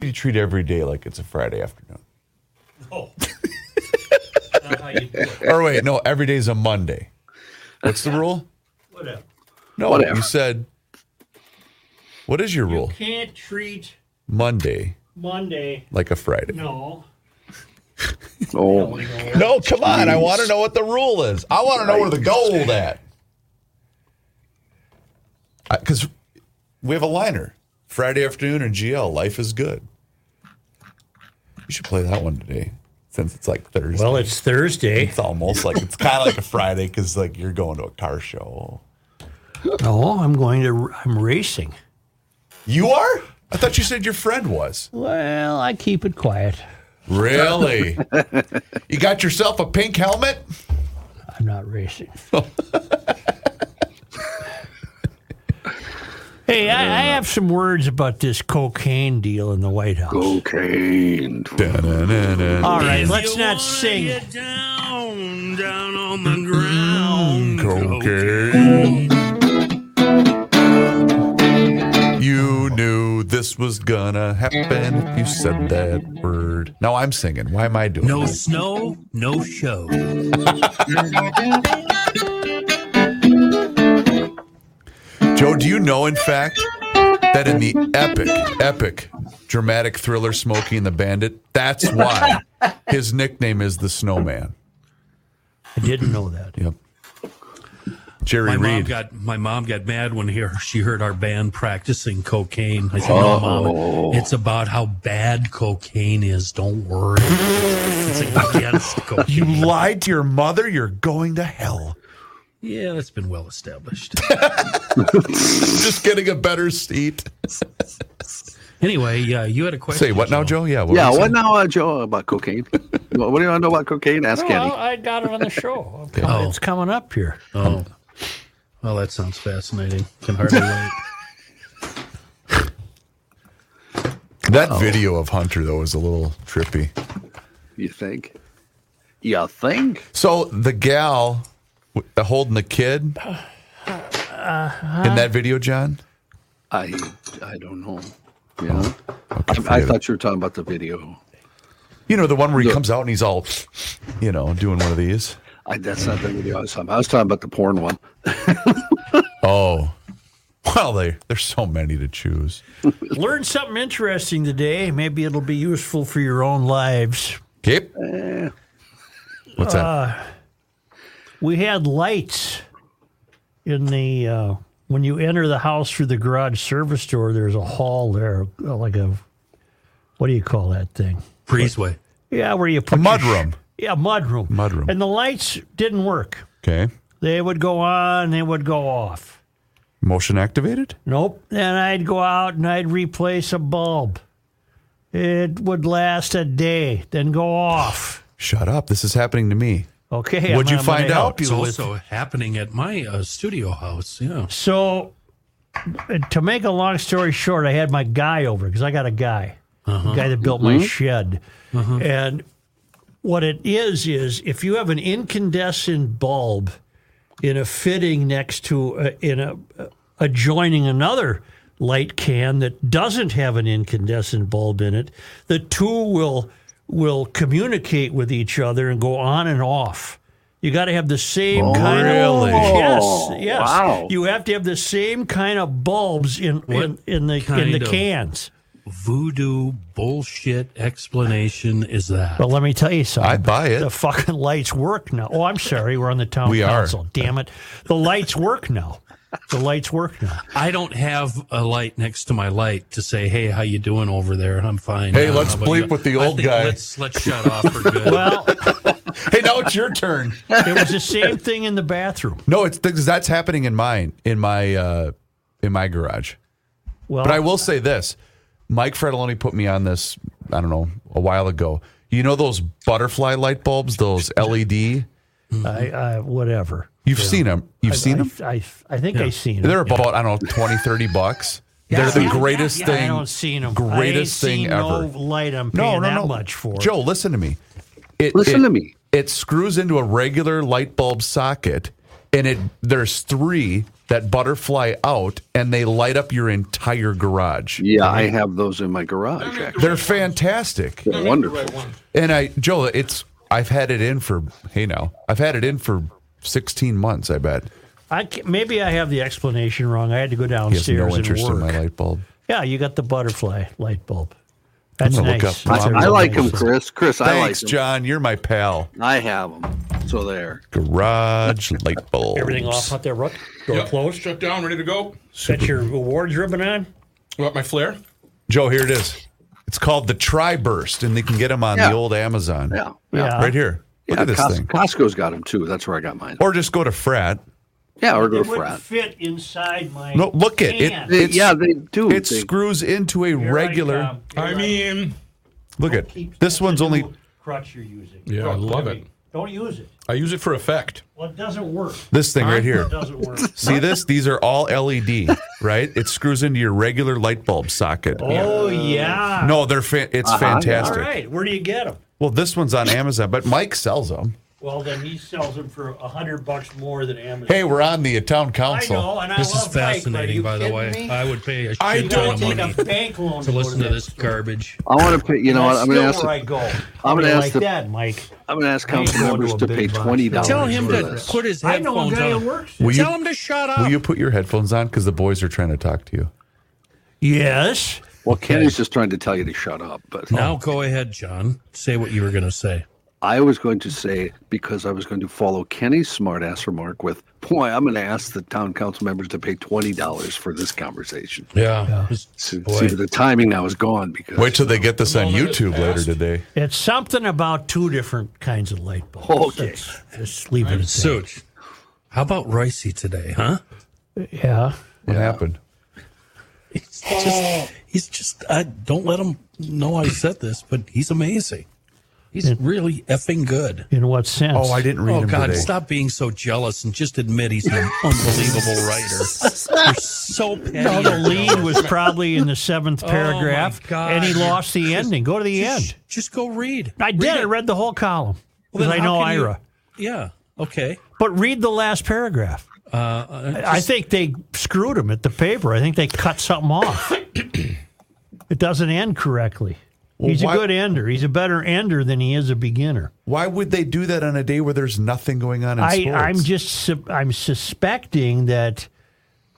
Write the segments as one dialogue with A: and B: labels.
A: you treat every day like it's a Friday afternoon.
B: Oh. Not how Oh, you do it.
A: Or wait, no, every day's a Monday. What's the rule?
B: Whatever.
A: No,
C: Whatever.
A: you said. What is your
B: You
A: rule?
B: can't treat
A: Monday
B: Monday.
A: like a Friday.
B: No.
A: No,
C: Oh,
B: no.
C: my-
A: come on. I want to know what the rule is. I want to know where the gold at. Because we have a liner Friday afternoon in GL. Life is good. You should play that one today since it's like Thursday.
B: Well, it's Thursday.
A: it's almost like it's kind of like a Friday because like you're going to a car show.
B: No, I'm going to. I'm racing.
A: You are? I thought you said your friend was.
B: Well, I keep it quiet.
A: Really? you got yourself a pink helmet?
B: I'm not racing. hey, I, I have some words about this cocaine deal in the White House.
C: cocaine.
B: All right, let's not sing.
D: Down, down on the ground.
A: Cocaine. You knew this was gonna happen if you said that word. Now I'm singing. Why am I doing
D: No
A: this?
D: snow, no show.
A: Joe, do you know, in fact, that in the epic, epic, dramatic thriller Smokey and the Bandit, that's why his nickname is the Snowman.
B: I didn't know that.
A: Yep. Jerry
D: My mom
A: Reed.
D: got my mom got mad when here she heard our band practicing cocaine. I said,
A: Oh.
D: "No, mom, it's about how bad cocaine is. Don't worry. it's against
A: you
D: cocaine.
A: lied to your mother. You're going to hell.
D: Yeah, that's been well established.
A: Just getting a better seat.
D: Anyway, yeah, you had a question.
A: Say what now, Joe? Yeah. What
C: Yeah,
A: were you
C: what
A: saying?
C: now, uh, Joe, about cocaine? what, what do you want to know about cocaine? Ask Kenny.
B: Well, I got it on the show. I'm coming-
D: Oh.
B: It's coming up here.
D: Oh, well, that sounds fascinating. Can hardly wait.
A: That
B: Oh.
A: video of Hunter though is a little trippy.
C: You think? You think?
A: So the gal w- holding the kid
B: Uh-huh.
A: in
B: Uh.
A: that video, John. Oh,
C: I I don't know. Yeah.
A: Okay,
C: I, I
A: forget it.
C: thought you were talking about the video.
A: you know the one where he
C: Yeah.
A: comes out and he's all, you know, doing one of these.
C: I, that's not the video I was talking about. I was talking about the porn one.
A: Oh, well, they there's so many to choose.
B: Learn something interesting today. Maybe it'll be useful for your own lives. Uh,
A: Yep. What's that?
B: We had lights in the uh, when you enter the house through the garage service door. There's a hall there, uh, like a what do you call that thing?
D: Breezeway.
B: Yeah, where you put
A: a
B: your sh-
A: mudroom.
B: Yeah, mudroom.
A: Mudroom.
B: And the lights didn't work.
A: Okay.
B: They would go on. They would go off.
A: Motion activated.
B: Nope. And I'd go out and I'd replace a bulb. It would last a day, then go off.
A: Shut up. This is happening to me.
B: Okay.
A: What'd
B: I'm-
A: you
B: I'm gonna
A: find
B: help
A: out?
B: you
D: It's
B: with-
D: also happening at my uh, studio house. Yeah.
B: So, uh, to make a long story short, I had my guy over because I got a guy, the guy that built my shed.
D: Uh-huh.
B: And what it is is if you have an incandescent bulb in a fitting next to a, in a adjoining another light can that doesn't have an incandescent bulb in it, the two will will communicate with each other and go on and off. You got to have the same kind of
A: really?
B: yes,
C: Oh,
B: yes.
C: wow.
B: You have to have the same kind of bulbs in in,
D: What
B: in the in
D: kind
B: the
D: of-
B: cans.
D: Voodoo bullshit explanation is that?
B: But let me tell you something.
A: I'd buy it.
B: The fucking lights work now. Oh, I'm sorry. We're on the town
A: We are.
B: council. Damn it. The lights work now. The lights work now.
D: I don't have a light next to my light to say, "Hey, how you doing over there? I'm fine."
A: Hey,
D: I don't
A: let's
D: know about you."
A: bleep with the
D: I
A: old
D: think
A: guy.
D: Let's let's shut off for good.
B: Well,
A: Hey, now it's your turn.
B: uh, it was the same thing in the bathroom.
A: No, it's because that's happening in mine, in my, uh, in my garage.
B: Well,
A: But I will say this: Mike Fredoloni put me on this. I don't know a while ago. You know those butterfly light bulbs, those LED.
B: I, I whatever.
A: You've 'em. seen them. You've seen them.
B: I, I, I think I seen them.
A: They're about I don't know 20, 30 bucks. They're the greatest
B: I
A: thing.
B: don't seen them.
A: Greatest
B: I ain't
A: thing
B: seen
A: ever.
B: No light. I'm paying
A: no, no,
B: that
A: no.
B: much for.
A: Joe, listen to me. It,
C: Listen
A: it-
C: to me.
A: It screws into a regular light bulb socket, and it there's three that butterfly out and they light up your entire garage.
C: Yeah, I have those in my garage. Actually,
A: They're fantastic.
C: they're wonderful.
A: And I, Joel, it's I've had it in for hey now I've had it in for sixteen months. I bet
B: I ca- maybe I have the explanation wrong. I had to go
A: he has
B: downstairs
A: no
B: and
A: interest
B: work.
A: in my light bulb.
B: Yeah, you got the butterfly light bulb. That's
A: gonna look
B: nice.
A: up
B: That's
A: Tom.
B: a
C: I
B: real
C: like
B: nice-
C: them, Chris. Chris, I like
A: Thanks,
C: them.
A: John. You're my pal.
C: I have them. So there.
A: Garage light bulbs.
B: Everything off out there, Rook. Door
E: Yep,
B: closed.
E: Shut down, ready to go.
B: Set your awards ribbon on.
E: Got my flare.
A: Joe, here it is. It's called the Tri Burst, and they can get them on
C: Yeah.
A: the old Amazon.
C: Yeah.
B: Yeah.
A: Right here. Look at this
C: Cos-
A: thing.
C: Costco's got them too. That's where I got mine.
A: Or just go to Frat.
C: yeah, or go
B: It
C: to
B: wouldn't
C: frat.
B: fit inside my.
A: No, look at it.
B: Can.
A: It,
C: They-
A: it's-
C: yeah, they do.
A: it
C: They-
A: screws into a
B: You're right,
A: regular.
B: Tom. You're
E: I
B: right.
E: mean,
A: look at
B: Keep
A: this one's
B: the
A: only.
B: new crutch you're using.
E: Yeah, I
B: Rook,
E: love
B: look at
E: it.
B: me. Don't use it.
E: I use it for effect.
B: Well, it doesn't work.
A: This thing right here.
B: It doesn't work.
A: See this? These are all LED, right? It screws into your regular light bulb socket.
B: Oh yeah.
A: No, they're fa- it's
D: Uh-huh.
C: Uh-huh.
B: All
A: fantastic.
B: right. Where do you get them?
A: Well, this one's on Amazon, but Mike sells them.
B: Well, then he sells them for a hundred bucks more than Amazon.
A: Hey, we're on the uh, town
B: I
A: council.
B: know, and I
D: This is
B: love Mike, but are
D: fascinating,
B: you
D: by the
B: kidding
D: way.
B: me?
D: I would pay a shit
E: I
D: ton
B: don't
D: of
B: take
D: money
B: a bank loan
D: to listen to
B: that
D: this
B: store.
D: garbage.
C: I want to pay. You know what?
B: That's
C: I'm going to
B: still
C: ask.
B: where I
C: The,
B: go.
C: I'm gonna
B: Be
C: ask
B: like
C: the-
B: that, Mike.
C: I'm going to ask
B: I ain't
C: council
B: going
C: members
B: to
C: to
B: a
C: pay
B: big box
C: twenty dollars.
B: store.
D: Tell him
C: for
D: to
C: this.
D: put his
B: I know a
D: headphones
B: guy who
D: on.
B: works.
A: Will you-
D: Tell him to shut
A: Will
D: up.
A: you put your headphones on? Because the boys are trying to talk to you.
B: Yes.
C: Well, Kenny's just trying to tell you to shut up, but
D: Now go ahead, John. Say what you were going to say.
C: I was going to say because I was going to follow Kenny's smart ass remark with, "Boy, I'm going to ask the town council members to pay twenty dollars for this conversation."
D: Yeah.
C: See,
D: Boy.
C: see, the timing now is gone because
A: Wait till they get this on
E: moment is
A: YouTube later
E: past.
A: today.
B: It's something about two different kinds of light bulbs.
C: Okay.
B: Let's Just leave it at that.
D: Such. How about Ricey today, huh?
B: Yeah.
A: What happened?
D: He's just, he's just I don't let him know I said this, but he's amazing. He's really effing good.
B: In what sense?
A: Oh, I didn't read
D: Oh
A: him
D: God!
A: today.
D: Stop being so jealous and just admit he's an unbelievable writer. You're so petty.
B: No, the lead was probably in the seventh paragraph,
D: Oh, God.
B: and he lost the ending. Go to the end.
D: Just, just go read.
B: I did.
D: Read
B: I
D: it.
B: read the whole column because
D: Then
B: I
D: how
B: know
D: can you-
B: Ira.
D: yeah. Okay.
B: But read the last paragraph. I think they screwed him at the paper. I think they cut something off. it doesn't end correctly. He's
A: why-
B: a good ender. He's a better ender than he is a beginner.
A: Why would they do that on a day where there's nothing going on in
B: I,
A: sports?
B: I'm just su- I'm suspecting that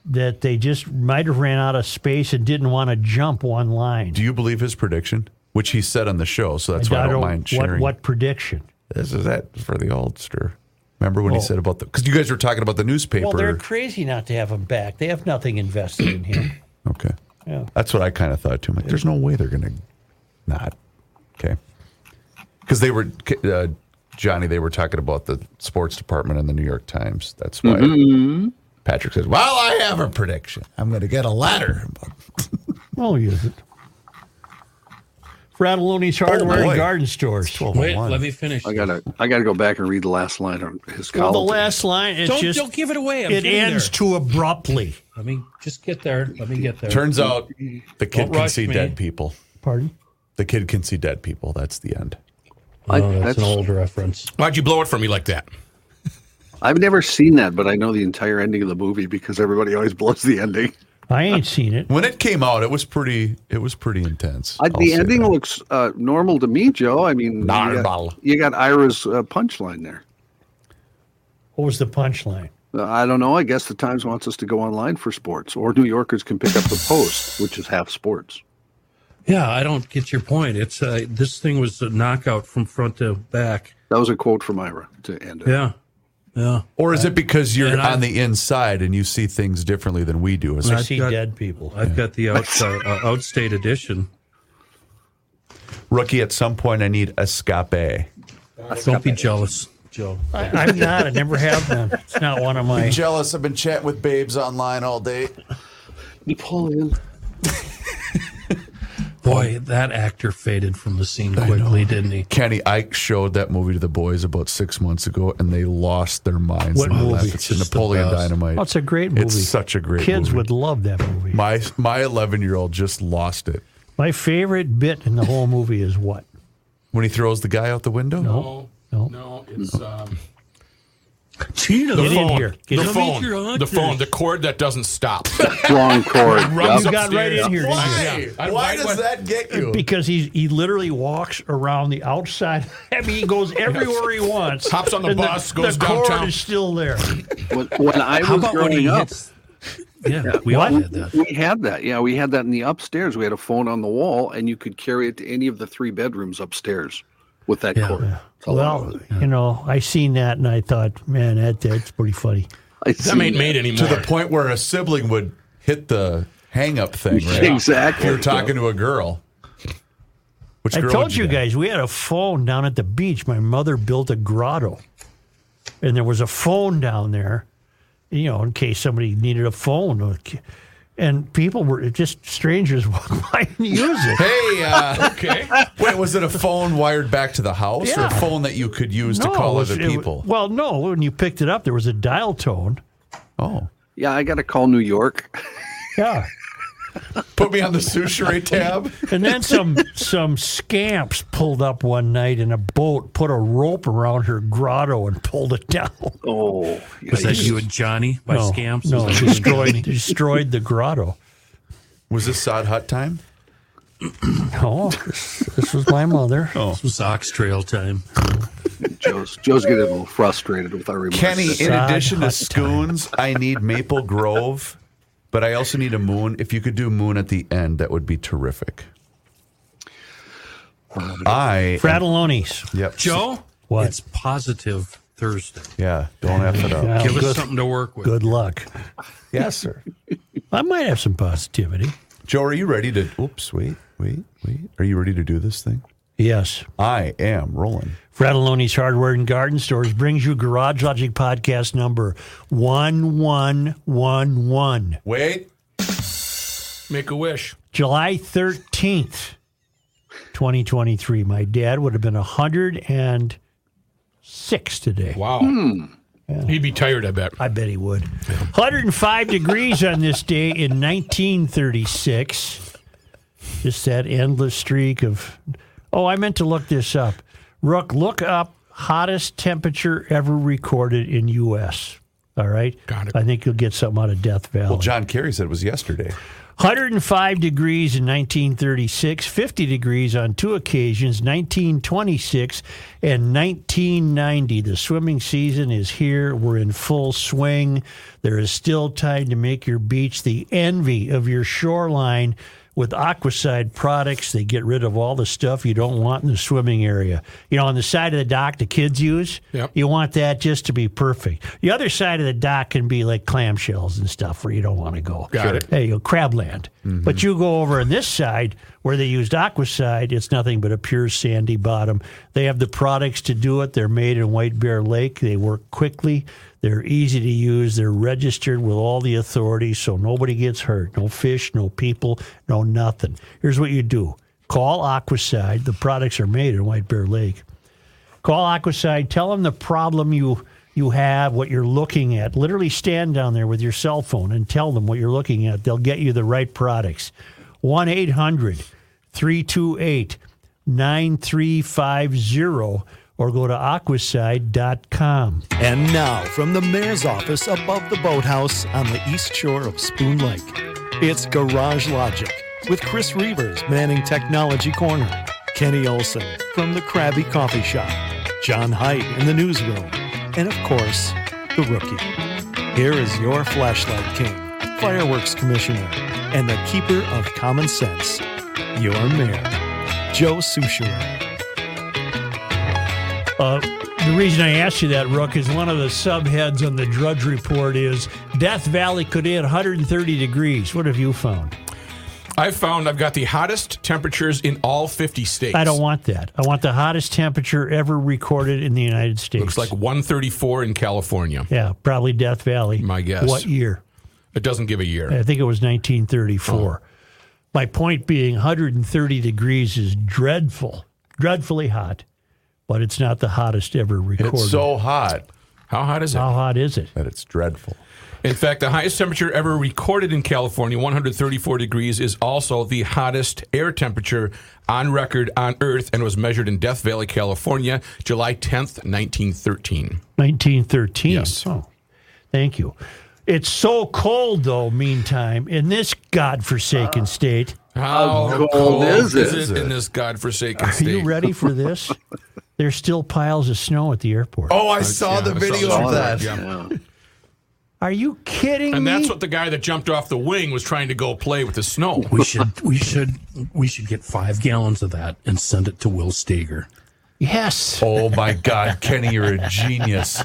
B: that they just might have ran out of space and didn't want to jump one line.
A: Do you believe his prediction, which he said on the show? So that's why I don't, mind
B: what
A: sharing.
B: what prediction.
A: This is that for the oldster. Remember when he said about the? Because you guys were talking about the newspaper.
B: Well, they're crazy not to have him back. They have nothing invested in him.
A: okay. That's what I kind of thought too. I'm like, there's no way they're gonna not. Okay. Because they were uh, Johnny. They were talking about the sports department in the New York Times. That's why Patrick says, "Well, I have a prediction. I'm going to get a letter."
B: Well, use it. Fratelloni's Hardware
A: Oh, boy. oh
B: and Garden Stores.
D: Wait. Let me finish.
C: I gotta I gotta go back and read the last line on his
B: Well,
C: column.
B: the last line, it
D: don't
B: just
D: don't give it away. I'm
B: it
D: getting
B: ends
D: there.
B: too abruptly.
D: Let me just get there. Let me get there.
A: Turns out the kid
D: Don't
A: can
D: rush
A: see
D: me.
A: dead people.
B: Pardon?
A: The kid can see dead people. That's the end.
D: Oh, that's, an
C: That's-
D: old reference.
E: Why'd you blow it for me like that?
C: I've never seen that, but I know the entire ending of the movie because everybody always blows the ending.
B: I ain't seen it.
A: When it came out, it was pretty. It was pretty intense.
C: I,
A: I'll
C: the
A: say
C: ending
A: that.
C: looks uh, normal to me, Joe. I mean, you got-
A: Normal.
C: You got, Ira's uh, punchline there.
B: What was the punchline?
C: Uh, I don't know. I guess the Times wants us to go online for sports, or New Yorkers can pick up the Post, which is half sports.
D: Yeah, I don't get your point. It's uh, this thing was a knockout from front to back.
C: That was a quote from Ira to end it.
D: Yeah, yeah.
A: Or is it because you're
D: And I-
A: on the inside and you see things differently than we do? Is
B: I
A: it-
B: see
D: got-
B: dead people.
D: I've got the outside, uh, outstate edition.
A: Rookie, at some point, I need escape.
D: Don't be jealous, Joe.
B: I, I'm not. I never have been. It's not one of my.
A: Jealous. I've been chatting with babes online all day.
C: Napoleon.
D: Boy, that actor faded from the scene quickly, didn't he?
A: Kenny Ike showed that movie to the boys about six months ago, and they lost their minds.
B: What
A: when they
B: movie?
A: left.
D: It's
A: It's
D: just the
A: Napoleon
D: best.
A: Dynamite.
B: Oh, it's a great movie.
A: It's such a great
B: Kids
A: movie.
B: would love that movie.
A: My my 11 year old just lost it
B: My favorite bit in the whole movie is what?
A: when he throws the guy out the window.
E: No, no, it's um,
D: Tina,
E: The
D: get in
E: phone.
B: here.
E: The
B: Get in.
E: phone.
D: Come eat your
E: The phone.
D: hotcakes.
E: The cord that doesn't stop.
C: Long cord.
E: Runs
B: You
C: Yep.
B: got right
E: upstairs.
B: in here, didn't you?
E: Yeah.
A: Why?
E: I'd
A: Why
E: like
A: does
E: one-
A: that get you?
B: Because he he literally walks around the outside. I mean, he goes everywhere he wants.
E: Hops on the
B: and
E: bus,
B: The,
E: goes
B: the cord
E: downtown.
B: is still there.
C: When, when I
D: How
C: was
D: about when he
C: growing up,
D: hits? Yeah, we all
B: What?
D: had that.
C: we had that. Yeah, we had that in the upstairs. We had a phone on the wall, and you could carry it to any of the three bedrooms upstairs with that
D: Yeah.
C: cord. That's all I
B: Well,
C: know.
B: you know, I seen that and I thought, man, that that's pretty funny.
C: I
E: That
C: see
E: ain't made anymore.
A: to the point where a sibling would hit the hang up thing, right? If
C: Exactly.
A: you're talking to a girl. Which
B: I
A: girl
B: told
A: would
B: you
A: get?
B: guys we had a phone down at the beach. My mother built a grotto, and there was a phone down there, you know, in case somebody needed a phone. And people were just strangers would might use it.
A: Hey, uh,
E: Okay.
A: wait, was it a phone wired back to the house or
B: Yeah.
A: a phone that you could use
B: No,
A: to call
B: it was-
A: other
B: it-
A: people?
B: well, no, when you picked it up, there was a dial tone.
A: oh.
C: Yeah, I got to call New York.
B: Yeah.
A: Put me on the sushi tab.
B: And then some some scamps pulled up one night in a boat, put a rope around her grotto, and pulled it down.
C: Oh,
D: Was that
C: yikes.
D: you and Johnny by
B: no,
D: scams?
B: No,
D: Was that you and
B: destroyed
D: Johnny?
B: destroyed the grotto.
A: Was this sod hut time?
B: No, this, this was my mother.
D: Oh. This was ox trail time.
C: Joe's, Joe's getting a little frustrated with our remarks.
A: Kenny, in
B: Sod
A: addition to
B: hut
A: scoons, I need Maple Grove, but I also need a moon. If you could do moon at the end, that would be terrific. I
B: Fratelloni's.
A: yep.
D: Joe,
B: What?
D: it's positive Thursday.
A: Yeah, don't f it up.
B: Yeah.
D: Give
B: good-
D: us something to work with.
B: Good luck.
A: Yes, sir.
B: I might have some positivity.
A: Joe, are you ready to? Oops, wait, wait, wait. Are you ready to do this thing?
B: Yes.
A: I am rolling.
B: Fratelloni's Hardware and Garden Stores brings you Garage Logic Podcast number 1111.
E: Wait. Make a wish.
B: July 13th, 2023. My dad would have been 106 today.
E: Wow.
D: Hmm.
E: He'd be tired, I bet.
B: I bet he would. 105 degrees on this day in 1936. Just that endless streak of. Oh, I meant to look this up. Rook, look up hottest temperature ever recorded in U.S. All right.
E: Got it.
B: I think you'll get something out of Death Valley.
A: Well, John Kerry said it was yesterday.
B: 105 degrees in 1936, 50 degrees on two occasions, 1926 and 1990. The swimming season is here. We're in full swing. There is still time to make your beach the envy of your shoreline with Aquaside products. They get rid of all the stuff you don't want in the swimming area. You know, on the side of the dock the kids use,
E: Yep.
B: you want that just to be perfect. The other side of the dock can be like clamshells and stuff where you don't want to go.
E: Got it.
B: There you go, crabland. But you go over on this side where they used Aquaside, it's nothing but a pure sandy bottom. They have the products to do it. They're made in White Bear Lake. They work quickly. They're easy to use. They're registered with all the authorities so nobody gets hurt. No fish, no people, no nothing. Here's what you do call Aquaside. The products are made in White Bear Lake call Aquaside, tell them the problem you you have, what you're looking at. Literally stand down there with your cell phone and tell them what you're looking at. They'll get you the right products. 1 800 328 9350 or go to aquaside.com.
F: And now, from the mayor's office above the boathouse on the east shore of Spoon Lake, it's Garage Logic with Chris Reavers manning Technology Corner, Kenny Olson from the Krabby Coffee Shop, John Height in the newsroom, and of course, the rookie. Here is your flashlight king, fireworks commissioner, and the keeper of common sense, your mayor, Joe Sushirer.
B: Uh, the reason I asked you that, Rook, is one of the subheads on the Drudge Report is Death Valley could hit 130 degrees. What have you found?
E: I found I've got the hottest temperatures in all 50 states.
B: I don't want that. I want the hottest temperature ever recorded in the United States.
E: Looks like 134 in California.
B: Yeah, probably Death Valley.
E: My guess.
B: What year?
E: It doesn't give a year.
B: I think it was 1934. My point being 130 degrees is dreadful, dreadfully hot, but it's not the hottest ever recorded.
A: It's so hot
E: How hot is it?
B: How hot is it?
A: that it's dreadful.
E: In fact, the highest temperature ever recorded in California, 134 degrees, is also the hottest air temperature on record on Earth and was measured in Death Valley, California, July 10th, 1913.
B: 1913.
E: Yes.
B: Oh, thank you. It's so cold, though, meantime, in this
E: Ah.
B: godforsaken state.
E: How,
C: cold is it?
E: it in this godforsaken
B: Are
E: state?
B: you ready for this? There's still piles of snow at the airport.
A: Oh, I saw
E: yeah,
A: the
E: I saw
A: video
E: that.
A: of that.
E: Yeah.
B: Are you kidding
E: And
B: me?
E: that's what the guy that jumped off the wing was trying to go play with the snow.
D: We should we should we should get five gallons of that and send it to Will Steger.
B: yes.
A: Oh my God, Kenny, you're a genius.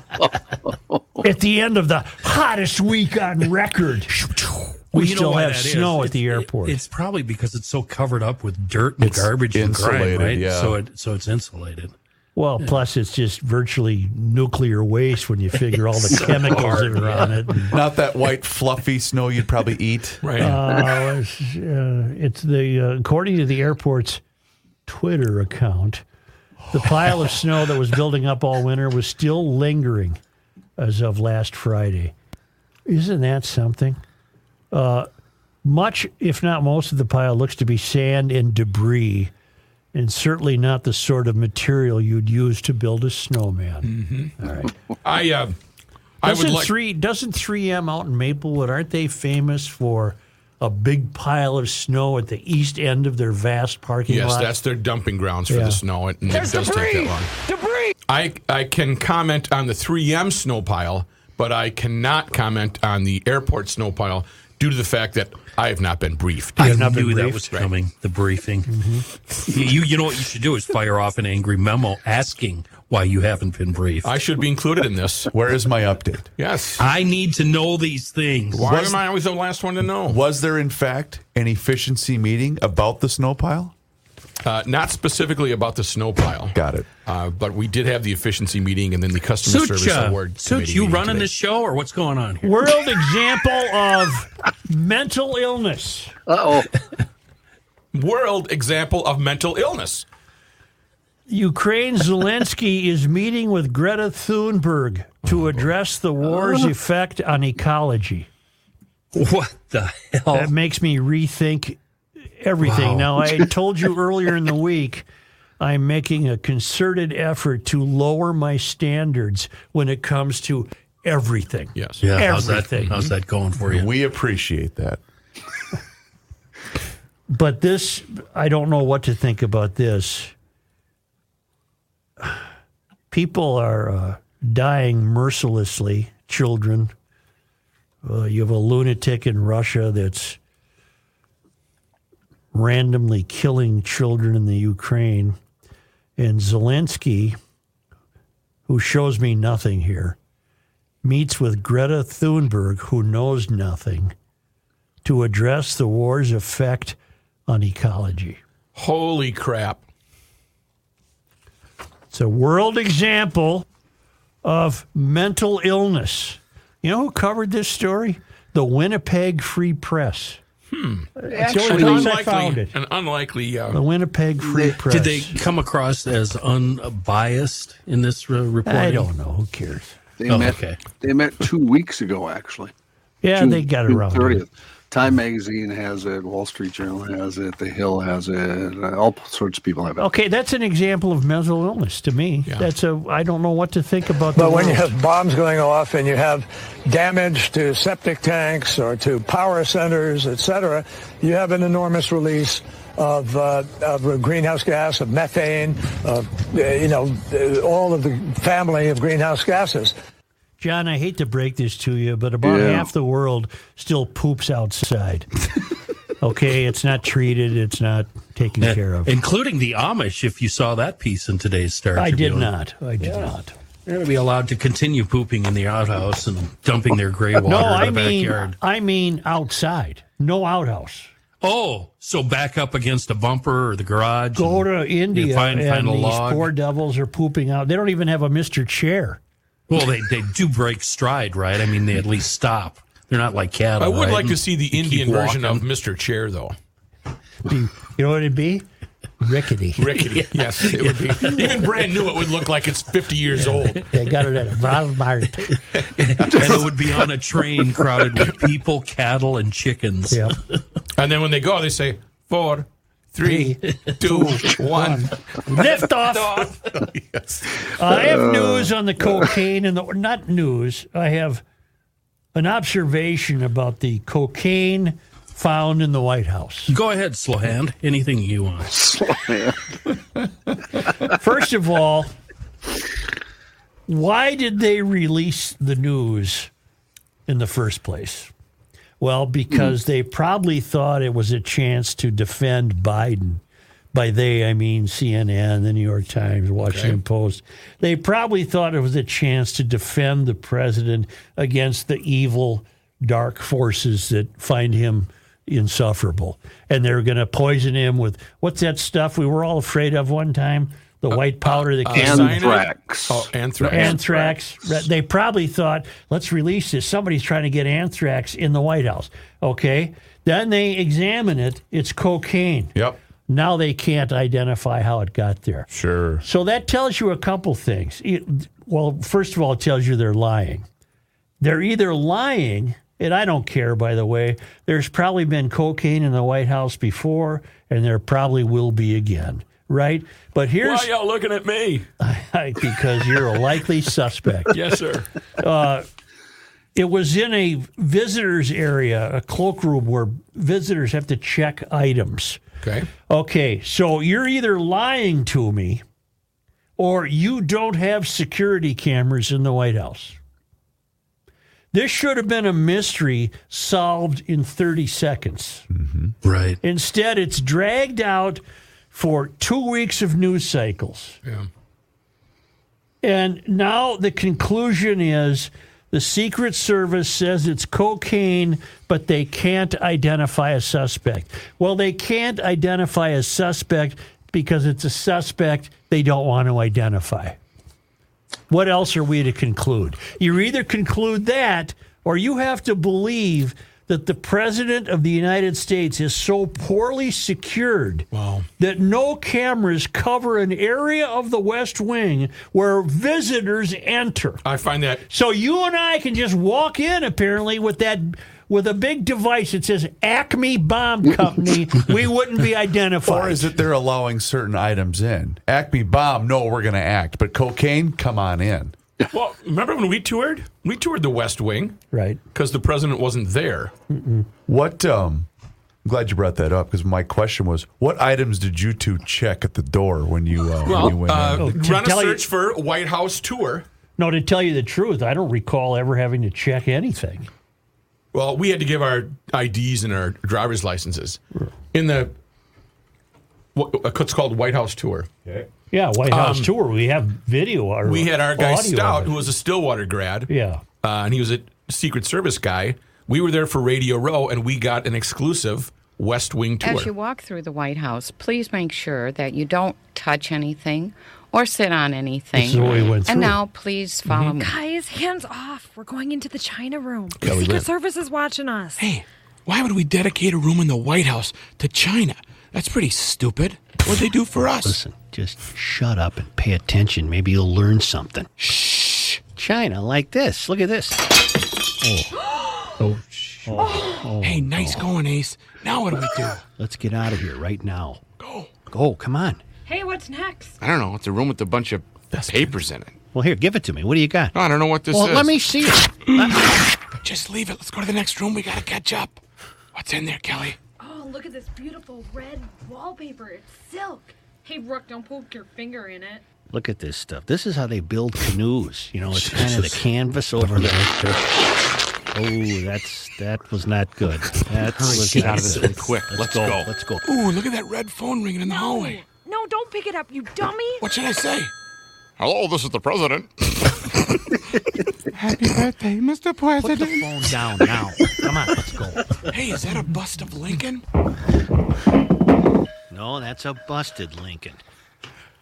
B: At the end of the hottest week on record, we
D: Well, you know
B: still
D: why
B: have
D: that is.
B: snow
D: It's-
B: at the
D: it-
B: airport.
D: it's probably because it's so covered up with dirt and garbage and grime,
A: insulated,
D: right?
A: yeah.
D: So it so it's insulated.
B: well, plus it's just virtually nuclear waste when you figure all the chemicals that are on it. And,
A: Not that white fluffy snow you'd probably eat.
E: Right.
B: uh, it's, uh, it's the uh, according to the airport's Twitter account, the pile of snow that was building up all winter was still lingering as of last Friday. Isn't that something? Uh, much, if not most, of the pile looks to be sand and debris, and certainly not the sort of material you'd use to build a snowman.
E: I uh, Mm-hmm. I
B: Doesn't
E: would like
B: three doesn't three M out in Maplewood aren't they famous for a big pile of snow at the east end of their vast parking
E: Yes,
B: lot?
E: that's their dumping grounds for
B: Yeah.
E: the snow, and it does take that long.
G: Debris!
E: I I can comment on the 3M snow pile, but I cannot comment on the airport snow pile due to the fact that I have not been briefed. Mm-hmm.
D: I
B: not been
D: knew that
B: briefed.
D: was coming. The briefing.
B: Mm-hmm.
D: You you know what you should do is fire off an angry memo asking why you haven't been briefed.
E: I should be included in this.
A: Where is my update?
E: Yes.
D: I need to know these things.
E: Why am I always the last one to know?
A: Was there, in fact, an efficiency meeting about the snow pile?
E: Uh, not specifically about the snow pile.
A: Got it.
E: Uh, but we did have the efficiency meeting and then the customer
D: Such,
E: service
D: uh,
E: award.
D: Such
E: committee
D: you
E: meeting
D: running
E: today.
D: this show or what's going on here?
B: World example of mental illness.
C: Uh oh.
E: world example of mental illness.
B: Ukraine's Zelensky is meeting with Greta Thunberg
E: Oh.
B: to address the war's effect on ecology.
D: What the hell?
B: That makes me rethink everything. Now, I told you earlier in the week, I'm making a concerted effort to lower my standards when it comes to everything.
E: Yes.
D: Yeah, how's that,
B: everything.
D: how's that going for you?
A: We appreciate that.
B: But this, I don't know what to think about this. People are uh, dying mercilessly, children. Uh, you have a lunatic in Russia that's randomly killing children in the Ukraine. And Zelensky, who shows me nothing here, meets with Greta Thunberg, who knows nothing to address the war's effect on ecology.
E: Holy crap.
B: It's a world example of mental illness. You know who covered this story? The Winnipeg Free Press. Hmm. It's the only place I found
E: Unlikely,
B: it.
E: an unlikely. Uh,
B: The Winnipeg Free Press.
D: Did they come across as unbiased in this uh, reporting?
B: I don't know. Who cares?
C: They,
D: Oh,
C: met,
D: okay.
C: they met two weeks ago, actually.
B: Yeah,
C: June-
B: they got
C: June
B: around. to it.
C: 30th. Time Magazine has it, Wall Street Journal has it, The Hill has it, uh, all sorts of people have it.
B: Okay, that's an example of mental illness to me. That's a. I don't know what to think about. the
H: But when you
B: world.
H: have bombs going off and you have damage to septic tanks or to power centers, et cetera, you have an enormous release of, uh, of greenhouse gas, of methane, of, uh, you know, uh, all of the family of greenhouse gases.
B: John, I hate to break this to you, but about
C: Yeah.
B: half the world still poops outside. okay, it's not treated, it's not taken care of.
D: Eh, Including the Amish, if you saw that piece in today's Star
B: I did
D: Tribune.
B: not. I did not.
D: They're going to be allowed to continue pooping in the outhouse and dumping their gray water
B: No,
D: in the
B: I mean,
D: backyard.
B: I mean outside. No outhouse.
D: Oh, so back up against a bumper or the garage.
B: Go
D: and-
B: to India
D: find-
B: and
D: find a
B: these
D: log.
B: poor devils are pooping out. They don't even have a Mister Chair.
D: well, they, they do break stride, right? I mean, they at least stop. They're not like cattle.
E: I would
D: right?
E: like to see the Indian version of
D: walking.
E: Mr. Chair, though.
B: Be- You know what it'd be? rickety.
E: rickety. Yes, it would be. Even brand new, it would look like it's 50 years old.
B: They got it at a Walmart.
D: and it would be on a train crowded with people, cattle, and chickens.
B: Yep.
E: And then when they go, they say four, three, two, one.
B: Lift off. Uh, I
E: Uh.
B: have news on the cocaine and the not news. I have an observation about the cocaine found in the White House.
D: Go ahead, Slohan. Anything you want.
B: First of all, why did they release the news in the first place? Well, because they probably thought it was a chance to defend Biden. By they, I mean CNN, the New York Times, Washington Post. They probably thought it was a chance to defend the president against the evil, dark forces that find him insufferable. And they're going to poison him with what's that stuff we were all afraid of one time? The white powder that came out of
C: Anthrax.
E: Oh, uh, anthrax.
B: anthrax. They probably thought, let's release this. Somebody's trying to get anthrax in the White House. Okay. Then they examine it. It's cocaine.
E: Yep.
B: Now they can't identify how it got there.
E: Sure.
B: So that tells you a couple things. It- well, first of all, it tells you they're lying. They're either lying, and I don't care, by the way. There's probably been cocaine in the White House before, and there probably will be again, right? But here's
E: y'all looking at me?
B: because you're a likely suspect.
E: Yes, sir.
B: Uh, It was in a visitors area, a cloakroom where visitors have to check items.
E: Okay.
B: Okay, so you're either lying to me or you don't have security cameras in the White House. This should have been a mystery solved in 30 seconds.
D: Right.
B: Instead, it's dragged out for two weeks of news cycles.
E: Yeah.
B: And now the conclusion is the Secret Service says it's cocaine, but they can't identify a suspect. Well, they can't identify a suspect because it's a suspect they don't want to identify. What else are we to conclude? You either conclude that or you have to believe that the President of the United States is so poorly secured that no cameras cover an area of the West Wing where visitors enter.
E: I find that
B: So you and I can just walk in apparently with that with a big device that says Acme Bomb Company. we wouldn't be identified.
A: Or is it they're allowing certain items in? Acme bomb, no, we're going to act. But cocaine, come on in.
E: Well, remember when we toured? We toured the West Wing
B: right?
E: because the president wasn't there.
A: What? Um, I'm glad you brought that up because my question was, what items did you two check at the door when you uh, when
E: Well,
A: you went
E: uh,
A: in?
E: run
B: Oh,
E: a
B: tell you-
E: search for White House tour.
B: No, to tell you the truth, I don't recall ever having to check anything.
E: Well, we had to give our IDs and our driver's licenses in the what, what's called White House tour.
B: Yeah, White House tour. We have video. Or
E: Um, We had our guy
B: audio of
E: Stout,
B: it.
E: who was a Stillwater grad,
B: yeah,
E: uh, and he was a Secret Service guy. We were there for Radio Row, and we got an exclusive West Wing tour.
G: As you walk through the White House, please make sure that you don't touch anything or sit on anything.
B: This is what we went
G: and
B: through. Mm-hmm.
G: now, please follow
I: Mm-hmm.
G: me.
J: Guys, hands off. We're going into the China room.
E: Yeah,
J: the
E: we
J: Secret
E: went.
J: Service is watching us.
I: Hey, why would we dedicate a room in the White House to China? That's pretty stupid. What'd they do for us?
K: Listen, just shut up and pay attention. Maybe you'll learn something. Shh. China, like this. Look at this. Oh.
I: hey, nice going, Ace. Now what do we do?
K: Let's get out of here right now. Go. Go, come on.
J: Hey, what's next?
I: I don't know. It's a room with a bunch of papers in it.
K: Well, here, give it to me. What do you got?
I: I don't know what this
K: well, let me see it.
I: Just leave it. Let's go to the next room. We gotta catch up. What's in there, Kelly?
J: Oh, look at this beautiful red wallpaper. It's silk. Hey, Rook, don't poke your finger in it.
K: Look at this stuff. This is how they build canoes. You know, it's kind of the canvas over there. Oh, that's that was not good. That's
B: Oh,
K: let's get out of this one quick. Let's, go. Let's go.
I: Ooh, look at that red phone ringing in the hallway.
J: No, don't pick it up, you dummy.
I: What should I say? Hello, this is the president. Happy birthday, Mr.
K: Put the
I: President.
K: phone down now. Come on, let's go.
I: Hey, is that a bust of Lincoln?
K: No, that's a busted Lincoln.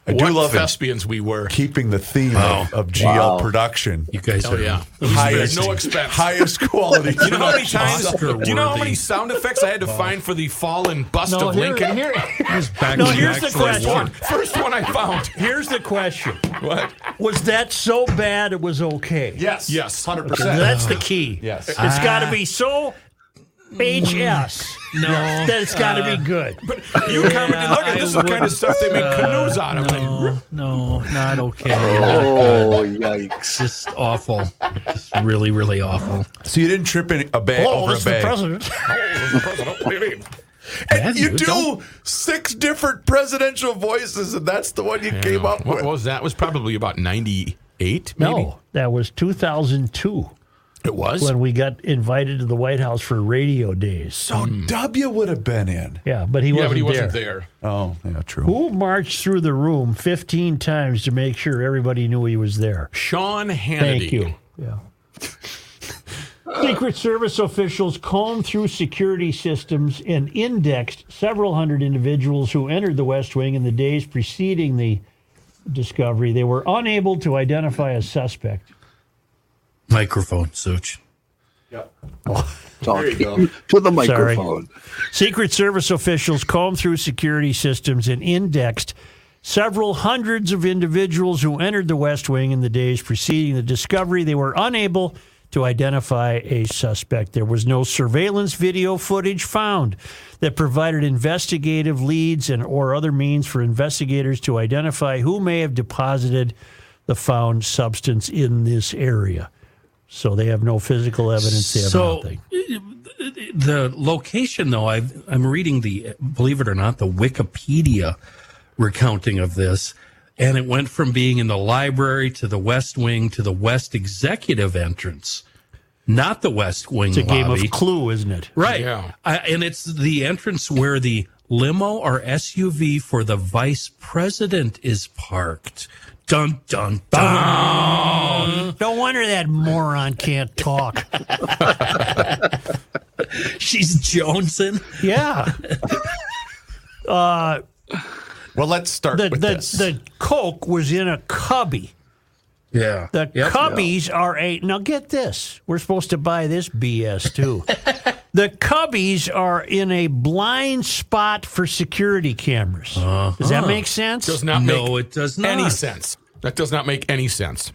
A: I do
E: what
A: love it.
E: thespians we were.
A: Keeping the theme of,
E: Oh.
A: of GL
E: Wow.
A: production.
D: You guys
E: Oh yeah,
A: highest,
E: no expense,
A: highest quality.
E: Do you know how many times?
A: production.
E: Do you know how many sound effects I had to find for the fallen bust
B: No,
E: of
B: here-
E: Lincoln?
B: here-
D: back
B: no,
D: to
B: here's
D: back
B: the
D: for one.
B: question.
E: First one I found.
B: Here's the question.
E: What?
B: Was that so bad it was okay?
E: Yes. Yes. Hundred
B: Okay,
E: percent.
B: That's the key.
E: Yes.
B: It's got to be so HS
D: No.
B: that Mm. it's got to
D: Uh,
B: be
L: Uh,
B: good.
E: You commented, look at
D: I
E: this is the kind of
D: wouldn't,
E: stuff they make canoes out of. Like,
D: No, no, not okay.
C: Oh, yikes.
D: Just awful. Just really, really awful.
A: So you didn't trip in a bag
B: Hello,
A: over
B: this
A: a
B: is the
A: bag. Oh,
B: president.
D: Bad
A: you
D: news,
A: do
D: don't-
A: six different presidential voices, and that's the one you came up
E: What
A: with.
E: was that? It was probably about ninety-eight. Maybe?
B: No, that was 2002
E: it was.
B: when we got invited to the White House for radio days.
A: So W would have been in.
B: Yeah, but he
E: Hmm. yeah,
B: wasn't
E: but he
B: there.
E: wasn't there.
A: Oh, yeah, true.
B: Who marched through the room 15 times to make sure everybody knew he was there?
E: Sean Hannity.
B: Thank you. Yeah. Secret Service officials combed through security systems and indexed several hundred individuals who entered the West Wing in the days preceding the discovery. They were unable to identify a suspect.
D: Microphone, Such.
C: Talking to the
B: Sorry.
C: microphone.
B: Secret Service officials combed through security systems and indexed several hundreds of individuals who entered the West Wing in the days preceding the discovery. They were unable to identify a suspect. There was no surveillance video footage found that provided investigative leads and or other means for investigators to identify who may have deposited the found substance in this area. So they have no physical evidence. They have
D: So uh,
B: nothing.
D: the location, though, I've, I'm reading the, believe it or not, the Wikipedia recounting of this. And it went from being in the library to the West Wing to the West Executive entrance, not the West Wing
B: It's a game
D: lobby.
B: of Clue, isn't it?
D: Right.
E: Yeah.
D: I, and it's the entrance where the limo or SUV for the vice president is parked. Dun, dun, dun.
B: No wonder that moron can't talk.
D: She's Jonesing.
B: yeah. Uh,
A: Well, let's start
B: The, the,
A: with this.
B: the Coke was in a cubby.
D: Yeah.
B: The cubbies are a. Now get this. We're supposed to buy this BS too. the cubbies are in a blind spot for security cameras. Does
A: Uh-huh.
B: that make sense?
E: Does not make
D: No, it does not.
E: any sense. That does not make any sense.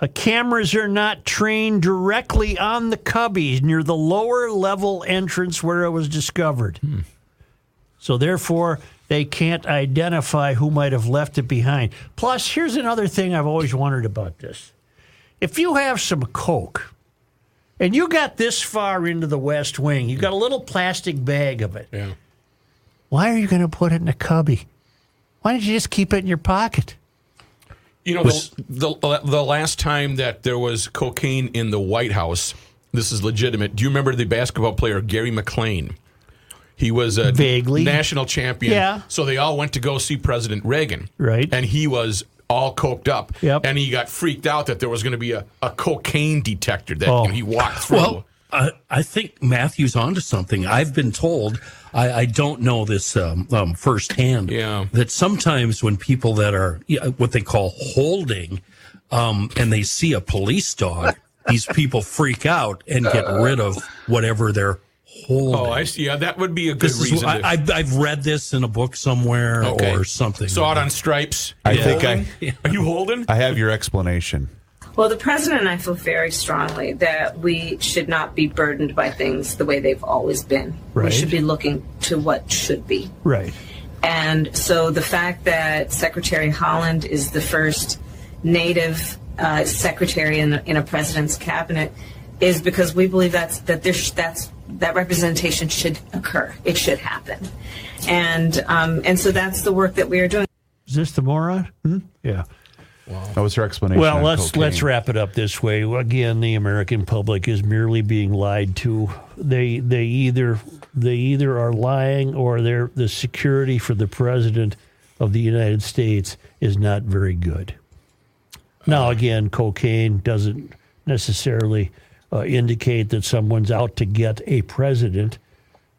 B: Uh, cameras are not trained directly on the cubbies near the lower level entrance where it was discovered. So, therefore, they can't identify who might have left it behind. Plus, here's another thing I've always wondered about this. If you have some Coke and you got this far into the West Wing, you got a little plastic bag of it,
E: Yeah.
B: why are you going to put it in a cubby? Why don't you just keep it in your pocket?
E: You know, the, the the last time that there was cocaine in the White House, this is legitimate. Do you remember the basketball player Gary McLean? He was a
B: Vaguely.
E: national champion.
B: Yeah.
E: So they all went to go see President Reagan.
B: Right.
E: And he was all coked up.
B: Yep.
E: And he got freaked out that there was going to be a, a cocaine detector that
B: Oh.
E: you know, he walked through.
D: Well, I, I think Matthew's onto something. I've been told, I, I don't know this um, um, firsthand,
E: Yeah.
D: that sometimes when people that are yeah, what they call holding um, and they see a police dog, these people freak out and get rid of whatever they're holding.
E: Uh. oh, I see. Yeah, that would be a good
D: this
E: reason.
D: is, I,
E: to-
D: I, I've read this in a book somewhere
E: Okay.
D: or something.
E: Saw it on stripes.
A: I
E: You
A: think I-
E: holding? Are you holding?
A: I have your explanation.
M: Well, the president and I feel very strongly that we should not be burdened by things the way they've always been. We
B: Right.
M: should be looking to what should be.
B: Right.
M: And so the fact that Secretary Holland is the first native uh, secretary in, in a president's cabinet is because we believe that's that there sh- that's that representation should occur. It should happen. And um, and so that's the work that we are doing.
B: Is this the moron? Hmm? Yeah.
A: That was her explanation.
B: Well,
A: on
B: let's
A: cocaine.
B: let's wrap it up this way. Again, the American public is merely being lied to. They they either they either are lying or they're the security for the president of the United States is not very good. Now, again, cocaine doesn't necessarily uh, indicate that someone's out to get a president,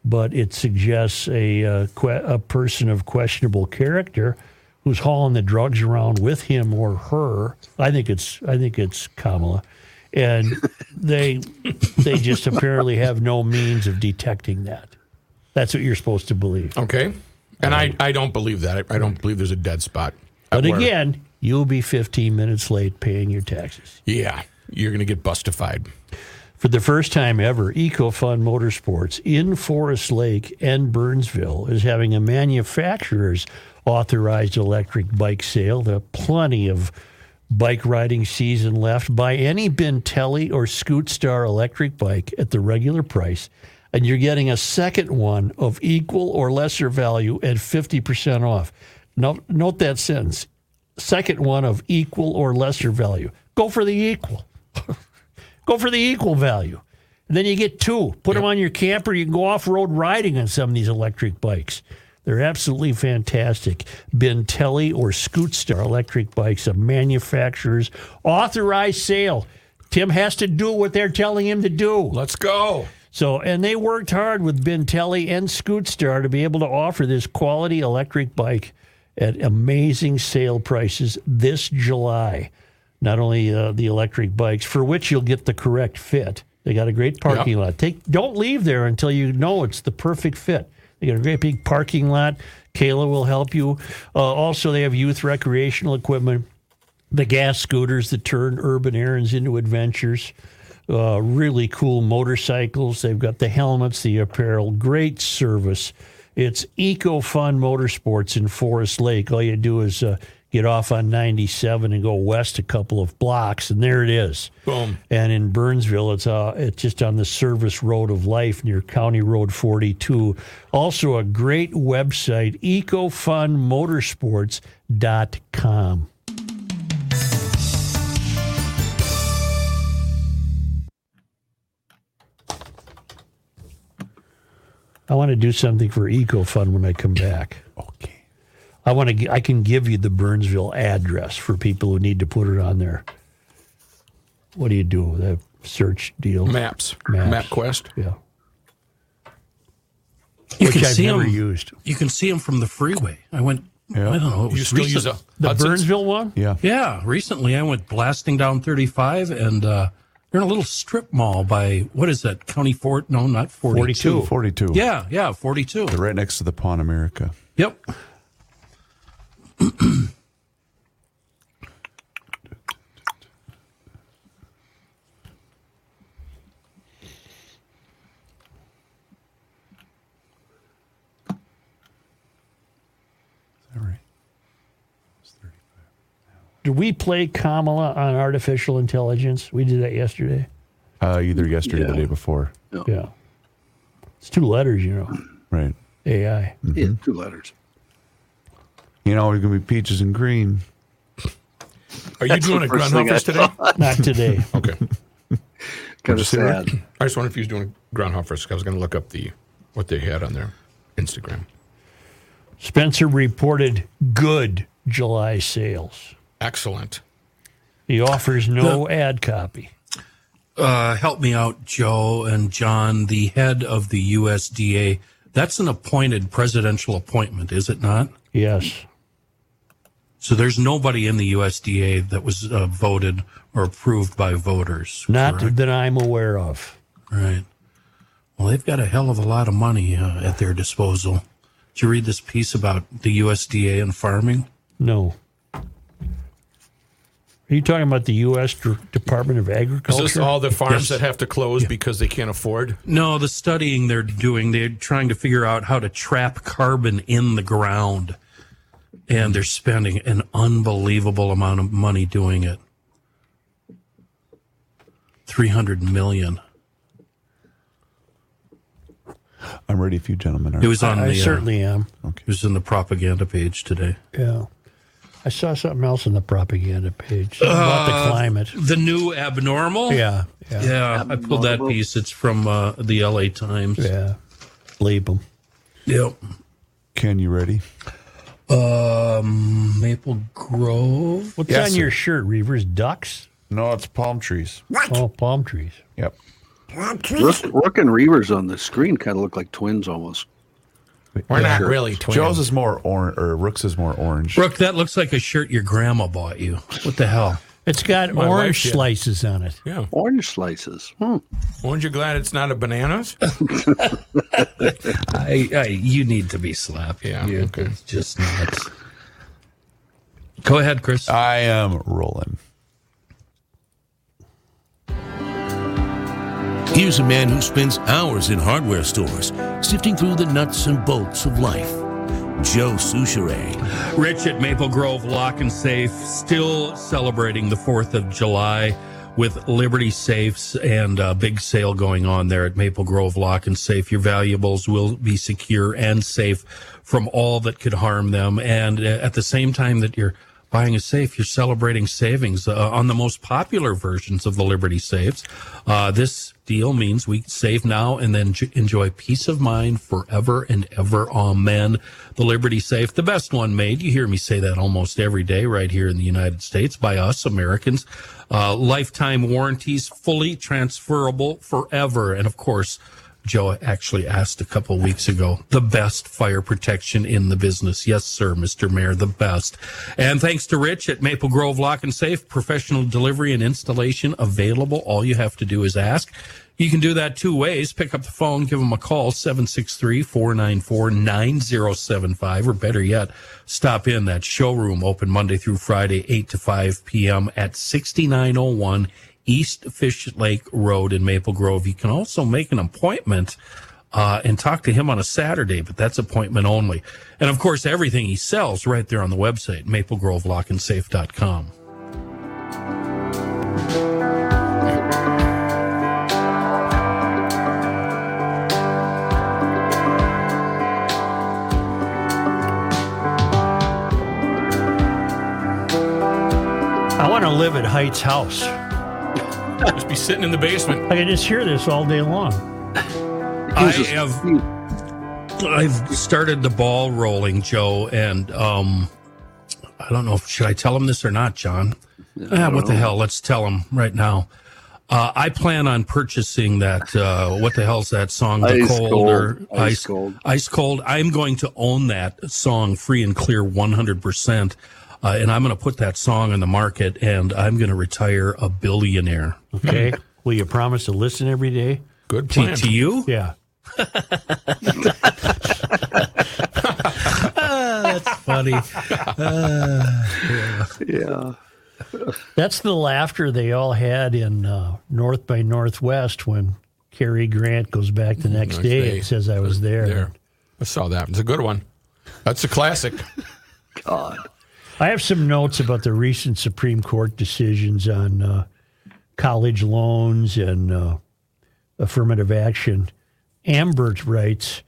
B: but it suggests a, uh, que- a person of questionable character who's hauling the drugs around with him or her. I think it's I think it's Kamala, and they they just apparently have no means of detecting that. That's what you're supposed to believe.
E: Okay. And I, I don't believe that. I, I don't believe there's a dead spot.
B: Um, But
E: Where-
B: again, you'll be 15 minutes late paying your taxes.
E: yeah, you're going to get bustified.
B: For the first time ever, EcoFun Motorsports in Forest Lake and Burnsville is having a manufacturer's authorized electric bike sale. There are plenty of bike riding season left. Buy any Bentelli or Scootstar electric bike at the regular price, and you're getting a second one of equal or lesser value at 50% off. Note, note that sentence second one of equal or lesser value. Go for the equal. Go for the equal value. And then you get two. Put them on your camper. You can go off road riding on some of these electric bikes. They're absolutely fantastic. Bentelli or Scootstar electric bikes, a manufacturer's authorized sale. Tim has to do what they're telling him to do.
E: Let's go.
B: So, and they worked hard with Bentelli and Scootstar to be able to offer this quality electric bike at amazing sale prices this July. Not only uh, the electric bikes, for which you'll get the correct fit. They got a great parking lot. Take don't leave there until you know it's the perfect fit. They got a great big parking lot. Kayla will help you. Uh, also, they have youth recreational equipment the gas scooters that turn urban errands into adventures. Uh, really cool motorcycles. They've got the helmets, the apparel. Great service. It's EcoFun Motorsports in Forest Lake. All you do is uh, get off on 97 and go west a couple of blocks, and there it is.
E: Boom.
B: And in Burnsville, it's uh, it's just on the service road of life near County Road 42. Also, a great website, EcoFunMotorsports.com. I want to do something for EcoFund when I come back. Okay. I want to. g- I can give you the Burnsville address for people who need to put it on there. What do you do with that search deal?
E: Maps.
B: Maps.
E: MapQuest.
B: Yeah.
D: You
B: Which
D: can
B: I've
D: see
B: never
D: 'em-
B: used.
D: You can see them from the freeway. I went. I don't know. It
E: You
D: was
E: still
D: recent-
E: use a
D: the
E: Hudson's?
D: Burnsville
B: one?
A: Yeah.
D: Yeah. Recently, I went blasting down 35, and uh, they're in a little strip mall by what is that? County Fort? No, not 42.
A: 42.
D: Yeah, yeah, 42.
A: They're right next to the Pawn America.
D: Yep.
B: Did we play Kamala on artificial intelligence? We did that yesterday.
A: Uh, either yesterday or the day before.
B: Yeah. It's two letters, you know.
A: Right.
B: AI.
C: Yeah,
E: Mm-hmm.
C: two letters.
A: You know, it's going to be peaches and green.
E: Are you doing a Grunhoffers today?
B: Not today.
E: okay.
C: Kind of
E: Just sitting
C: sad.
E: there. I just wondered if he was doing Grunhoffers. I was going to look up the what they had on their Instagram.
B: Spencer reported good July sales.
E: Excellent.
B: He offers no ad copy.
D: uh, help me out, Joe and John, the head of the USDA. That's an appointed presidential appointment, is it not?
B: Yes.
D: So there's nobody in the USDA that was uh, voted or approved by voters.
B: Not
D: correct?
B: that I'm aware of.
D: right. Well, they've got a hell of a lot of money uh, at their disposal. Did you read this piece about the USDA and farming?
B: No. Are you talking about the U.S. Dr- Department of
E: Is
B: Agriculture?
E: this all the
D: Yes.
E: farms that have to close because they can't afford?
D: No, the studying they're doing, they're trying to figure out how to trap carbon in the ground. And they're spending an unbelievable amount of money doing it. 300 million.
A: I'm ready if you gentlemen are.
D: It was on
B: I
D: the uh,
B: certainly am.
D: it was in the propaganda page today.
B: Yeah. I saw something else on the propaganda page about the climate.
D: Uh, The new abnormal?
B: Yeah, yeah.
D: Yeah, I pulled that piece. It's from uh, the LA Times.
B: Yeah. Leave 'em.
D: Yep.
A: Ken, you ready?
D: Um, Maple Grove.
B: What's
A: Yes,
B: on
A: sir.
B: your shirt, Reavers? Ducks?
A: No, it's palm trees.
B: Oh, palm trees.
A: Yep.
C: Rook, Rook and Reavers on the screen kind of look like twins almost.
E: We're not really twins.
A: Joe's is more orange, or Rook's is more orange.
D: Brooke, that looks like a shirt your grandma bought you. What the hell?
B: It's got
D: My wife
B: orange
D: did.
B: slices on it.
E: Yeah.
C: Orange slices. Hmm.
E: Aren't you glad it's not a bananas?
D: I, I, you need to be slapped.
E: Yeah,
D: You-
E: okay.
D: it's just not. Go ahead, Chris.
A: I am rolling.
N: Here's a man who spends hours in hardware stores sifting through the nuts and bolts of life. Joe Souchere.
D: Rich at Maple Grove Lock and Safe, still celebrating the 4th of July with Liberty Safes and a big sale going on there at Maple Grove Lock and Safe. Your valuables will be secure and safe from all that could harm them. And uh, at the same time that you're buying a safe, you're celebrating savings uh, on the most popular versions of the Liberty Safes. Uh, this deal means we save now and then j- enjoy peace of mind forever and ever. Amen. The Liberty Safe, the best one made. You hear me say that almost every day right here in the United States by us Americans. Uh, lifetime warranties, fully transferable forever. And of course, Joe actually asked a couple weeks ago the best fire protection in the business. Yes, sir, Mr. Mayor, the best. And thanks to Rich at Maple Grove Lock and Safe, professional delivery and installation available. All you have to do is ask. You can do that two ways. Pick up the phone, give them a call, 763 494 9075, or better yet, stop in that showroom open Monday through Friday, 8 to 5 p.m. at 6901 East Fish Lake Road in Maple Grove. You can also make an appointment uh, and talk to him on a Saturday, but that's appointment only. And of course, everything he sells right there on the website, maplegrovelockandsafe.com.
B: I want to live at Heights House.
E: Just be sitting in the basement.
B: I can just hear this all day long.
D: I have I've started the ball rolling, Joe, and um, I don't know if should I tell him this or not, John. Ah, what the
E: know.
D: hell? Let's tell him right now. Uh, I plan on purchasing that. Uh, what the hell's that song? The
C: Ice Cold.
D: or
C: Ice Cold.
D: Ice cold. I'm going to own that song free and clear 100%. Uh, and I'm going to put that song in the market and I'm going to retire a billionaire.
B: Okay. Will you promise to listen every day?
E: Good
D: To, to you? Ah,
B: Yeah.
D: that's funny. Ah.
C: yeah.
B: That's the laughter they all had in uh, North by Northwest when Cary Grant goes back the next, day, and says, I was there.
E: There. I saw that. It's a good one. That's a classic.
C: God.
B: I have some notes about the recent Supreme Court decisions on uh, college loans and uh, affirmative action. Ambert writes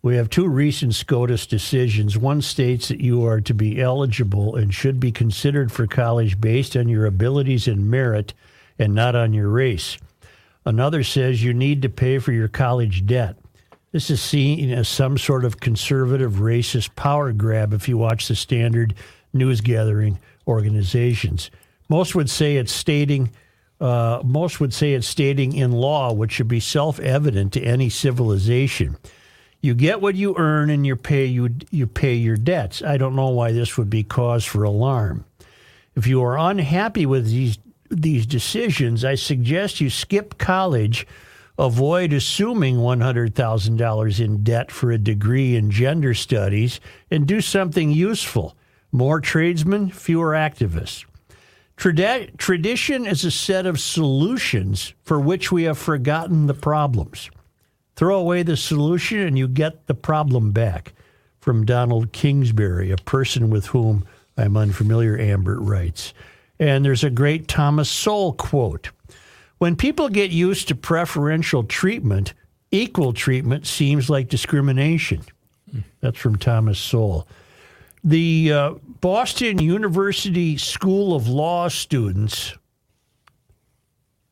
B: We have two recent SCOTUS decisions. One states that you are to be eligible and should be considered for college based on your abilities and merit and not on your race. Another says you need to pay for your college debt. This is seen as some sort of conservative racist power grab if you watch the standard news gathering organizations. Most would say it's stating uh, most would say it's stating in law what should be self-evident to any civilization. You get what you earn and you pay you you pay your debts. I don't know why this would be cause for alarm. If you are unhappy with these these decisions, I suggest you skip college, avoid assuming $100,000 in debt for a degree in gender studies, and do something useful. More tradesmen, fewer activists. Trad- tradition is a set of solutions for which we have forgotten the problems. Throw away the solution and you get the problem back. From Donald Kingsbury, a person with whom I'm unfamiliar, Ambert writes. And there's a great Thomas Sowell quote When people get used to preferential treatment, equal treatment seems like discrimination. That's from Thomas Sowell. The uh, Boston University School of Law students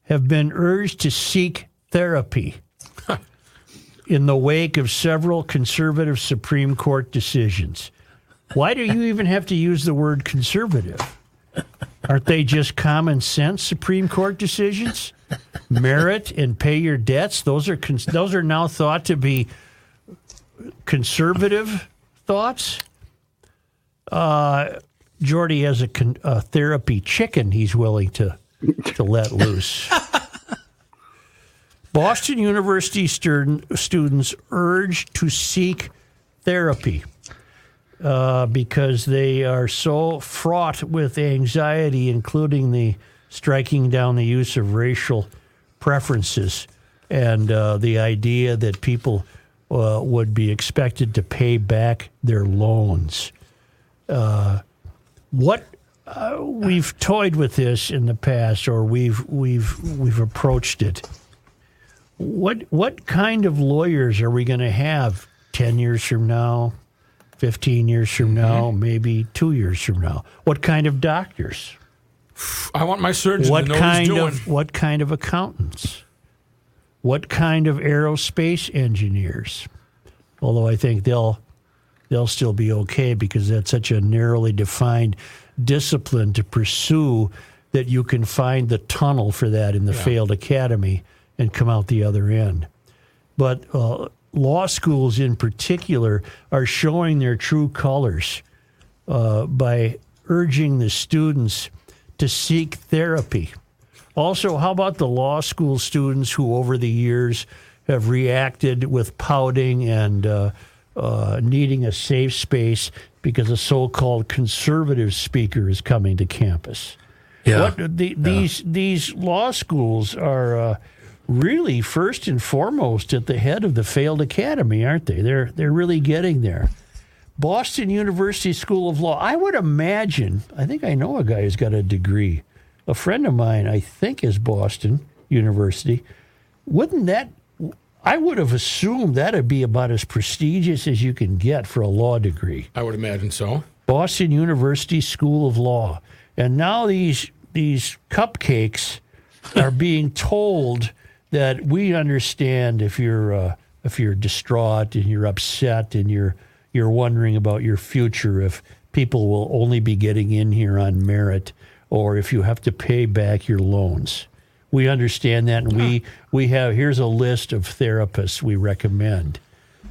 B: have been urged to seek therapy in the wake of several conservative Supreme Court decisions. Why do you even have to use the word conservative? Aren't they just common sense Supreme Court decisions? Merit and pay your debts; those are cons- those are now thought to be conservative thoughts. Uh, Jordy has a, con- a therapy chicken he's willing to to let loose. Boston University student, students urged to seek therapy uh, because they are so fraught with anxiety, including the striking down the use of racial preferences and uh, the idea that people uh, would be expected to pay back their loans. Uh, what uh, we've toyed with this in the past, or we've we've we've approached it. What what kind of lawyers are we going to have ten years from now, fifteen years from now, maybe two years from now? What kind of doctors?
E: I want my surgeon
B: what
E: to know what he's
B: kind
E: doing.
B: of what kind of accountants? What kind of aerospace engineers? Although I think they'll they'll still be okay because that's such a narrowly defined discipline to pursue that you can find the tunnel for that in the failed academy and come out the other end. But uh, law schools in particular are showing their true colors uh, by urging the students to seek therapy. Also, how about the law school students who, over the years, have reacted with pouting and uh, uh, needing a safe space because a so called conservative speaker is coming to campus?
D: Yeah.
B: What, the, These these law schools are uh, really first and foremost at the head of the failed academy, aren't they? They're they're really getting there. Boston University School of Law. I would imagine. I think I know a guy who's got a degree. A friend of mine, I think, is Boston University. Wouldn't that? I would have assumed that'd be about as prestigious as you can get for a law degree.
E: I would imagine so.
B: Boston University School of Law. And now these these cupcakes are being told that we understand if you're uh, if you're distraught and you're upset and you're you're wondering about your future if people will only be getting in here on merit or if you have to pay back your loans. We understand that and we we have here's a list of therapists we recommend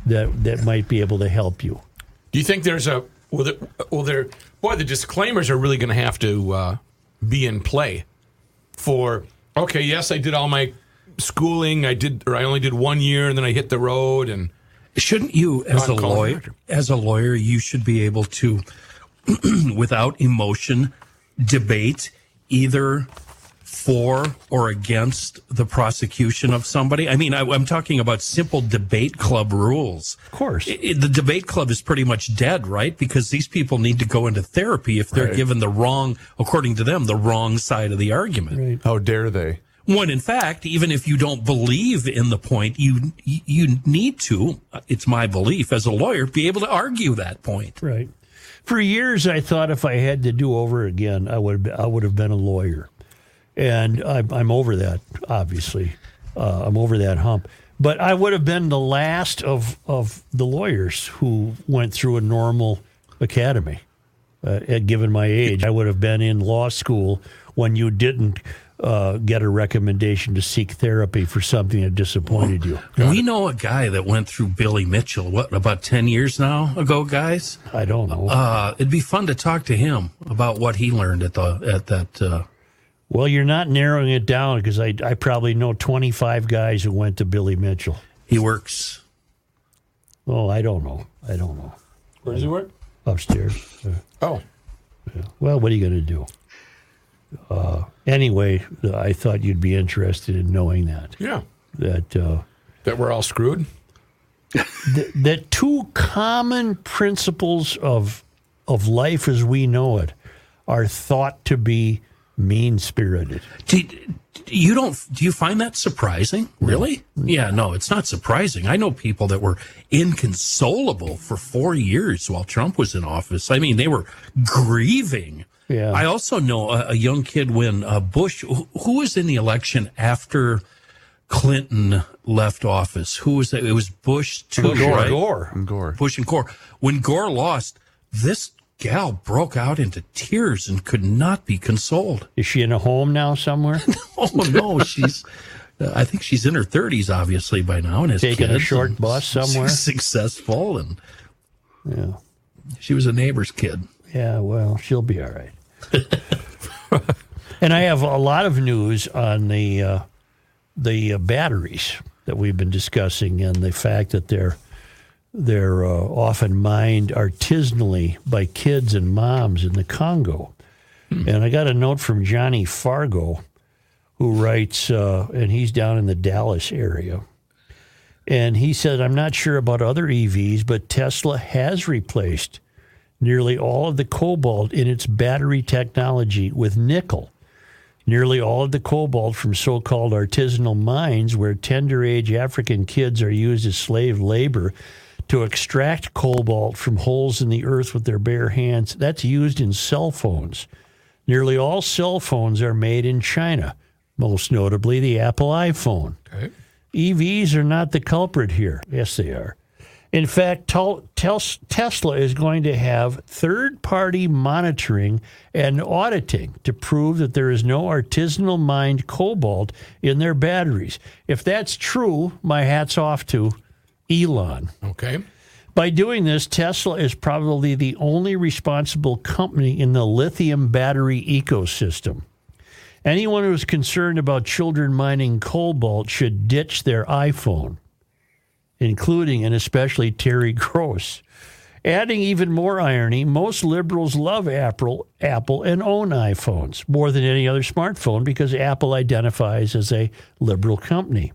B: that that might be able to help you.
E: Do you think there's a will there, will there boy the disclaimers are really going to have to uh, be in play for okay yes I did all my schooling I did or I only did one year and then I hit the road and
D: shouldn't you as a
E: I'm calling
D: lawyer as a lawyer you should be able to without emotion debate either for or against the prosecution of somebody i mean I, i'm talking about simple debate club rules of
B: course
D: the debate club is pretty much dead right because these people need to go into therapy if they're
E: Right.
D: given the wrong according to them the wrong side of the argument
E: how dare they
D: when in fact, even if you don't believe in the point, you you need to. It's my belief as a lawyer be able to argue that point.
B: Right. For years, I thought if I had to do over again, I would have, I would have been a lawyer, and I'm, I'm over that. Obviously, uh, I'm over that hump. But I would have been the last of of the lawyers who went through a normal academy. Uh, at given my age, I would have been in law school when you didn't uh, get a recommendation to seek therapy for something that disappointed you.
D: we know a guy that went through Billy Mitchell. What about ten years now ago, guys?
B: I don't know.
D: Uh, it'd be fun to talk to him about what he learned at the at that. Uh,
B: Well, you're not narrowing it down because I, I probably know 25 guys who went to Billy Mitchell.
D: He works.
B: Oh, I don't know. I don't know.
E: where does it work
B: Upstairs. Yeah.
E: oh
B: Well, what are you going to do? Uh, anyway, I thought you'd be interested in knowing that.
E: yeah
B: That uh,
E: that we're all screwed
B: th- that two common principles of of life as we know it are thought to be mean spirited.
D: you don't do you find that surprising really yeah no it's not surprising i know people that were inconsolable for four years while trump was in office i mean they were grieving
B: Yeah.
D: i also know a, a young kid when uh, bush who, who was in the election after clinton left office who was that it was bush too right?
A: Gore.
D: Bush and Gore. When Gore lost, this gal broke out into tears and could not be consoled.
B: Is she in a home now somewhere?
D: oh no, she's uh, I think she's in her 30s, obviously, by now, and has
B: Taking a
D: kids
B: short
D: and
B: bus somewhere.
D: Successful. And
B: yeah.
D: she was a neighbor's kid.
B: Yeah, well, she'll be all right. and I have a lot of news on the uh, the uh, batteries that we've been discussing, and the fact that they're they're uh, often mined artisanally by kids and moms in the Congo. And I got a note from Johnny Fargo, who writes, uh, and he's down in the Dallas area. And he said, I'm not sure about other EVs, but Tesla has replaced nearly all of the cobalt in its battery technology with nickel. Nearly all of the cobalt from so called artisanal mines, where tender age African kids are used as slave labor to extract cobalt from holes in the earth with their bare hands, that's used in cell phones. Nearly all cell phones are made in China, most notably the Apple iPhone. EVs E are not the culprit here. Yes, they are. In fact, Tel- Tes- Tesla is going to have third party monitoring and auditing to prove that there is no artisanal mined cobalt in their batteries. If that's true, my hat's off to Elon.
E: Okay.
B: By doing this, Tesla is probably the only responsible company in the lithium battery ecosystem. Anyone who is concerned about children mining cobalt should ditch their iPhone, including and especially Terry Gross. Adding even more irony, most liberals love Apple, Apple and own iPhones more than any other smartphone because Apple identifies as a liberal company.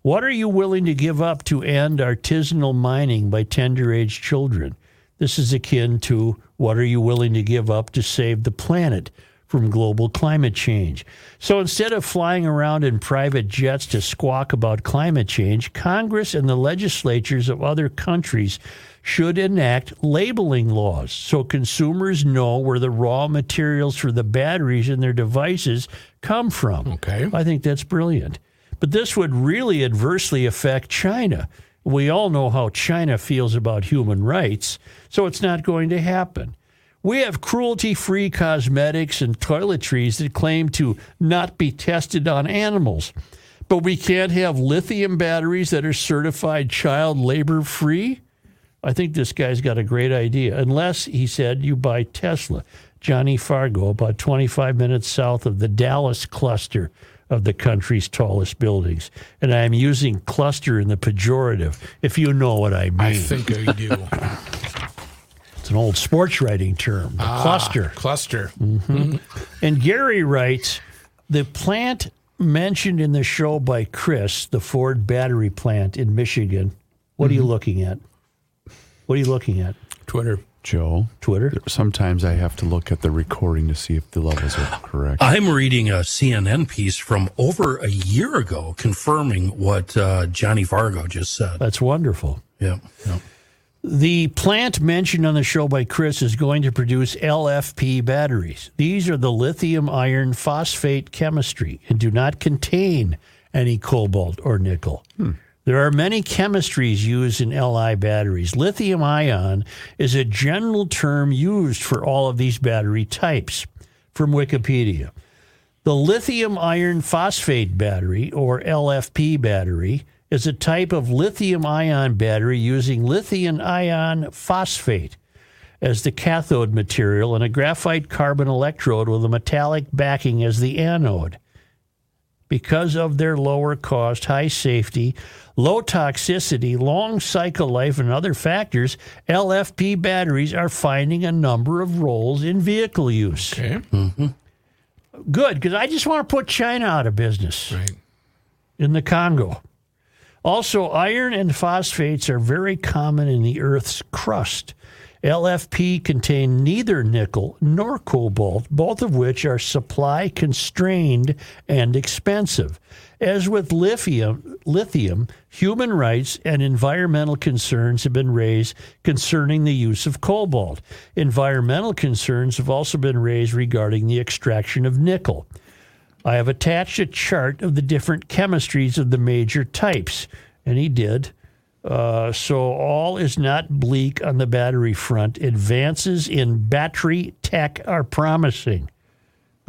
B: What are you willing to give up to end artisanal mining by tender age children? This is akin to what are you willing to give up to save the planet from global climate change? So instead of flying around in private jets to squawk about climate change, Congress and the legislatures of other countries should enact labeling laws so consumers know where the raw materials for the batteries in their devices come from. Okay. I think that's brilliant. But this would really adversely affect China. We all know how China feels about human rights, so it's not going to happen. We have cruelty free cosmetics and toiletries that claim to not be tested on animals, but we can't have lithium batteries that are certified child labor free. I think this guy's got a great idea, unless, he said, you buy Tesla. Johnny Fargo, about 25 minutes south of the Dallas cluster of the country's tallest buildings. And I'm using cluster in the pejorative, if you know what I mean.
E: I
D: Mm.
E: think I do.
B: It's an old sports writing term, the cluster.
E: Ah, Cluster.
B: Mhm.
E: Mm-hmm.
B: and Gary writes the plant mentioned in the show by Chris, the Ford battery plant in Michigan. What are you
E: Mm-hmm.
A: Mhm.
B: looking at? What are you looking at?
E: Twitter.
A: Joe.
B: Twitter.
A: Sometimes I have to look at the recording to see if the levels are correct.
D: I'm reading a CNN piece from over a year ago confirming what uh, Johnny Fargo just said.
B: That's wonderful.
D: Yeah. yeah.
B: The plant mentioned on the show by Chris is going to produce LFP batteries. These are the lithium iron phosphate chemistry and do not contain any cobalt or nickel. There are many chemistries used in LI batteries. Lithium ion is a general term used for all of these battery types from Wikipedia. The lithium iron phosphate battery, or LFP battery, is a type of lithium ion battery using lithium ion phosphate as the cathode material and a graphite carbon electrode with a metallic backing as the anode. Because of their lower cost, high safety, low toxicity, long cycle life, and other factors, LFP batteries are finding a number of roles in vehicle use.
E: Okay.
B: Good, because I just want to put China out of business.
E: Right.
B: In the Congo. Also, iron and phosphates are very common in the Earth's crust. LFP contain neither nickel nor cobalt, both of which are supply constrained and expensive. As with lithium, lithium, human rights and environmental concerns have been raised concerning the use of cobalt. Environmental concerns have also been raised regarding the extraction of nickel. I have attached a chart of the different chemistries of the major types. And he did. Uh, so all is not bleak on the battery front. Advances in battery tech are promising.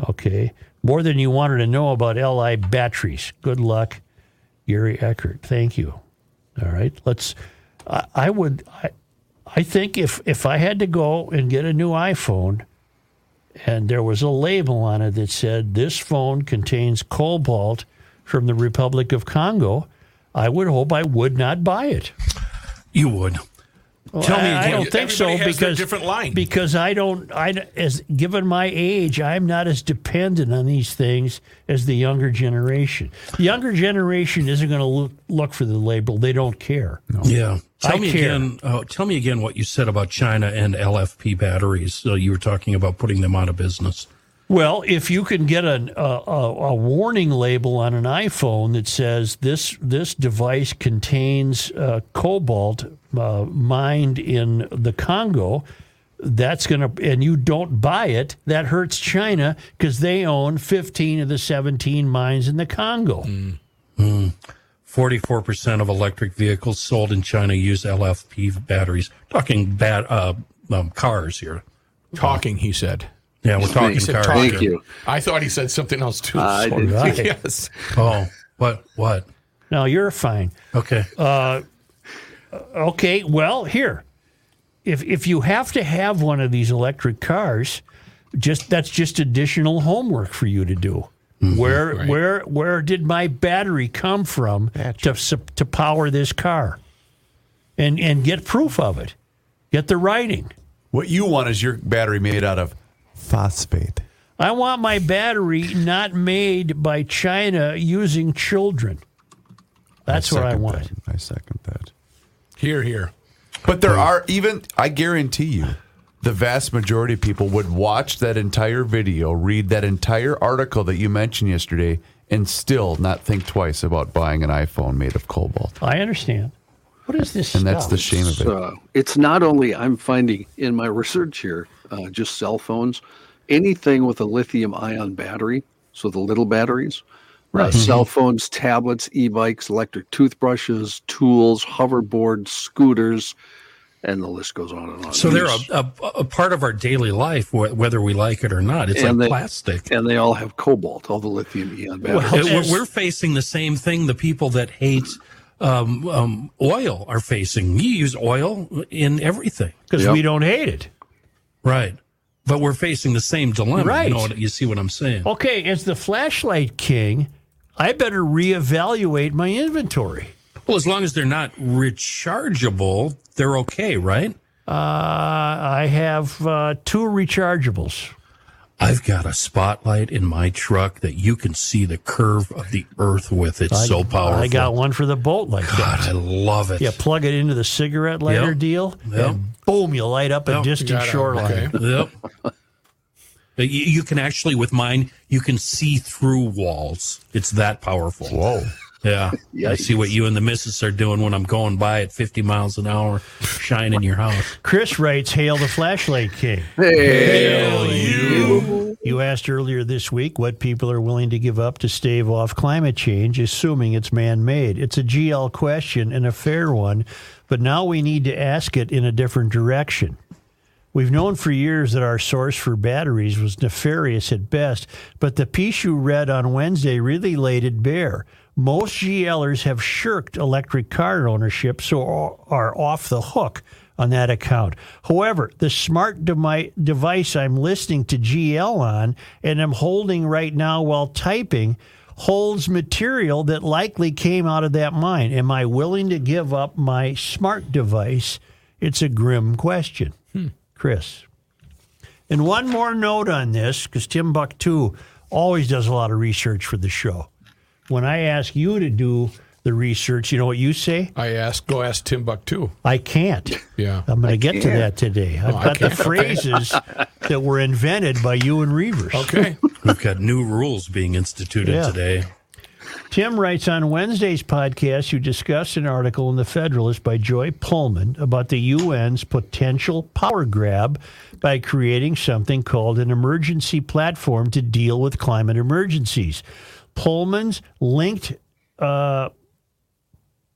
B: Okay. More than you wanted to know about LI batteries. Good luck. Gary Eckert. Thank you. All right, let's. I, I would. I, I think if if I had to go and get a new iPhone, and there was a label on it that said this phone contains cobalt from the Republic of Congo, I would hope I would not buy it.
D: You would.
E: Tell me
B: I,
E: again.
B: don't think so
E: Everybody has their
B: because
E: different line.
B: because I don't. I as given my age, I'm not as dependent on these things as the younger generation. The younger generation isn't going to look, look for the label. They don't care.
D: Yeah. Tell
B: I
D: me
B: care.
D: again. Uh, tell me again what you said about China and LFP batteries. So you were talking about putting them out of business.
B: Well, if you can get an, a, a, a warning label on an iPhone that says this this device contains uh, cobalt uh, mined in the Congo, that's gonna and you don't buy it. That hurts China because they own 15 of the 17 mines in the Congo.
D: Mm. Hmm. Forty-four percent of electric vehicles sold in China use LFP batteries. Talking bat, uh, um, cars here.
E: Talking, he said.
D: Yeah, we're talking
E: He said
D: cars.
E: talking.
D: here.
E: I thought he said something else too.
D: I
E: Sorry.
D: did too.
E: Yes.
D: Oh, what? What?
B: No, you're fine.
D: Okay.
B: Uh, okay. Well, here, if if you have to have one of these electric cars, just that's just additional homework for you to do. where where where did my battery come from to sup- to power this car? And and get proof of it. Get the writing.
A: What you want is your battery made out of phosphate.
B: I want my battery not made by China using children. That's what I
A: second
B: want.
A: I second that.
E: Here, here.
A: But there are even I guarantee you the vast majority of people would watch that entire video, read that entire article that you mentioned yesterday and still not think twice about buying an iPhone made of cobalt.
B: I understand. What is this?
A: And that's the shame of it.
C: So it's not only I'm finding in my research here, uh, just cell phones, anything with a lithium ion battery, so the little batteries, right?
L: Right.
A: Mm-hmm.
C: Cell phones, tablets, e bikes, electric toothbrushes, tools, hoverboards, scooters, and the list goes on and on.
D: So they're a,
C: These-
D: a, a part of our daily life, wh- whether we like it or not. It's
C: and
D: like
C: they-
D: plastic.
C: And they all have cobalt, all the lithium ion batteries.
D: Well, we're, we're facing the same thing the people that hate um, um, oil are facing. You use oil in everything
B: 'Cause Yep. we don't hate it.
D: Right. But we're facing the same dilemma.
B: Right.
D: You, know what- you see what I'm saying?
B: Okay, as the flashlight king, I better reevaluate my inventory.
D: Well, as long as they're not rechargeable, they're okay, right?
B: Uh, I have uh, two rechargeables.
D: I've got a spotlight in my truck that you can see the curve of the earth with. It's
B: I-
D: so powerful.
B: I got one for the bolt light.
D: God, I love it.
B: Yeah, plug it into the cigarette lighter
D: Yep.
B: deal,
D: Yep.
B: and boom, you light up a
D: Yep,
B: distant
D: got it.
B: shoreline.
D: Okay. yep. You, you can actually, with mine, you can see through walls. It's that powerful.
A: Whoa.
D: Yeah. I see what you and the missus are doing when I'm going by at 50 miles an hour, shining your house.
B: Chris writes, "Hail the flashlight king."
D: Hail
B: you. You asked earlier this week what people are willing to give up to stave off climate change, assuming it's man-made. It's a GL question and a fair one, but now we need to ask it in a different direction. We've known for years that our source for batteries was nefarious at best, but the piece you read on Wednesday really laid it bare. Most GLers have shirked electric car ownership, so are off the hook on that account. However, the smart demi- device I'm listening to GL on and am holding right now while typing holds material that likely came out of that mine. Am I willing to give up my smart device? It's a grim question.
E: Hmm.
B: Chris. And one more note on this, because Timbuktu always does a lot of research for the show. When I ask you to do the research, you know what you say?
E: I asked, go ask Timbuktu.
B: I can't.
E: Yeah.
B: I'm going to get to
E: can't.
B: that today. I've
E: Oh, I
B: got the
E: can't. Okay.
B: phrases that were invented by you and Reavers.
E: Okay.
D: We've got new rules being instituted
B: Yeah.
D: today.
B: Tim writes on Wednesday's podcast, you discussed an article in The Federalist by Joy Pullman about the UN's potential power grab by creating something called an emergency platform to deal with climate emergencies. Pullman's linked. Uh,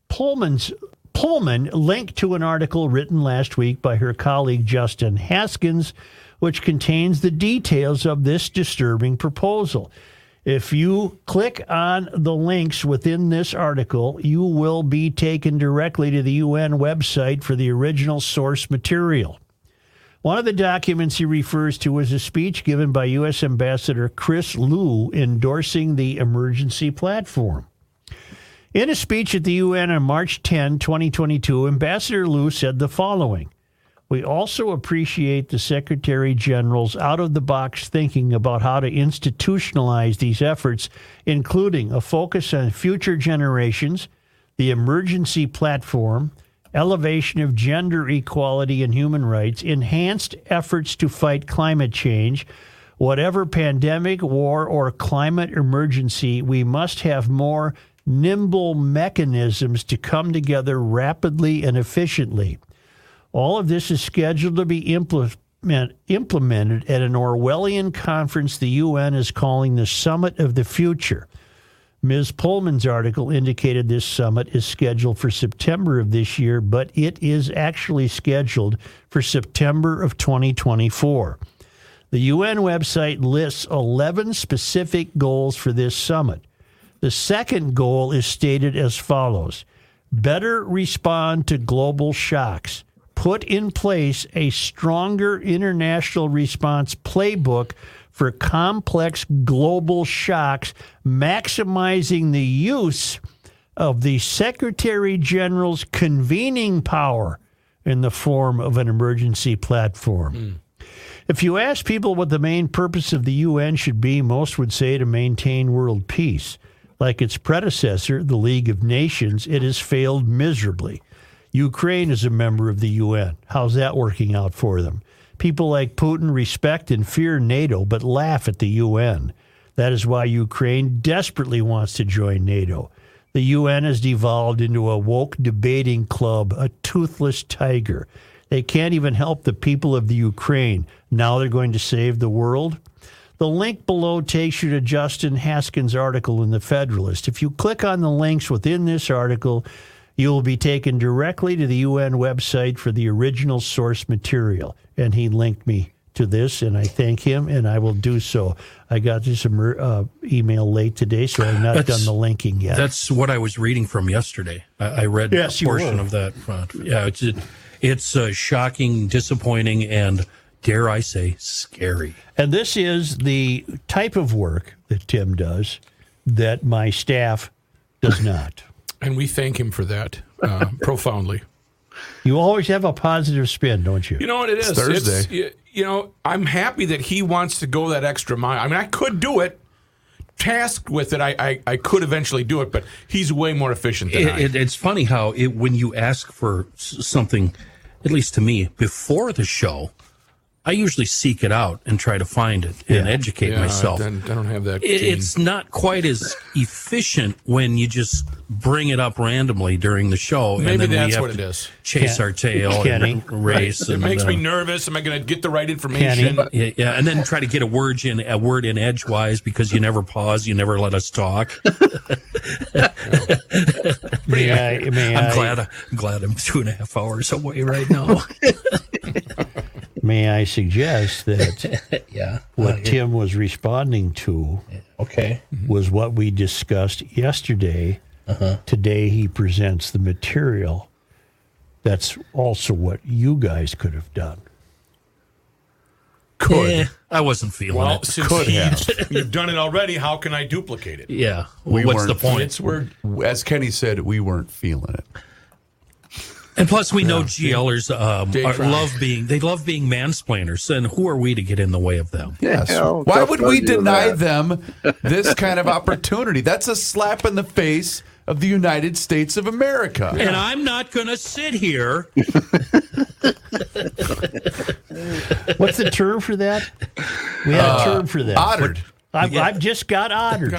B: Pullman's Pullman linked to an article written last week by her colleague Justin Haskins, which contains the details of this disturbing proposal. If you click on the links within this article, you will be taken directly to the UN website for the original source material. One of the documents he refers to is a speech given by U.S. Ambassador Chris Liu endorsing the emergency platform. In a speech at the UN on March 10, 2022, Ambassador Liu said the following We also appreciate the Secretary General's out of the box thinking about how to institutionalize these efforts, including a focus on future generations, the emergency platform, elevation of gender equality and human rights, enhanced efforts to fight climate change. Whatever pandemic, war, or climate emergency, we must have more nimble mechanisms to come together rapidly and efficiently. All of this is scheduled to be implement, implemented at an Orwellian conference the UN is calling the Summit of the Future. Ms. Pullman's article indicated this summit is scheduled for September of this year, but it is actually scheduled for September of 2024. The UN website lists 11 specific goals for this summit. The second goal is stated as follows better respond to global shocks, put in place a stronger international response playbook for complex global shocks, maximizing the use of the Secretary General's convening power in the form of an emergency platform. If you ask people what the main purpose of the UN should be, most would say to maintain world peace. Like its predecessor, the League of Nations, it has failed miserably. Ukraine is a member of the UN. How's that working out for them? People like Putin respect and fear NATO, but laugh at the UN. That is why Ukraine desperately wants to join NATO. The UN has devolved into a woke debating club, a toothless tiger. They can't even help the people of the Ukraine. Now they're going to save the world. The link below takes you to Justin Haskins' article in The Federalist. If you click on the links within this article, you will be taken directly to the UN website for the original source material. And he linked me to this, and I thank him, and I will do so. I got this emer- uh, email late today, so I've not
D: That's-
B: done the linking yet.
D: That's what I was reading from yesterday. I, I read
B: Yes,
D: a
B: you
D: portion
B: were.
D: of that. uh, yeah, it's it, it's uh, shocking, disappointing, and dare I say, scary.
B: And this is the type of work that Tim does that my staff does not.
E: And we thank him for that uh, profoundly.
B: You always have a positive spin, don't you?
E: You know what it is?
B: It's Thursday.
E: you, you know, I'm happy that he wants to go that extra mile. I mean, I could do it. Tasked with it, I, I, I could eventually do it, but he's way more efficient than I.
D: It, it, it's funny how it, when you ask for s- something, at least to me, before the show, I usually seek it out and try to find it and educate
E: Yeah, I
D: myself.
E: don't- I don't have that.
D: It-
E: gene.
D: it's not quite as efficient when you just bring it up randomly during the show.
E: Maybe
D: and then we
E: that's
D: have
E: what it
D: to
E: is.
D: Chase our tail
E: Kenny.
D: and r- race.
E: It
D: and,
E: makes me
D: uh,
E: nervous. Am I going to get the right information?
D: Yeah, yeah, and then try to get a word in a word in edgewise because you never pause, you never let us talk.
B: May I- may
D: I'm
B: I-
D: glad. I'm glad I'm two and a half hours away right now.
B: May I suggest that
D: yeah.
B: what
D: Uh, yeah.
B: Tim was responding to
D: okay.
B: was what we discussed yesterday. Today he presents the material. That's also what you guys could have done.
E: Could.
D: Eh, I wasn't feeling
E: well,
D: it.
E: since he- you've done it already, how can I duplicate it?
D: Yeah.
A: We
D: what's
A: weren't-
D: the point?
A: It's we're, as Kenny said, we weren't feeling it.
D: And plus, we know GLers um,
A: They
D: are,
A: try.
D: love being they love being mansplainers, and who are we to get in the way of them?
A: Yes. Why would we deny them this kind of opportunity? That's a slap in the face of the United States of America.
D: And I'm not going to sit here.
B: What's the term for that? We had
A: Uh,
B: a term for that.
A: ottered.
B: I've, I've just got ottered.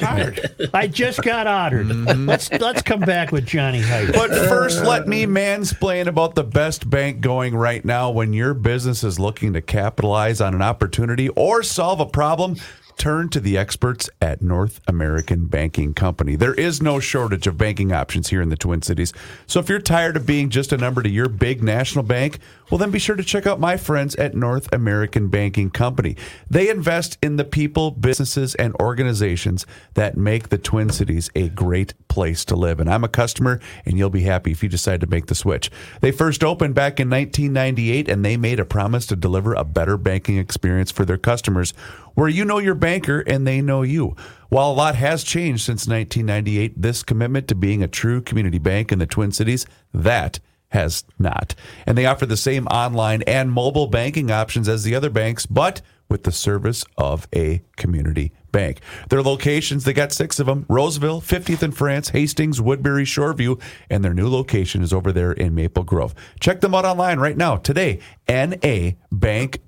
B: I just got ottered. Let's let's come back with Johnny Hyde.
A: Mm-hmm. But first, let me mansplain about the best bank going right now when your business is looking to capitalize on an opportunity or solve a problem. Turn to the experts at North American Banking Company. There is no shortage of banking options here in the Twin Cities. So if you're tired of being just a number to your big national bank, well, then be sure to check out my friends at North American Banking Company. They invest in the people, businesses, and organizations that make the Twin Cities a great place to live. And I'm a customer, and you'll be happy if you decide to make the switch. They first opened back in 1998, and they made a promise to deliver a better banking experience for their customers where you know your banker and they know you. While a lot has changed since 1998, this commitment to being a true community bank in the Twin Cities, that has not. And they offer the same online and mobile banking options as the other banks, but with the service of a community bank. Their locations, they got six of them Roseville, 50th and France, Hastings, Woodbury, Shoreview, and their new location is over there in Maple Grove. Check them out online right now, today, nabankco.com.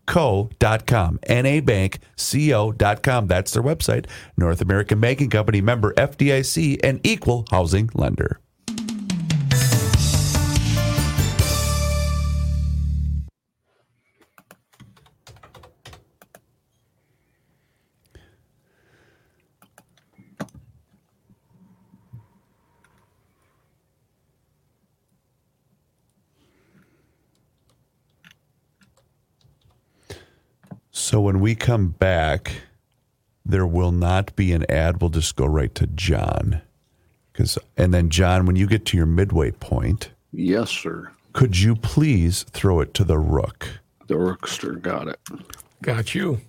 A: nabankco.com. That's their website. North American Banking Company member FDIC and equal housing lender. So when we come back, there will not be an ad. We'll just go right to John. 'Cause- and then John, when you get to your midway point,
C: Yes, sir.
A: could you please throw it to the rook?
C: The rookster got it.
E: Got you.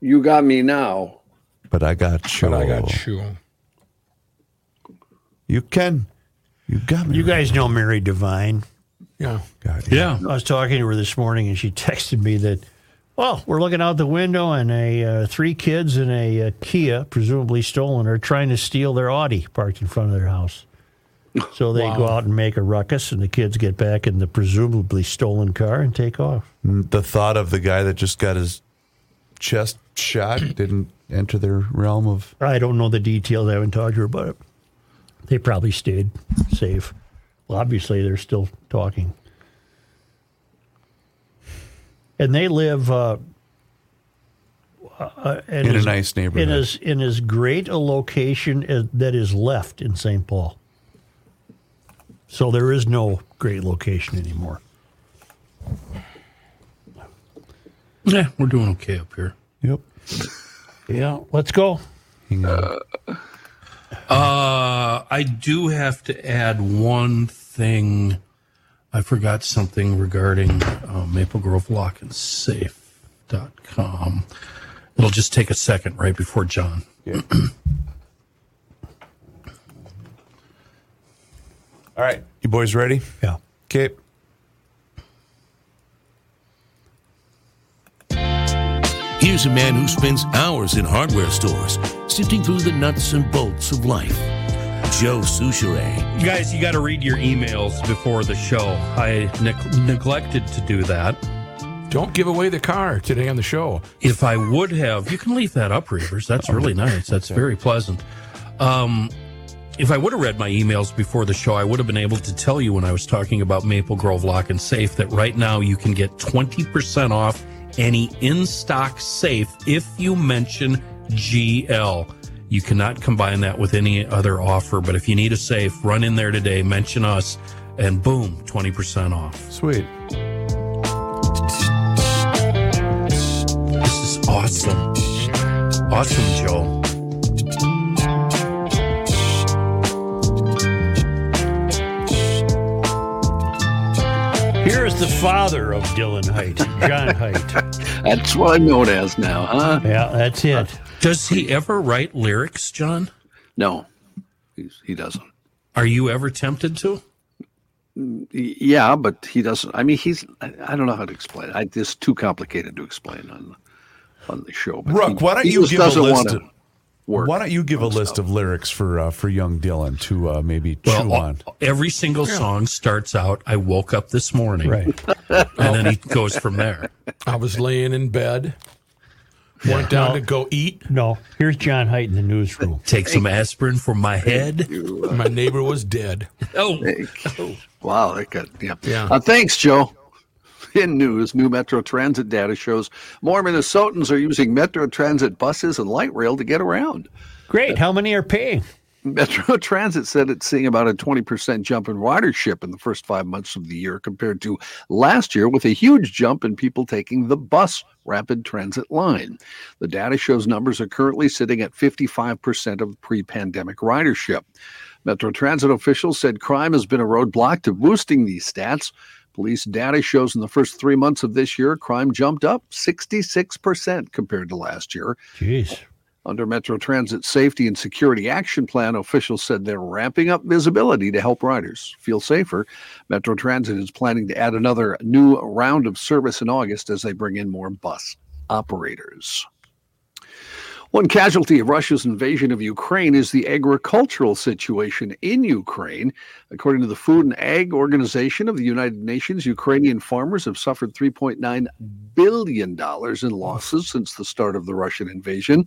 C: You got me now.
A: But I got you.
E: But I got you.
A: You can. You got me.
B: You guys know Mary Devine.
E: Yeah.
B: yeah. I was talking to her this morning and she texted me that, well, we're looking out the window and a uh, three kids in a uh, Kia, presumably stolen, are trying to steal their Audi parked in front of their house. So they go out and make a ruckus and the kids get back in the presumably stolen car and take off.
A: The thought of the guy that just got his chest shot didn't enter their realm of.
B: I don't know the details. I haven't talked to her about it. They probably stayed safe. Well, obviously, they're still talking. And they live uh, uh,
A: In a nice neighborhood.
B: In as, in as great a location as, that is left in St. Paul. So there is no great location anymore.
D: Yeah, we're doing okay up here.
A: Yep.
B: Yeah, let's go.
D: Uh, I do have to add one thing. I forgot something regarding uh, Maple Grove Lock and Safe.com. It'll just take a second right before John.
A: All right. You boys ready?
B: Yeah.
A: Okay.
N: Here's a man who spends hours in hardware stores sifting through the nuts and bolts of life. Joe Souchere.
D: You guys, you got to read your emails before the show. I neg- neglected to do that.
E: Don't give away the car today on the show. Oh,
D: If I would have, you can leave that up, Reavers. That's really nice. That's very pleasant. Um, if I would have read my emails before the show, I would have been able to tell you when I was talking about Maple Grove Lock and Safe that right now you can get 20% off any in stock safe if you mention GL. You cannot combine that with any other offer, but if you need a safe, run in there today, mention us, and boom, 20% off.
A: Sweet.
D: This is awesome. Awesome, Joe.
B: Here is the father of Dylan Height, John Height.
C: That's what I'm known as now, huh?
B: Yeah, that's it.
D: Does he ever write lyrics, John?
C: No, he's, he doesn't.
D: Are you ever tempted to?
C: Y- Yeah, but he doesn't. I mean, he's. I, I don't know how to explain. it. I, it's too complicated to explain on on the show. but
A: Rook,
C: he-
A: why don't
C: he
A: you
C: just
A: give a
C: doesn't
A: list?
C: wanna
A: Of,
C: work
A: why don't you give a
C: on
A: list of lyrics for uh, for young Dylan to uh, maybe chew
D: Well,
A: on?
D: all- every single song starts out, I woke up this morning.
B: Right.
D: And then he goes from there.
E: I was laying in bed, went down to go eat.
B: No, here's John Height in the newsroom.
D: Take some aspirin for my head.
E: My neighbor was dead.
D: Oh,
C: Wow, that got yeah.
E: Yeah.
C: Uh, thanks, Joe. In news, new Metro Transit data shows more Minnesotans are using Metro Transit buses and light rail to get around.
B: Great. How many are paying?
C: Metro Transit said it's seeing about a 20% jump in ridership in the first five months of the year compared to last year, with a huge jump in people taking the bus rapid transit line. The data shows numbers are currently sitting at 55% of pre pandemic ridership. Metro Transit officials said crime has been a roadblock to boosting these stats. Police data shows in the first three months of this year, crime jumped up 66% compared to last year.
B: Jeez.
C: Under Metro Transit Safety and Security Action Plan, officials said they're ramping up visibility to help riders feel safer. Metro Transit is planning to add another new round of service in August as they bring in more bus operators. One casualty of Russia's invasion of Ukraine is the agricultural situation in Ukraine. According to the Food and Ag Organization of the United Nations, Ukrainian farmers have suffered $3.9 billion in losses since the start of the Russian invasion.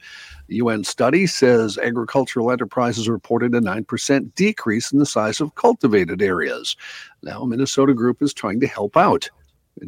C: The UN study says agricultural enterprises reported a 9% decrease in the size of cultivated areas. Now, Minnesota Group is trying to help out.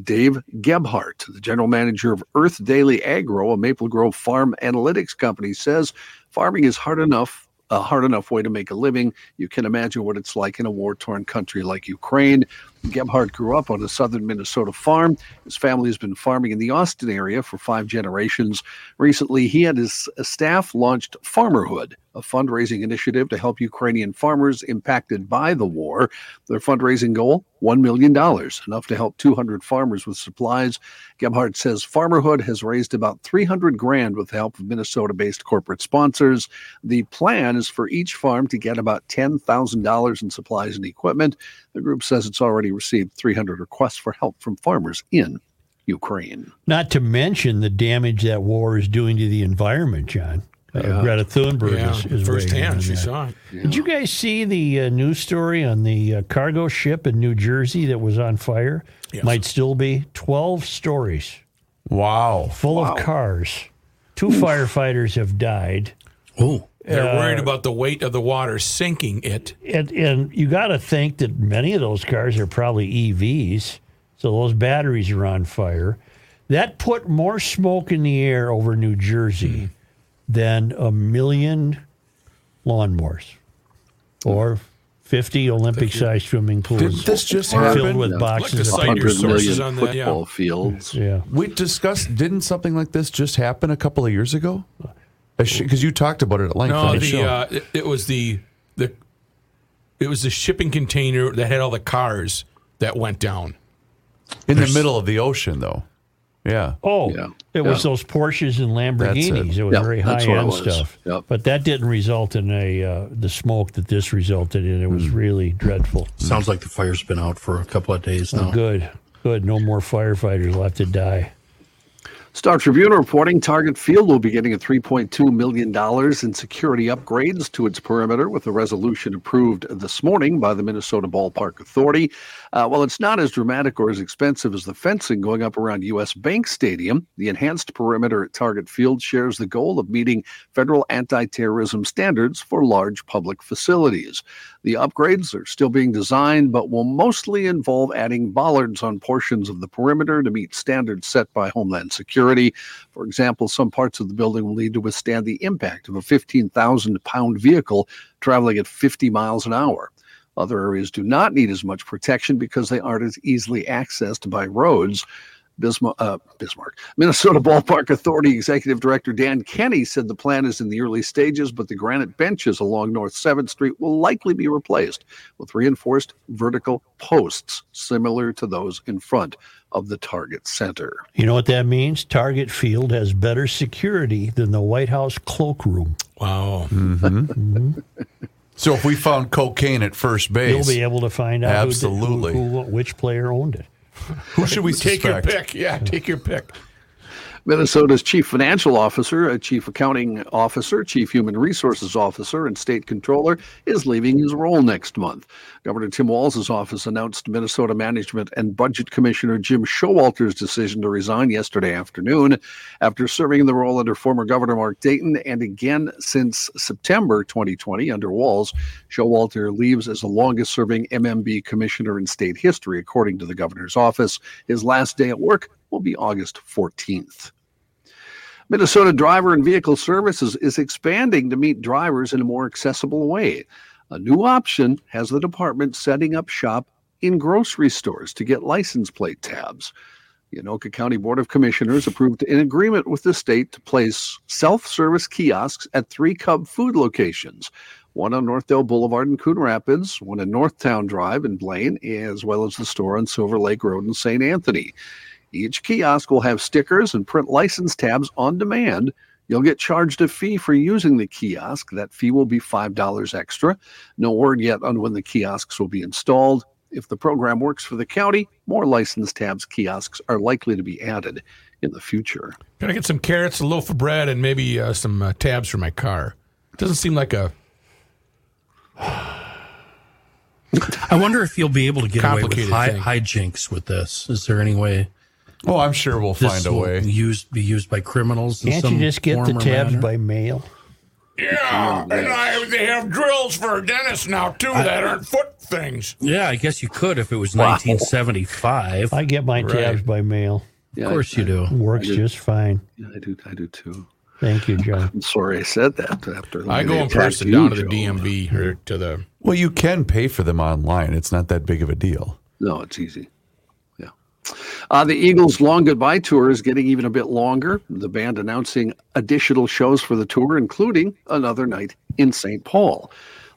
C: Dave Gebhart, the general manager of Earth Daily Agro, a Maple Grove farm analytics company, says farming is hard enough. A hard enough way to make a living. You can imagine what it's like in a war torn country like Ukraine. Gebhardt grew up on a southern Minnesota farm. His family has been farming in the Austin area for five generations. Recently, he and his staff launched Farmerhood, a fundraising initiative to help Ukrainian farmers impacted by the war. Their fundraising goal $1 million, enough to help 200 farmers with supplies. Gebhardt says Farmerhood has raised about 300 grand with the help of Minnesota based corporate sponsors. The plan is for each farm to get about $10,000 in supplies and equipment. The group says it's already received 300 requests for help from farmers in Ukraine.
B: Not to mention the damage that war is doing to the environment, John. Uh, Greta Thunberg
E: Yeah,
B: is, is weighing in
E: firsthand.
B: on
E: She
B: that.
E: saw it.
B: Did you guys see the uh, news story on the uh, cargo ship in New Jersey that was on fire? Might still be 12 stories.
E: Wow.
B: Full of cars. Two firefighters have died.
E: Oh. They're
B: Uh,
E: worried about the weight of the water sinking it.
B: And, and you got to think that many of those cars are probably EVs. So those batteries are on fire. That put more smoke in the air over New Jersey
A: Hmm.
B: than a million lawnmowers or 50 Olympic sized swimming pools
A: Didn't this just
B: filled
A: happen?
B: with
A: I'd like to
B: boxes of
A: cite your
B: papers.
A: sources on that, yeah.
C: football fields.
B: Yeah.
A: We discussed. Didn't something like this just happen a couple of years ago? Because you talked about it at length. on
E: No,
A: the
E: the
A: show.
E: uh, it, it was the the it was the shipping container that had all the cars that went down.
A: in the middle of the ocean, though. Yeah.
B: Oh, it was
A: Yeah.
B: those Porsches and Lamborghinis.
A: it.
B: It was
A: Yep,
B: very high
A: that's what it
B: end
A: was.
B: stuff. But that didn't result in a uh, the smoke that this resulted in. It was
A: Hmm.
B: really dreadful.
D: Sounds like the fire's been out for a couple of days
B: Oh,
D: now.
B: good, good. No more firefighters left to die.
C: Star Tribune reporting Target Field will be getting a $3.2 million in security upgrades to its perimeter with a resolution approved this morning by the Minnesota Ballpark Authority. Uh, while it's not as dramatic or as expensive as the fencing going up around U.S. Bank Stadium, the enhanced perimeter at Target Field shares the goal of meeting federal anti terrorism standards for large public facilities. The upgrades are still being designed, but will mostly involve adding bollards on portions of the perimeter to meet standards set by Homeland Security. For example, some parts of the building will need to withstand the impact of a 15,000 pound vehicle traveling at 50 miles an hour. Other areas do not need as much protection because they aren't as easily accessed by roads. Bismarck, uh, Bismarck, Minnesota Ballpark Authority Executive Director Dan Kenny said the plan is in the early stages, but the granite benches along North 7th Street will likely be replaced with reinforced vertical posts similar to those in front of the Target Center.
B: You know what that means? Target Field has better security than the White House cloakroom.
E: Wow.
D: Mm-hmm.
A: So if we found cocaine at first base,
B: You'll be able to find out who did- who-
A: Absolutely.
B: who- which player owned it.
A: Who should we
E: take
A: suspect?
E: your pick? Yeah, take your pick.
C: Minnesota's chief financial officer, a chief accounting officer, chief human resources officer, and state controller is leaving his role next month. Governor Tim Walz's office announced Minnesota Management and Budget Commissioner Jim Showalter's decision to resign yesterday afternoon after serving in the role under former Governor Mark Dayton and again since September 2020 under Walz. Showalter leaves as the longest serving MMB commissioner in state history, according to the governor's office. His last day at work will be August 14th. Minnesota Driver and Vehicle Services is expanding to meet drivers in a more accessible way. A new option has the department setting up shop in grocery stores to get license plate tabs. The Anoka County Board of Commissioners approved an agreement with the state to place self service kiosks at three Cub food locations one on Northdale Boulevard in Coon Rapids, one in Northtown Drive in Blaine, as well as the store on Silver Lake Road in St. Anthony. Each kiosk will have stickers and print license tabs on demand. You'll get charged a fee for using the kiosk. That fee will be $5 extra. No word yet on when the kiosks will be installed. If the program works for the county, more license tabs kiosks are likely to be added in the future.
E: Can I get some carrots, a loaf of bread, and maybe uh, some uh, tabs for my car? Doesn't seem like a
D: I wonder if you'll be able to get away with
E: Complicated
D: high,
E: thing.
D: hijinks with this. Is there any way?
E: Oh, I'm sure we'll
D: this
E: find a
D: will
E: way.
D: Used be used by criminals. in
B: Can't
D: some
B: you just get the
D: form or
B: tabs
D: manner?
B: by mail?
E: Yeah, Oh, and I, they have drills for dentists now too that aren't foot things.
D: Yeah, I guess you could if it was
B: Wow.
D: 1975.
B: I get my tabs by mail.
D: Of course you do.
B: Works
D: I do.
B: just fine.
C: Yeah, I do. I do too.
B: Thank you, John.
C: I'm sorry I said that after.
E: I go in person down to the DMV or to the.
A: Well, you can pay for them online. It's not that big of a deal.
C: No, it's easy. Uh, the Eagles' long goodbye tour is getting even a bit longer. The band announcing additional shows for the tour, including another night in St. Paul.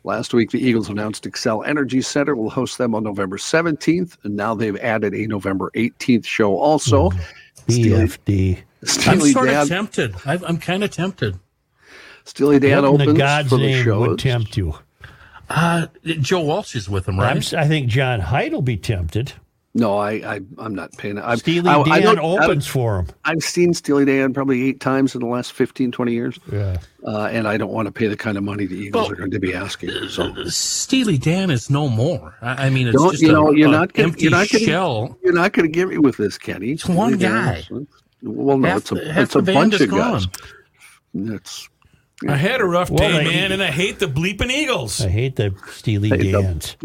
C: Last week, the Eagles announced Excel Energy Center will host them on November 17th, and now they've added a November 18th show also.
B: BFD.
D: I'm
C: Steely
D: sort of
C: Dan,
D: tempted. I've, I'm kind of tempted.
C: Steely Dan
B: what in the
C: opens
B: God's
C: for the
B: name
C: show.
B: would tempt you?
D: Uh, Joe Walsh is with him,
B: I'm,
D: right?
B: s- I think John Hyde will be tempted.
C: No, I, I, I'm not paying. I'm,
B: Steely
C: I, I
B: Dan
C: don't- I don't-
B: opens for him.
C: I've seen Steely Dan probably eight times in the last 15, 20 years.
B: Yeah.
C: Uh, and I don't want to pay the kind of money the Eagles
D: Well-
C: are going to be asking. So
D: Steely Dan is no more. I, I mean, it's
C: don't
D: just
C: you
D: a-
C: know you're
D: a
C: not gonna,
D: empty
C: you're not gonna,
D: shell.
C: You're not going to get me with this, Kenny. It's
D: one guy.
C: Well, no,
D: Half
C: it's a
D: the- half
C: it's a
D: the band
C: bunch
D: is
C: of
D: gone.
C: guys. It's
E: I had a rough
B: Well,
E: day,
B: they-
E: man, and I hate the bleeping Eagles.
B: I hate the Steely
C: Hey, the-
B: Dans.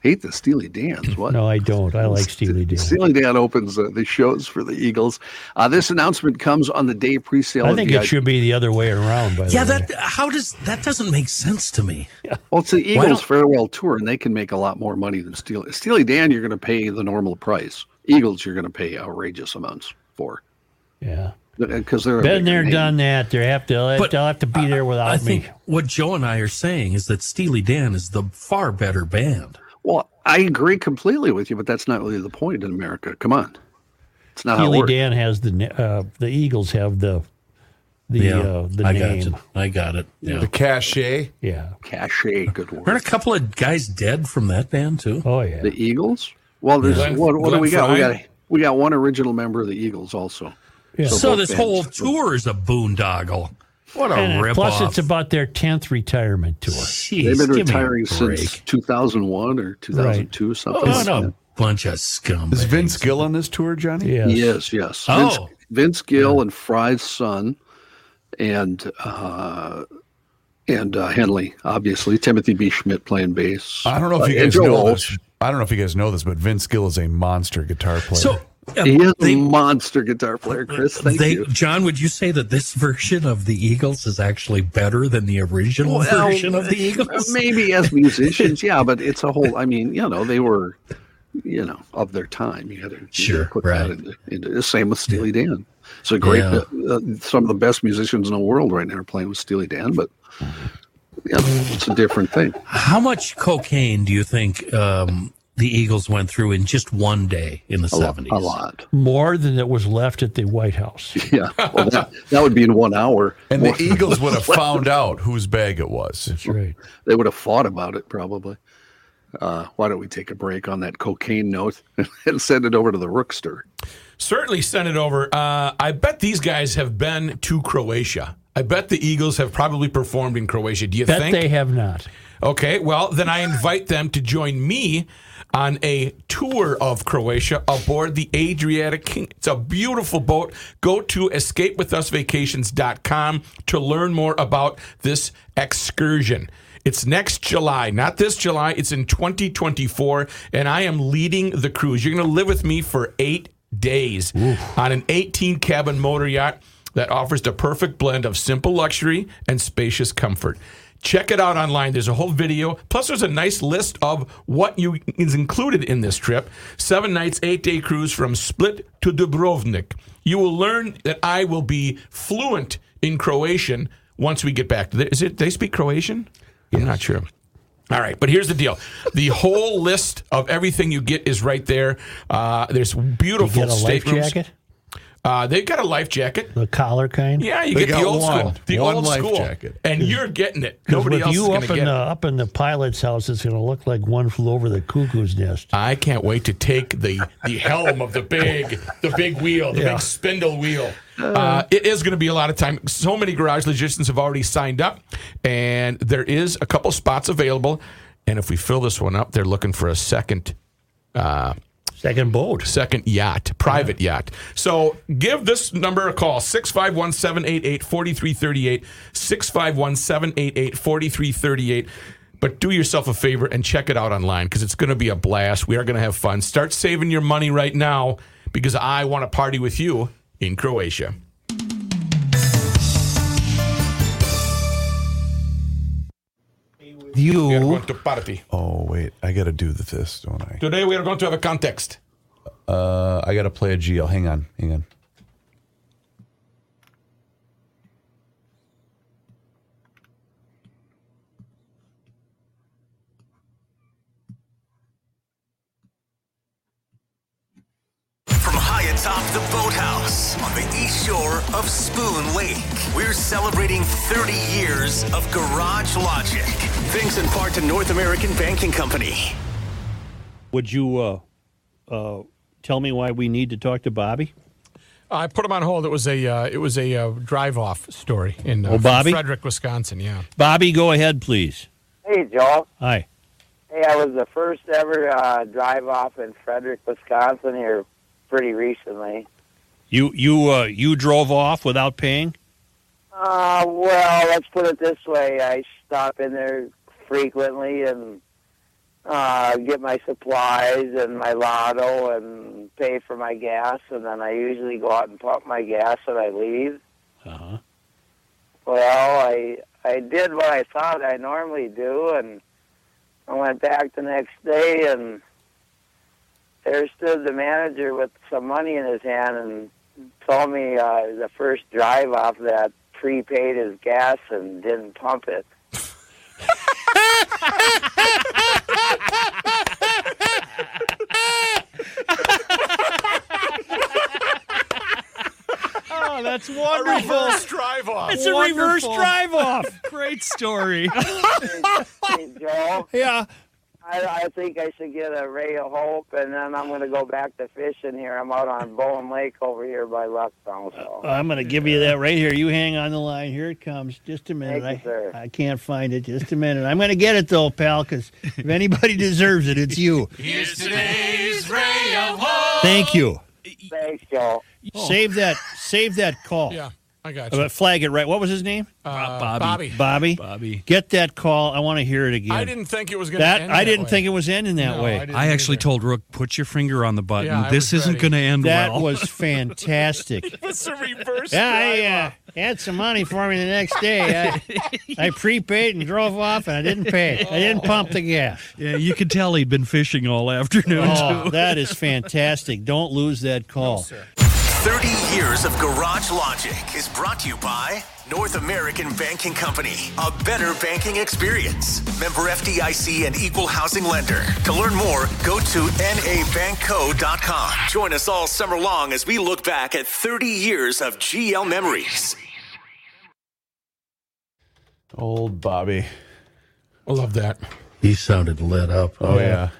C: hate the Steely Dan's. What?
B: No, I don't. I like Steely Dan.
C: Steely Dan opens uh, the shows for the Eagles. Uh, this announcement comes on the day pre-sale.
B: I
C: of
B: think
C: the
B: it should be the other way around. By the
D: Yeah,
B: way,
D: that how does that doesn't make sense to me.
C: Well, it's the
D: Why
C: Eagles'
D: don't-
C: farewell tour, and they can make a lot more money than Steely. Steely Dan, you're going to pay the normal price. Eagles, you're going to pay outrageous amounts for
B: yeah.
C: because they're a
B: Been
C: bigger
B: there,
C: name.
B: done that. They have to.
D: But
B: they'll have to be there without
D: I
B: me.
D: think what Joe and I are saying is that Steely Dan is the far better band.
C: Well, I agree completely with you, but that's not really the point in America. Come on, it's not how it
B: Steely
C: works.
B: Dan has the na- uh, the Eagles have the the uh, the
D: I
B: name.
D: got it. I got it. Yeah.
E: The cachet.
B: Yeah.
C: Cachet, good
D: Aren't
C: word.
D: a couple of guys dead from that band too?
B: Oh yeah.
C: The Eagles. Well, there's
E: Glenn-
C: what, what do
E: Glenn
C: we got? We
E: Frey?
C: got we got one original member of the Eagles also.
B: Yeah.
D: So
C: both
D: this
C: bands-
D: whole tour is a boondoggle. What a
B: And
D: ripoff.
B: plus, it's about their tenth retirement tour.
D: Jeez,
C: They've been
D: give me a
C: retiring
D: break. Oh,
C: since 2001 or 2002, something. like
D: What
C: that.
D: a bunch of scum.
A: Is Vince Gill on this tour, Johnny?
B: Yes.
C: Yes, yes. Vince,
D: Oh.
C: Vince Gill and Fry's son, and uh, and uh, Henley, obviously Timothy B. Schmidt playing bass.
A: I don't know if
C: Uh,
A: you
C: and
A: guys
C: Joe
A: know
C: Walsh.
A: this. I don't know if you guys know this, but Vince Gill is a monster guitar player.
D: So uh,
C: He is a
D: they,
C: monster guitar player, Chris. Thank
D: they
C: you.
D: John, would you say that this version of the Eagles is actually better than the original
C: Well, uh,
D: version of the Eagles?
C: Maybe as musicians, yeah, but it's a whole. I mean, you know, they were, you know, of their time. You had to you had to
D: Sure,
C: put
D: right.
C: that into, into the same with Steely Dan. It's a great.
D: Yeah.
C: Uh, some of the best musicians in the world right now are playing with Steely Dan, but yeah, it's a different thing.
D: How much cocaine do you think um, the Eagles went through in just one day in the
C: A lot,
D: seventies?
C: a lot.
B: More than that was left at the White House.
C: Yeah, well, that, that would be in one hour.
A: and
C: More
A: the
C: than
A: Eagles
C: what
A: would have
C: was left.
A: found out whose bag it was.
B: That's right.
C: They would have fought about it probably. Uh, why don't we take a break on that cocaine note and send it over to the Rookster?
E: Certainly send it over. Uh, I bet these guys have been to Croatia. I bet the Eagles have probably performed in Croatia. Do you
H: Bet
E: think?
H: they have not.
E: Okay, well, then I invite them to join me on a tour of Croatia aboard the Adriatic King. It's a beautiful boat. Go to escapewithusvacations.com to learn more about this excursion. It's next July, not this July. It's in 2024, and I am leading the cruise. You're going to live with me for eight days on an 18 cabin motor yacht that offers the perfect blend of simple luxury and spacious comfort. Check it out online. There's a whole video. Plus, there's a nice list of what you is included in this trip. Seven nights, eight day cruise from Split to Dubrovnik. You will learn that I will be fluent in Croatian once we get back. Is it they speak Croatian? I'm not sure. All right, but here's the deal: the whole list of everything you get is right there. Uh, there's beautiful
H: You get a life
E: staterooms.
H: jacket?
E: Uh, they've got a life jacket.
H: The collar kind.
E: Yeah, you get the old school, the old school, and you're getting it.
H: 'Cause
E: Nobody
H: with
E: else
H: you
E: is going
H: up
E: to
H: in
E: get
H: the
E: it.
H: up in the pilot's house, it's going to look like one flew over the cuckoo's nest.
E: I can't wait to take the the helm of the big the big wheel, the
H: Yeah.
E: big spindle wheel. Uh, it is going to be a lot of time. So many garage logisticians have already signed up, and there is a couple spots available. And if we fill this one up, they're looking for a second. Uh,
H: Second boat.
E: Second yacht, private yacht. So give this number a call 651 788 4338. 651 788 4338. But do yourself a favor and check it out online because it's going to be a blast. We are going to have fun. Start saving your money right now because I want to party with you in Croatia.
H: You
E: We are going to party.
A: Oh wait, I got to do the- this, don't I?
E: Today we are going to have a context.
A: Uh, I got to play a GL. Hang on, hang on.
L: From high atop the boathouse on the east shore of Spoon Lake, we're celebrating 30 years of Garage Logic. Thanks in part to North American Banking Company.
B: Would you uh, uh, tell me why we need to talk to Bobby?
O: I put him on hold. It was a uh, it was a uh, drive off story in uh,
B: Oh, Bobby?
O: Frederick, Wisconsin. Yeah.
B: Bobby, go ahead, please.
P: Hey, Joe.
B: Hi.
P: Hey, I was the first ever uh, drive off in Frederick, Wisconsin here pretty recently.
B: You you uh, you drove off without paying.
P: Uh, well, let's put it this way I stop in there frequently and uh, get my supplies and my lotto and pay for my gas, and then I usually go out and pump my gas and I leave.
B: Uh-huh.
P: Well, I I did what I thought I normally do, and I went back the next day, and there stood the manager with some money in his hand, and told me uh, the first drive off that prepaid his gas and didn't pump it.
B: Oh, that's
O: wonderful. reverse drive-off.
B: It's a reverse
O: Wonderful.
B: drive off. Great story.
P: Hey, Joe.
B: Yeah.
P: I, I think I should get a ray of hope, and then I'm going to go back to fishing here. I'm out on Bowen Lake over here by Luckstown. So.
B: I'm going to give you that right here. You hang on the line. Here it comes. Just a minute.
P: Thank you, sir.
B: I, I can't find it. Just a minute. I'm going to get it, though, pal, because if anybody deserves it, it's you.
O: Here's today's ray of hope.
B: Thank you.
P: Thanks, Joe.
B: Oh. Save that. Save that call.
O: Yeah, I got you.
B: Uh, Flag it right. What was his name?
O: Uh,
B: Bobby.
O: Bobby.
B: Bobby. Bobby. Get that call. I want to hear it again.
O: I didn't think it was going to
B: that
O: end
B: I
O: that
B: didn't
O: way.
B: think it was ending that
O: No,
B: way.
O: I didn't
D: I actually told Rook, put your finger on the button.
B: Yeah, I
D: this
B: was
D: isn't
B: ready.
D: going to end
B: that
D: well.
B: was fantastic.
O: It's a reverse
B: Yeah, I uh, had some money for me the next day. I, I prepaid and drove off, and I didn't pay. I
O: Oh.
B: didn't pump the gas.
D: yeah, you could tell he'd been fishing all afternoon
B: Oh,
D: too.
B: that is fantastic. Don't lose that call.
L: 30 years of Garage Logic is brought to you by North American Banking Company, a better banking experience. Member FDIC and equal housing lender. To learn more, go to nabankco.com. Join us all summer long as we look back at 30 years of GL memories.
A: Old Bobby.
E: I love that.
D: He sounded lit up.
E: Oh, yeah.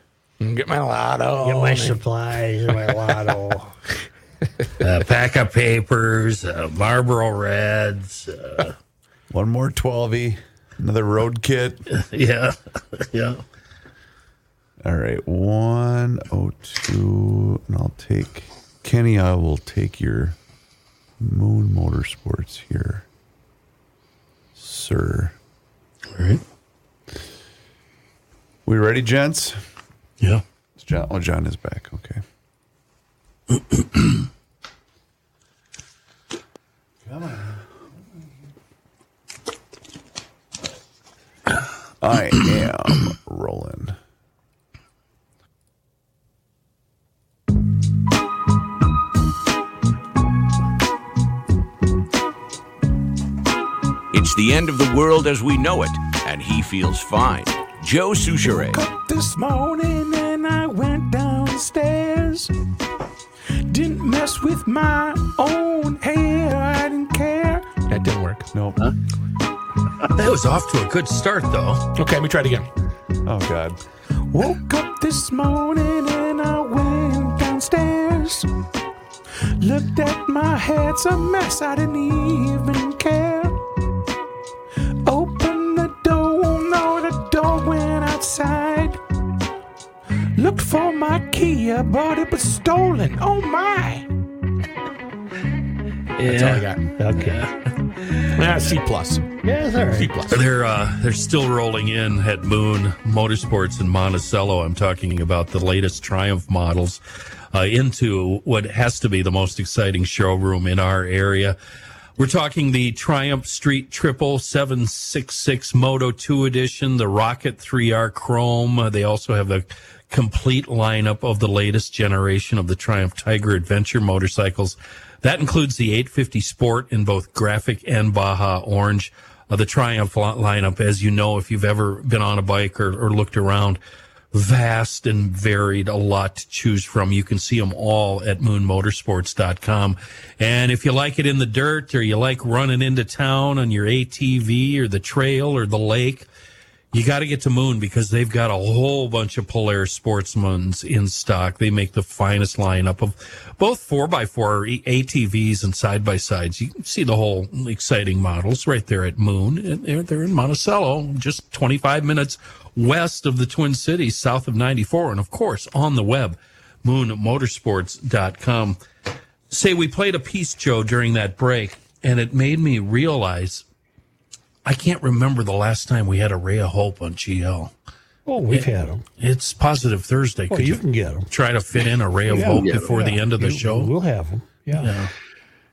E: Get my lotto.
B: Get my supplies and my lotto.
D: uh, pack of papers, uh, Marlboro Reds. Uh,
A: One more 12e, another road kit.
D: yeah, yeah.
A: All right, 102, and I'll take Kenny. I will take your Moon Motorsports here, sir.
D: All right.
A: We ready, gents?
D: Yeah.
A: It's John, oh, John is back. Okay. I am rolling.
N: It's the end of the world as we know it, and he feels fine. Joe Souchere.
O: this morning and I went downstairs. Didn't mess with my own hair, I didn't care.
E: That didn't work.
A: Nope.
D: That was off to a good start, though.
E: Okay, let me try it again.
A: Oh, God.
O: Woke up this morning and I went downstairs. Looked at my hair, it's a mess, I didn't even care. Open the door, no, the door went outside. Looked for my key, but it was stolen. Oh my!
E: That's all I got.
B: Okay.
E: Yeah, C plus.
B: Yeah, it's all right.
E: C plus.
D: They're uh, they're still rolling in at Moon Motorsports in Monticello. I'm talking about the latest Triumph models uh, into what has to be the most exciting showroom in our area. We're talking the Triumph Street Triple 766 Moto 2 Edition, the Rocket 3R Chrome. Uh, they also have the complete lineup of the latest generation of the Triumph Tiger Adventure motorcycles. That includes the 850 Sport in both graphic and Baja Orange. Uh, the Triumph li- lineup, as you know, if you've ever been on a bike or, or looked around, vast and varied, a lot to choose from. You can see them all at moonmotorsports.com. And if you like it in the dirt or you like running into town on your ATV or the trail or the lake, you got to get to Moon because they've got a whole bunch of Polaris Sportsmans in stock. They make the finest lineup of both 4x4 ATVs and side by sides. You can see the whole exciting models right there at Moon. And they're, they're in Monticello, just 25 minutes west of the Twin Cities, south of 94. And of course, on the web, moonmotorsports.com. Say, we played a piece, Joe, during that break, and it made me realize I can't remember the last time we had a Ray of Hope on GL.
B: Oh, we've had them.
D: It's Positive Thursday.
B: Well, you can get them.
D: try to fit in a Ray of
B: Yeah,
D: Hope
B: yeah,
D: before the
B: yeah.
D: end of the
B: You-
D: show?
B: We'll have them. Yeah.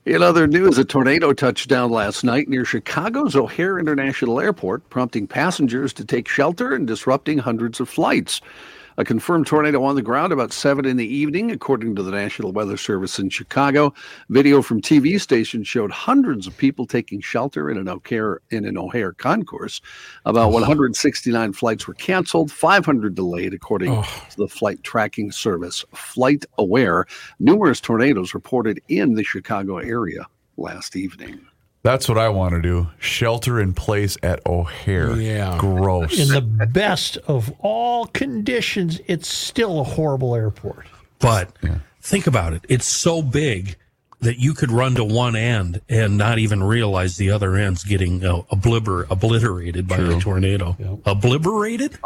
C: In other news, a tornado touched down last night near Chicago's O'Hare International Airport, prompting passengers to take shelter and disrupting hundreds of flights. A confirmed tornado on the ground about 7 in the evening, according to the National Weather Service in Chicago. Video from TV stations showed hundreds of people taking shelter in an O'Hare, in an O'Hare concourse. About 169 flights were canceled, 500 delayed, according to the flight tracking service Flight Aware. Numerous tornadoes reported in the Chicago area last evening.
A: That's what I want to do. Shelter in place at O'Hare.
E: Yeah.
A: Gross.
B: In the best of all conditions, it's still a horrible airport.
D: But think about it. It's so big that you could run to one end and not even realize the other end's getting uh, obliter- obliterated by the tornado. Obliterated?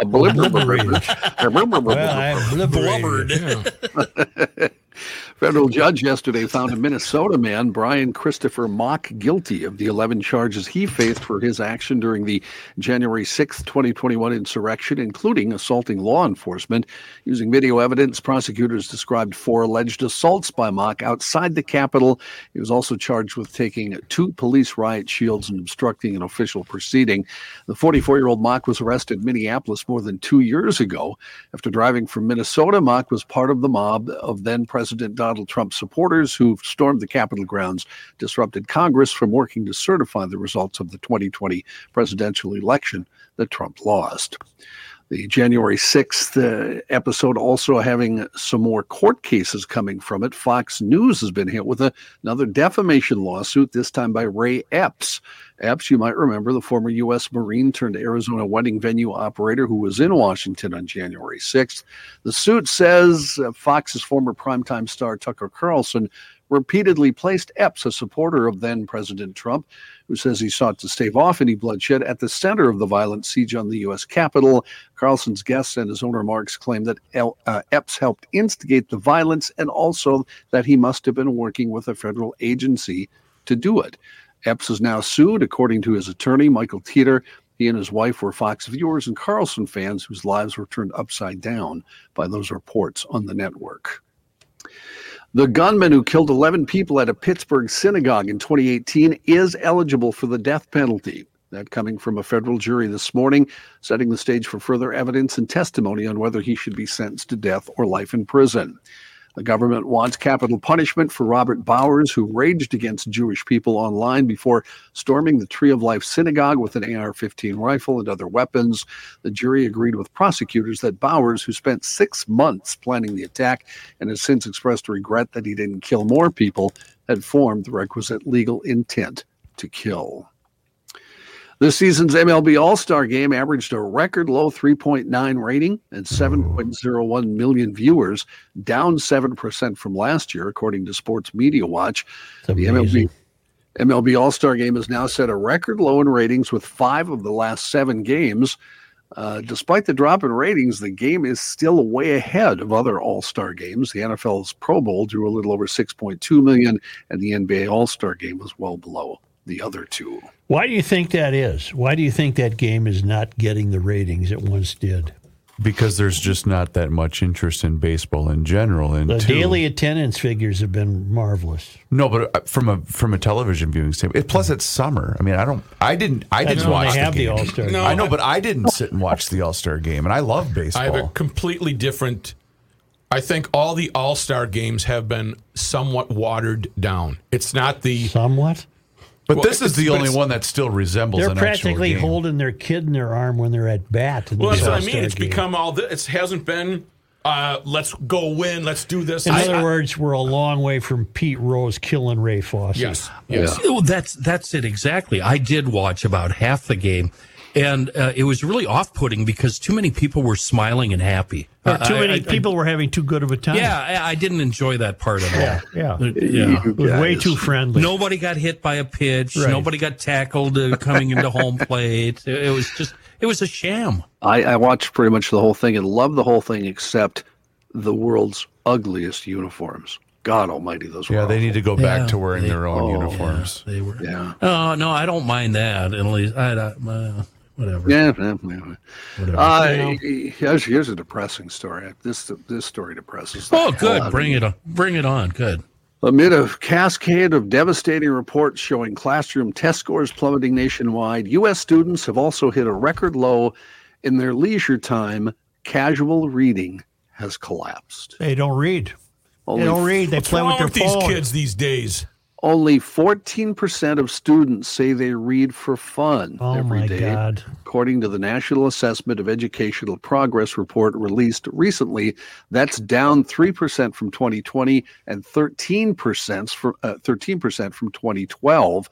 D: Blubbered.
C: Federal judge yesterday found a Minnesota man, Brian Christopher Mock, guilty of the 11 charges he faced for his action during the January 6, 2021 insurrection, including assaulting law enforcement. Using video evidence, prosecutors described four alleged assaults by Mock outside the Capitol. He was also charged with taking two police riot shields and obstructing an official proceeding. The 44 year old Mock was arrested in Minneapolis more than two years ago. After driving from Minnesota, Mock was part of the mob of then President Donald Trump supporters who stormed the Capitol grounds, disrupted Congress from working to certify the results of the 2020 presidential election that Trump lost the January 6th uh, episode also having some more court cases coming from it. Fox News has been hit with a- another defamation lawsuit, this time by Ray Epps, Epps, you might remember the former U.S. Marine turned Arizona wedding venue operator who was in Washington on January 6th. The suit says uh, Fox's former primetime star Tucker Carlson repeatedly placed Epps, a supporter of then President Trump, who says he sought to stave off any bloodshed, at the center of the violent siege on the U.S. Capitol. Carlson's guests and his own remarks claim that El- uh, Epps helped instigate the violence and also that he must have been working with a federal agency to do it. Epps is now sued, according to his attorney, Michael Teeter. He and his wife were Fox viewers and Carlson fans whose lives were turned upside down by those reports on the network. The gunman who killed 11 people at a Pittsburgh synagogue in 2018 is eligible for the death penalty. That coming from a federal jury this morning, setting the stage for further evidence and testimony on whether he should be sentenced to death or life in prison. The government wants capital punishment for Robert Bowers, who raged against Jewish people online before storming the Tree of Life synagogue with an AR 15 rifle and other weapons. The jury agreed with prosecutors that Bowers, who spent six months planning the attack and has since expressed regret that he didn't kill more people, had formed the requisite legal intent to kill. This season's MLB All Star game averaged a record low 3.9 rating and 7.01 million viewers, down 7% from last year, according to Sports Media Watch. The MLB, MLB All Star game has now set a record low in ratings with five of the last seven games. Uh, despite the drop in ratings, the game is still way ahead of other All Star games. The NFL's Pro Bowl drew a little over 6.2 million, and the NBA All Star game was well below the other two.
B: Why do you think that is? Why do you think that game is not getting the ratings it once did?
A: Because there's just not that much interest in baseball in general. And
B: The
A: two-
B: daily attendance figures have been marvelous.
A: No, but uh, from a from a television viewing standpoint, it, plus it's summer. I mean, I don't, I didn't, I
B: That's
A: didn't
B: when
A: watch
B: they have the
A: game.
B: All-Star
A: No,
B: Game.
A: I know, but I didn't sit and watch the All Star game, and I love baseball.
E: I have a completely different. I think all the All Star games have been somewhat watered down. It's not the
B: somewhat.
A: but this is the only
E: one.
A: one that still resembles.
B: They're
A: an actual
B: practically
A: game.
B: holding their kid in their arm when they're at bat. in
E: Well,
B: these
E: that's what I
B: All-Star
E: mean. It's
B: games.
E: become all this. It hasn't been. Uh, let's go win. Let's do this.
B: In
E: I-
B: other
E: I-
B: words, we're a long way from Pete Rose killing Ray Foss.
D: Yes. Oh, that's that's it exactly. I did watch about half the game, and uh, it was really off-putting because too many people were smiling and happy.
B: Or
D: Uh,
B: too
D: I-
B: many
D: I- I-
B: people were having too good of a time.
D: yeah, I, I didn't enjoy that part at all.
B: Yeah, yeah.
D: Uh,
B: It was way too friendly.
D: Nobody got hit by a pitch.
B: Right.
D: Nobody got tackled uh, coming into home plate. It, it was just it was a sham.
C: I, I watched pretty much the whole thing and loved the whole thing except the world's ugliest uniforms. God Almighty, those were
A: Yeah, they need to go back
D: Yeah,
A: to wearing
D: they-
A: their own
D: oh,
A: uniforms.
D: They were.
C: Yeah.
D: Oh no, I don't mind that. At least I don't- uh, whatever.
C: Yeah, yeah, yeah.
D: Whatever.
C: Uh,
D: You know?
C: here's, here's a depressing story. This this story depresses. the
D: Oh,
C: hell out
D: good.
C: of
D: Bring
C: me.
D: it on. Bring it on. Good.
C: Amid a cascade of devastating reports showing classroom test scores plummeting nationwide, U.S. students have also hit a record low in their leisure time. Casual reading has collapsed.
B: They don't read. They don't read. They
C: What's
B: play
C: wrong
B: with their
C: with these
B: phone.
E: kids these days.
C: Only 14% of students say they read for fun every
B: Oh my
C: day,
B: God.
C: according to the National Assessment of Educational Progress report released recently. That's down 3% from 2020 and 13% from, uh, 13% from 2012.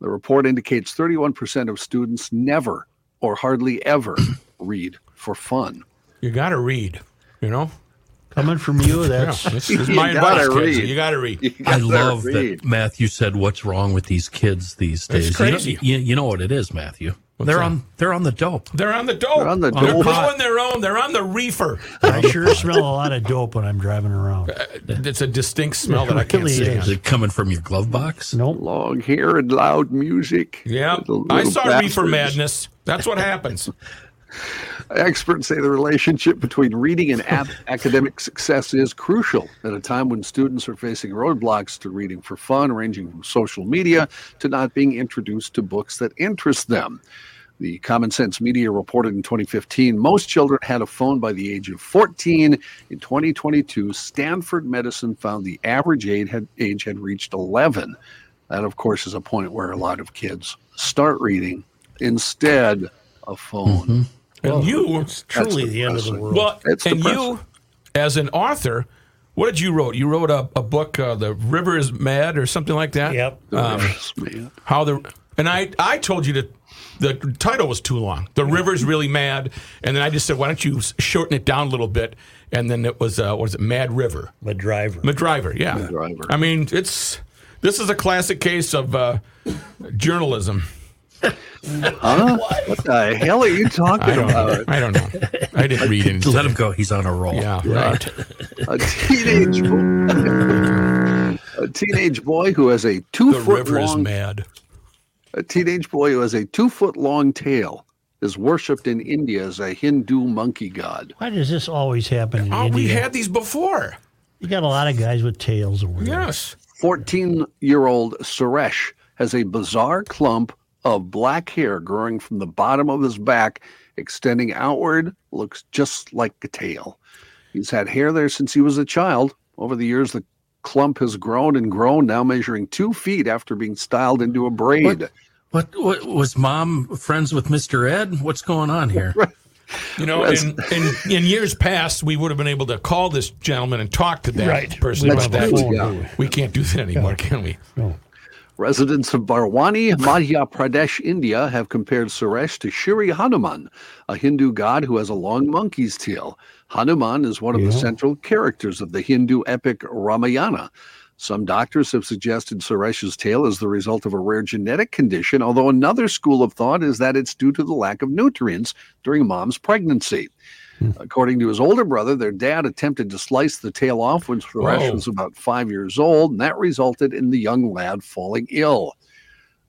C: The report indicates 31% of students never or hardly ever read for fun.
E: You got to read. You know.
B: Coming from you, that's,
E: Yeah, this is my advice, kids. You got to read.
D: I love that Matthew said, "What's wrong with these kids these
E: That's
D: days?"
E: crazy.
D: You know, you, you know what it is, Matthew. they're
E: that?
D: on. They're on the dope.
E: They're on the dope.
D: They're on the
E: They're
D: dope.
E: blowing their own. They're on the reefer. Uh,
B: I sure smell a lot of dope when I'm driving around.
E: It's a distinct smell that I
B: It
E: can't
B: really
E: stand.
B: is. Is
D: it coming from your glove box?
B: No.
C: Long hair and loud music.
E: Yeah,
C: Little-
E: I
C: little
E: saw reefer
C: bastards.
E: madness. That's what happens.
C: Experts say the relationship between reading and ap- academic success is crucial at a time when students are facing roadblocks to reading for fun, ranging from social media to not being introduced to books that interest them. The Common Sense Media reported in 2015 most children had a phone by the age of 14. In 2022, Stanford Medicine found the average age had, age had reached 11. That, of course, is a point where a lot of kids start reading instead of phone.
E: And you,
B: it's truly the end of the world.
E: Well,
B: It's
E: and
B: depressing.
E: you, as an author, what did you wrote? You wrote a, a book, uh, "The River Is Mad" or something like that. Yep. Um,
C: Yes, man.
E: how the And I, I told you to. The title was too long. The river's really mad, and then I just said, "Why don't you s- shorten it down a little bit?" And then it was, uh, what is it, Mad River?
B: McDriver.
E: McDriver, yeah.
C: McDriver.
E: I mean, it's this is a classic case of uh, journalism.
C: Huh? What the hell are you talking
E: I don't,
C: about?
E: know. I don't know. I didn't read anything.
D: Let him go. He's on a roll.
E: Yeah, right.
C: a teenage boy, a teenage boy who has a two
E: The
C: foot
E: river is
C: long
E: mad.
C: a teenage boy who has a two foot long tail is worshipped in India as a Hindu monkey god.
B: Why does this always happen in
E: Oh,
B: India?
E: we had these before.
B: you got a lot of guys with tails over there.
E: Yes.
C: Fourteen year old Suresh has a bizarre clump of black hair growing from the bottom of his back, extending outward, looks just like a tail. He's had hair there since he was a child. Over the years, the clump has grown and grown, now measuring two feet after being styled into a braid.
D: What, what was mom friends with Mr. Ed? What's going on here?
E: You know,
D: Yes.
E: in, in, in years past, we would have been able to call this gentleman and talk to that
C: Right.
E: person
C: That's
E: about that.
C: true, yeah.
E: We can't do that anymore, can we?
C: Residents of Barwani, Madhya Pradesh, India, have compared Suresh to Shri Hanuman, a Hindu god who has a long monkey's tail. Hanuman is one of the central characters of the Hindu epic Ramayana. Some doctors have suggested Suresh's tail is the result of a rare genetic condition, although another school of thought is that it's due to the lack of nutrients during mom's pregnancy. According to his older brother, their dad attempted to slice the tail off when Suresh
E: Whoa.
C: was about five years old, and that resulted in the young lad falling ill.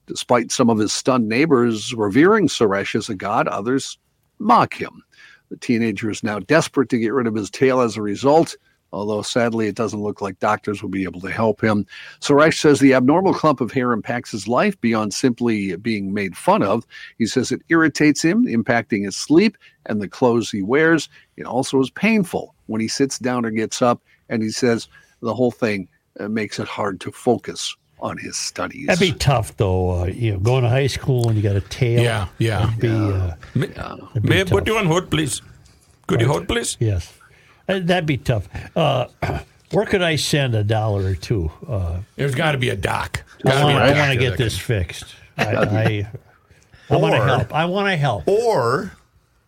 C: Despite some of his stunned neighbors revering Suresh as a god, others mock him. The teenager is now desperate to get rid of his tail as a result, although sadly it doesn't look like doctors will be able to help him. Suresh says the abnormal clump of hair impacts his life beyond simply being made fun of. He says it irritates him, impacting his sleep and the clothes he wears. It also is painful when he sits down or gets up, and he says the whole thing uh, makes it hard to focus on his studies.
B: That'd be tough, though. Uh, you know, going to high school and you got a tail.
E: Yeah, yeah.
B: That'd be, uh, that'd be
E: May I
B: tough.
E: put you on hold, please? Could you hold, please?
B: Yes, Uh, that'd be tough. Uh, where could I send a dollar or two? Uh,
E: There's got to be a doc.
B: I
E: Gotta be a doctor
B: want to get
E: that
B: this
E: can-
B: fixed. I, I, I want to
A: Or-
B: help. I want to help.
A: Or,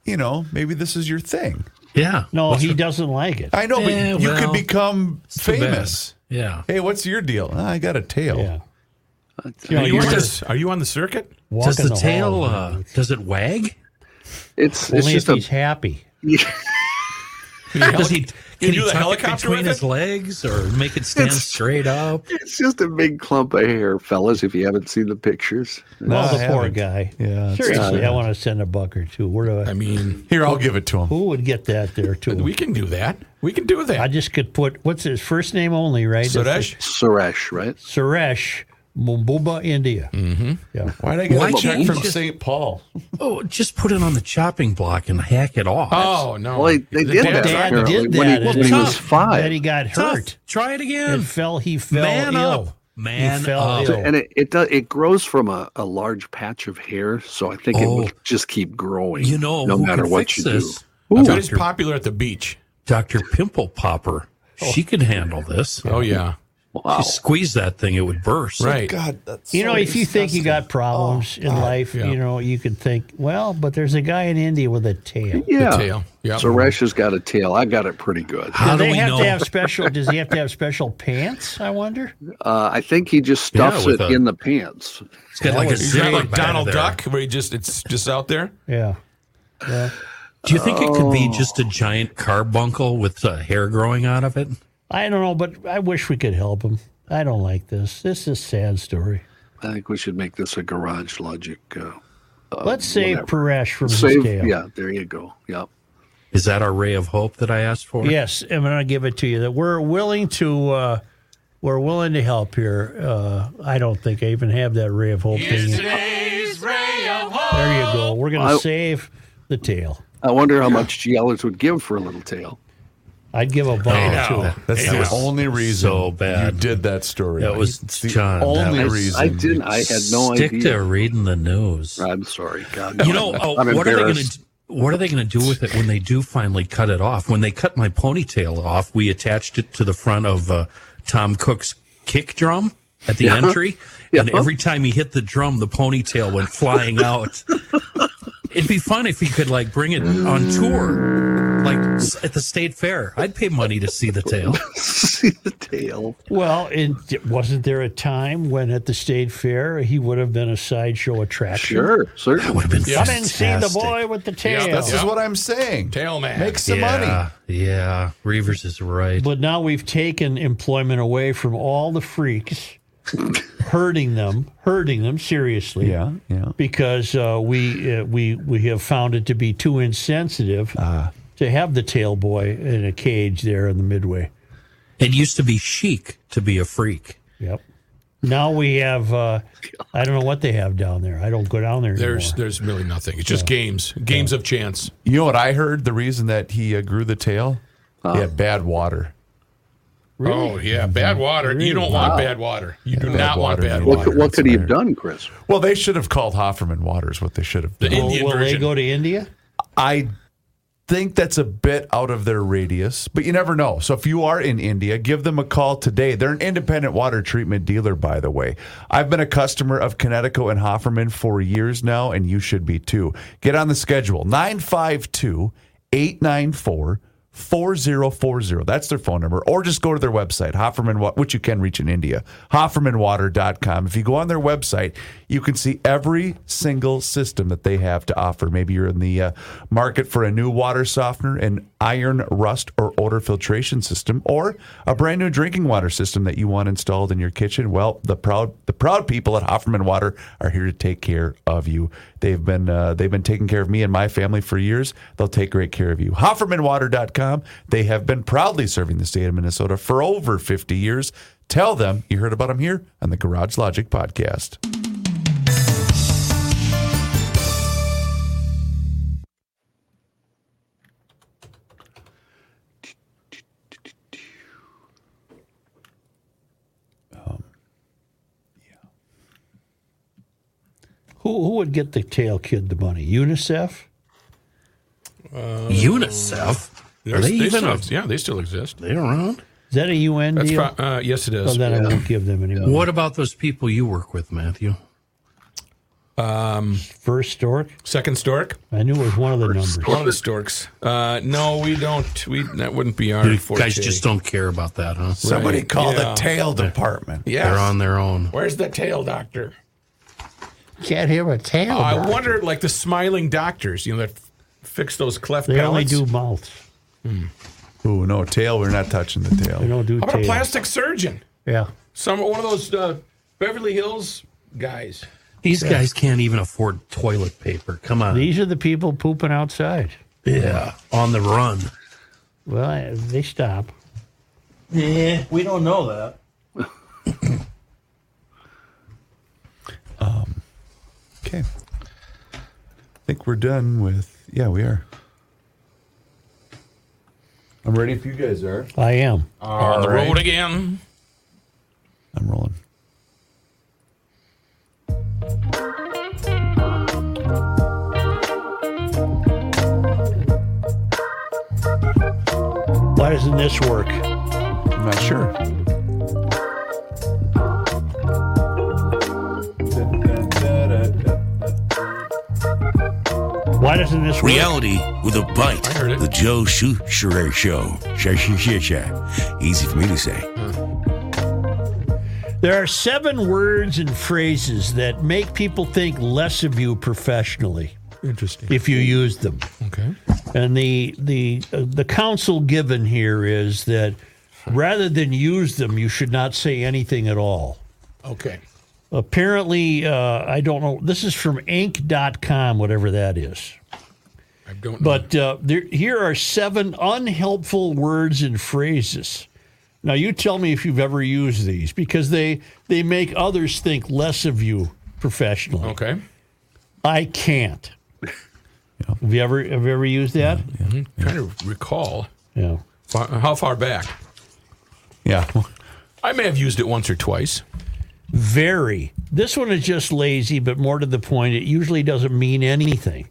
A: you know, maybe this is your thing.
D: Yeah.
B: No,
A: What's
B: he
A: your-
B: doesn't like it.
A: I know, but
D: Yeah,
A: you could
D: well,
A: become
D: it's too bad.
A: famous.
D: Yeah.
A: Hey, what's your deal? "Ah, I got a tail.
B: Yeah.
A: You know,
E: Are
A: you
E: you, on
A: were-
E: the, are you on the circuit?
D: Does
B: Walking
D: the,
B: the
D: tail
B: hall,
D: uh, does it wag?
C: It's, it's
B: Only if
C: just a
B: he's happy.
D: Does he can he
E: do the
D: tuck it
E: helicopter
D: between
E: with
D: his legs or make it stand straight up?
C: It's just a big clump of hair, fellas, if you haven't seen the pictures.
B: well, the
A: I
B: poor
A: haven't.
B: guy.
A: Yeah, it's-
B: Uh, Seriously, I want to send a buck or two. Where do I?
E: I mean,
A: Here, I'll give it to him.
B: Who would get that there too?
E: we can do that. We can do
B: I
E: that.
B: just could put what's his first name only, right?
E: Suresh,
C: Suresh, right?
B: Suresh Mumbumba, India. Mm-hmm. Yeah.
A: Why'd I get
D: Why
A: a
D: can't
A: check
D: you
A: from
D: just-
A: St. Paul?
D: Oh, just put it on the chopping block and hack it off.
E: Oh no!
C: Well, they, they did
E: dad-
C: that
B: Dad
C: apparently
B: did
C: when he,
B: that.
C: when
B: and
C: he was
B: tough.
C: five.
B: Then he got
D: Tough.
B: hurt.
D: Try it again.
B: And fell. He fell
D: Man
B: ill.
D: up. Man
B: he fell
D: up.
B: ill.
C: and it it, does, it grows from a, a large patch of hair, so I think it
D: Oh.
C: will just keep growing.
D: You know,
C: no
D: who
C: matter
D: can
C: what
D: fix
C: you
D: this?
C: do.
E: I bet it's popular at the beach.
D: Dr. Pimple Popper. She could handle this.
E: Oh yeah,
C: Wow.
D: She squeezed that thing, it would burst.
E: right.
A: God, that's
B: You
A: so
B: know, if you think you
A: disgusting.
B: got problems in life,
E: yeah.
B: you know, you could think, well, but there's a guy in India with a tail.
C: yeah.
E: tail. Yep.
C: Suresh has got a tail. I got it pretty good.
D: How
B: do
D: do
B: they
D: we
B: have
D: know?
B: to have special? Does he have to have special pants? I wonder.
C: Uh, I think he just
D: Yeah,
C: stuffs
D: with
C: it
D: a-
C: in the pants.
D: It's got like a
E: He's not
D: zig
E: like
D: back
E: Donald
D: there.
E: Duck, where he just it's just out there.
B: Yeah.
D: Do you think it could
B: Oh.
C: Oh.
D: be just a giant carbuncle with uh, hair growing out of it?
B: I don't know, but I wish we could help him. I don't like this. This is a sad story.
C: I think we should make this a garage logic. Uh,
B: Let's save
C: whatever.
B: Paresh from his
C: save.
B: tail.
C: Yeah, there you go. Yep.
D: Is that our ray of hope that I asked for?
B: Yes, I'm going to give it to you. That we're willing to, uh, we're willing to help here. Uh, I don't think I even have that ray of hope thing. There you go. We're going
C: I-
B: to save the tail.
C: I wonder how much Giallos would give for a little tail.
B: I'd give a
D: Hey,
B: bomb
D: now.
B: to him.
A: That's the
D: Yeah.
A: only reason
D: So bad.
A: you did that story.
D: That
A: Mike.
D: was-
A: It's the
D: John, that
A: only
C: I,
A: reason.
C: I didn't. I had no
D: Stick
C: idea.
D: to reading the news.
C: I'm sorry, God.
D: You know, oh,
C: I'm
D: what are they going
C: embarrassed.
D: to what are they going to do with it when they do finally cut it off? When they cut my ponytail off, we attached it to the front of uh, Tom Cook's kick drum. at the
P: Yeah.
D: entry, and
P: Yeah.
D: every time he hit the drum, the ponytail went flying out. It'd be fun if he could like bring it on tour, like s- at the state fair. I'd pay money to see the tail.
C: see the tail.
B: Well, and wasn't there a time when at the state fair he would have been a sideshow attraction?
C: Sure, sure. That would have
B: been Come and see the boy with the tail.
A: This is what I'm saying.
E: Tail man.
A: Make some money.
D: Yeah, Yeah, Reavers is right.
B: But now we've taken employment away from all the freaks, hurting them, hurting them seriously.
A: Yeah, yeah.
B: Because uh, we uh, we we have found it to be too insensitive
D: Ah.
B: to have the tail boy in a cage there in the midway.
D: It used to be chic to be a freak.
B: Yep. Now we have uh, I don't know what they have down there. I don't go down there.
E: There's
B: anymore.
E: there's really nothing. It's just games, games of chance.
A: You know what I heard? The reason that he uh, grew the tail? He had bad water.
E: Oh yeah,
B: Mm-hmm.
E: bad water. You don't want
A: Wow.
E: bad water. You do
A: Bad
E: not want
A: water,
E: bad
A: you
E: water.
A: want
C: What could he have
A: That's
C: done, Chris?
A: Well, they should have called Hofferman Waters. What they should have done.
B: Will- will they go to India?
A: I think that's a bit out of their radius, but you never know. So if you are in India, give them a call today. They're an independent water treatment dealer, by the way. I've been a customer of Connecticut and Hofferman for years now, and you should be too. Get on the schedule 952 894 4040. That's their phone number. Or just go to their website, Hofferman, Wa- which you can reach in India, hoffermanwater.com. If you go on their website, you can see every single system that they have to offer. Maybe you're in the uh, market for a new water softener, an iron rust or odor filtration system, or a brand new drinking water system that you want installed in your kitchen. Well, the proud the proud people at Hofferman Water are here to take care of you. They've been uh, they've been taking care of me and my family for years. They'll take great care of you. HoffermanWater.com. They have been proudly serving the state of Minnesota for over 50 years. Tell them you heard about them here on the Garage Logic podcast.
B: Who who would get the tail kid the money? UNICEF?
E: Uh,
D: UNICEF?
E: There's-
B: Are they
E: they
B: even
E: still
B: a-
E: ex- yeah, they still exist.
D: They around?
B: Is that a UN
E: That's
B: deal?
E: fi- uh, yes, it
B: So
E: is.
B: then oh, I won't give them any money.
D: What about those people you work with, Matthew?
E: Um,
B: First stork,
E: second stork,
B: I knew it was one of the numbers.
E: one of the storks. Uh, no, we don't. We that wouldn't be our
D: You
E: forte.
D: guys just don't care about that, huh?
E: Somebody Right, call the yeah. tail
A: department.
E: Yes.
D: They're on their own.
E: Where's the tail doctor?
B: Can't hear a tail.
E: Oh, I wonder, like the smiling doctors, you know, that f- fix those cleft
B: They only
E: palates.
B: do mouths.
A: Hmm. Ooh, no tail. We're not touching the tail.
B: They don't do
E: How about a
B: tail.
E: plastic surgeon?
B: Yeah.
E: Some one of those uh, Beverly Hills guys.
D: These guys can't even afford toilet paper. Come on.
B: These are the people pooping outside.
D: yeah. On the run.
B: Well, I- they stop.
K: Yeah, we don't know that.
A: Okay. I think we're done with. Yeah, we are. I'm ready if you guys are.
B: I am.
E: on the road again.
A: I'm rolling.
B: Why doesn't this work?
A: I'm not sure.
B: Why doesn't this work?
N: Reality with a bite. The Joe Shucherer Show. Sha- sha- sha- sha. Easy for me to say.
B: There are seven words and phrases that make people think less of you professionally
E: Interesting.
B: if you use them.
E: Okay.
B: And the the uh, the counsel given here is that rather than use them, you should not say anything at all.
E: Okay.
B: Apparently, uh, I don't know. This is from Inc.com, whatever that is.
E: I don't. Know.
B: But uh, there, here are seven unhelpful words and phrases. Now you tell me if you've ever used these because they they make others think less of you professionally.
E: okay.
B: I can't. Have you ever have you ever used that?
E: I'm Mm-hmm. trying to recall
B: Yeah.
E: fa- how far back.
A: Yeah.
E: I may have used it once or twice.
B: Very. This one is just lazy, but more to the point, it usually doesn't mean anything.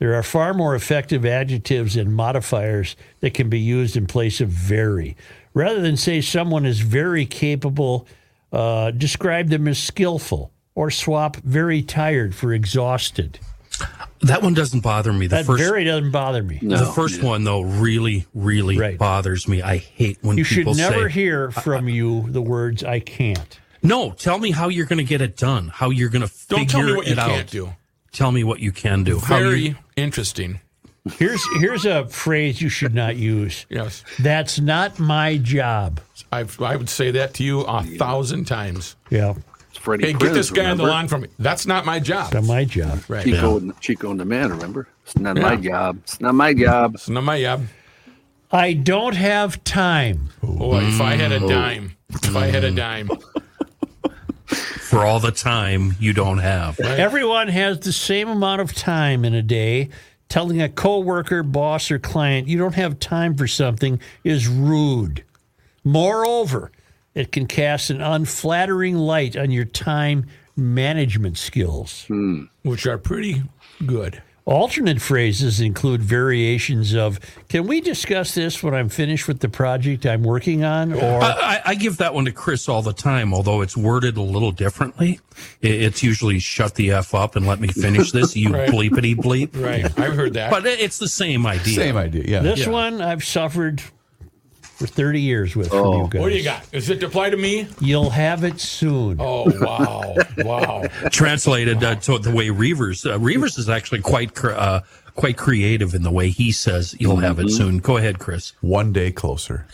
B: There are far more effective adjectives and modifiers that can be used in place of very. Rather than say someone is very capable Uh, describe them as skillful or swap very tired for exhausted.
D: That one doesn't bother me. The
B: that
D: first
B: very doesn't bother me.
D: The first one though really, really bothers me. I hate when
B: you should
D: people
B: never
D: say,
B: hear from you the words "I can't."
D: "No, tell me how you're going to get it done. How you're going to figure
E: Don't tell me what you
D: it out.
E: can't do.
D: Tell me what you can do. How
E: Very
D: you-
E: interesting.
B: Here's here's a phrase you should not use.
E: Yes.
B: That's not my job.
E: I've, I would say that to you a thousand times.
B: Yeah.
C: Freddie
E: Hey, get
C: Prinze,
E: this guy on the
C: remember?
E: line from me. That's not my job.
B: Not my job.
E: Right.
C: Chico, and, Chico and the man, remember? It's not my
E: Yeah.
C: job. It's not my job.
E: It's not my job.
B: I don't have time.
E: Boy, if I had a
D: Oh. Mm.
E: dime, if I had a dime,
D: for all the time you don't have.
B: Everyone has the same amount of time in a day. Telling a coworker, boss, or client you don't have time for something is rude. Moreover, it can cast an unflattering light on your time management skills,
E: Hmm. which are pretty good.
B: Alternate phrases include variations of "Can we discuss this when I'm finished with the project I'm working on?" or
D: I, I, I give that one to Chris all the time, although it's worded a little differently. I- it's usually shut the f up and let me finish this. You
E: Right.
D: bleepity bleep.
E: Right. I've heard that.
D: But it- it's the same idea.
E: Same idea,
B: This
D: Yeah.
B: one I've suffered for 30 years with from you guys.
E: Oh. What do you got? Does it apply to me?
B: You'll have it soon.
E: Oh wow, wow.
D: translated uh, to the way Reavers. Uh, Reavers is actually quite cr- uh, quite creative in the way he says you'll have it
E: Mhm.
D: soon. Go ahead, Chris.
A: One day closer.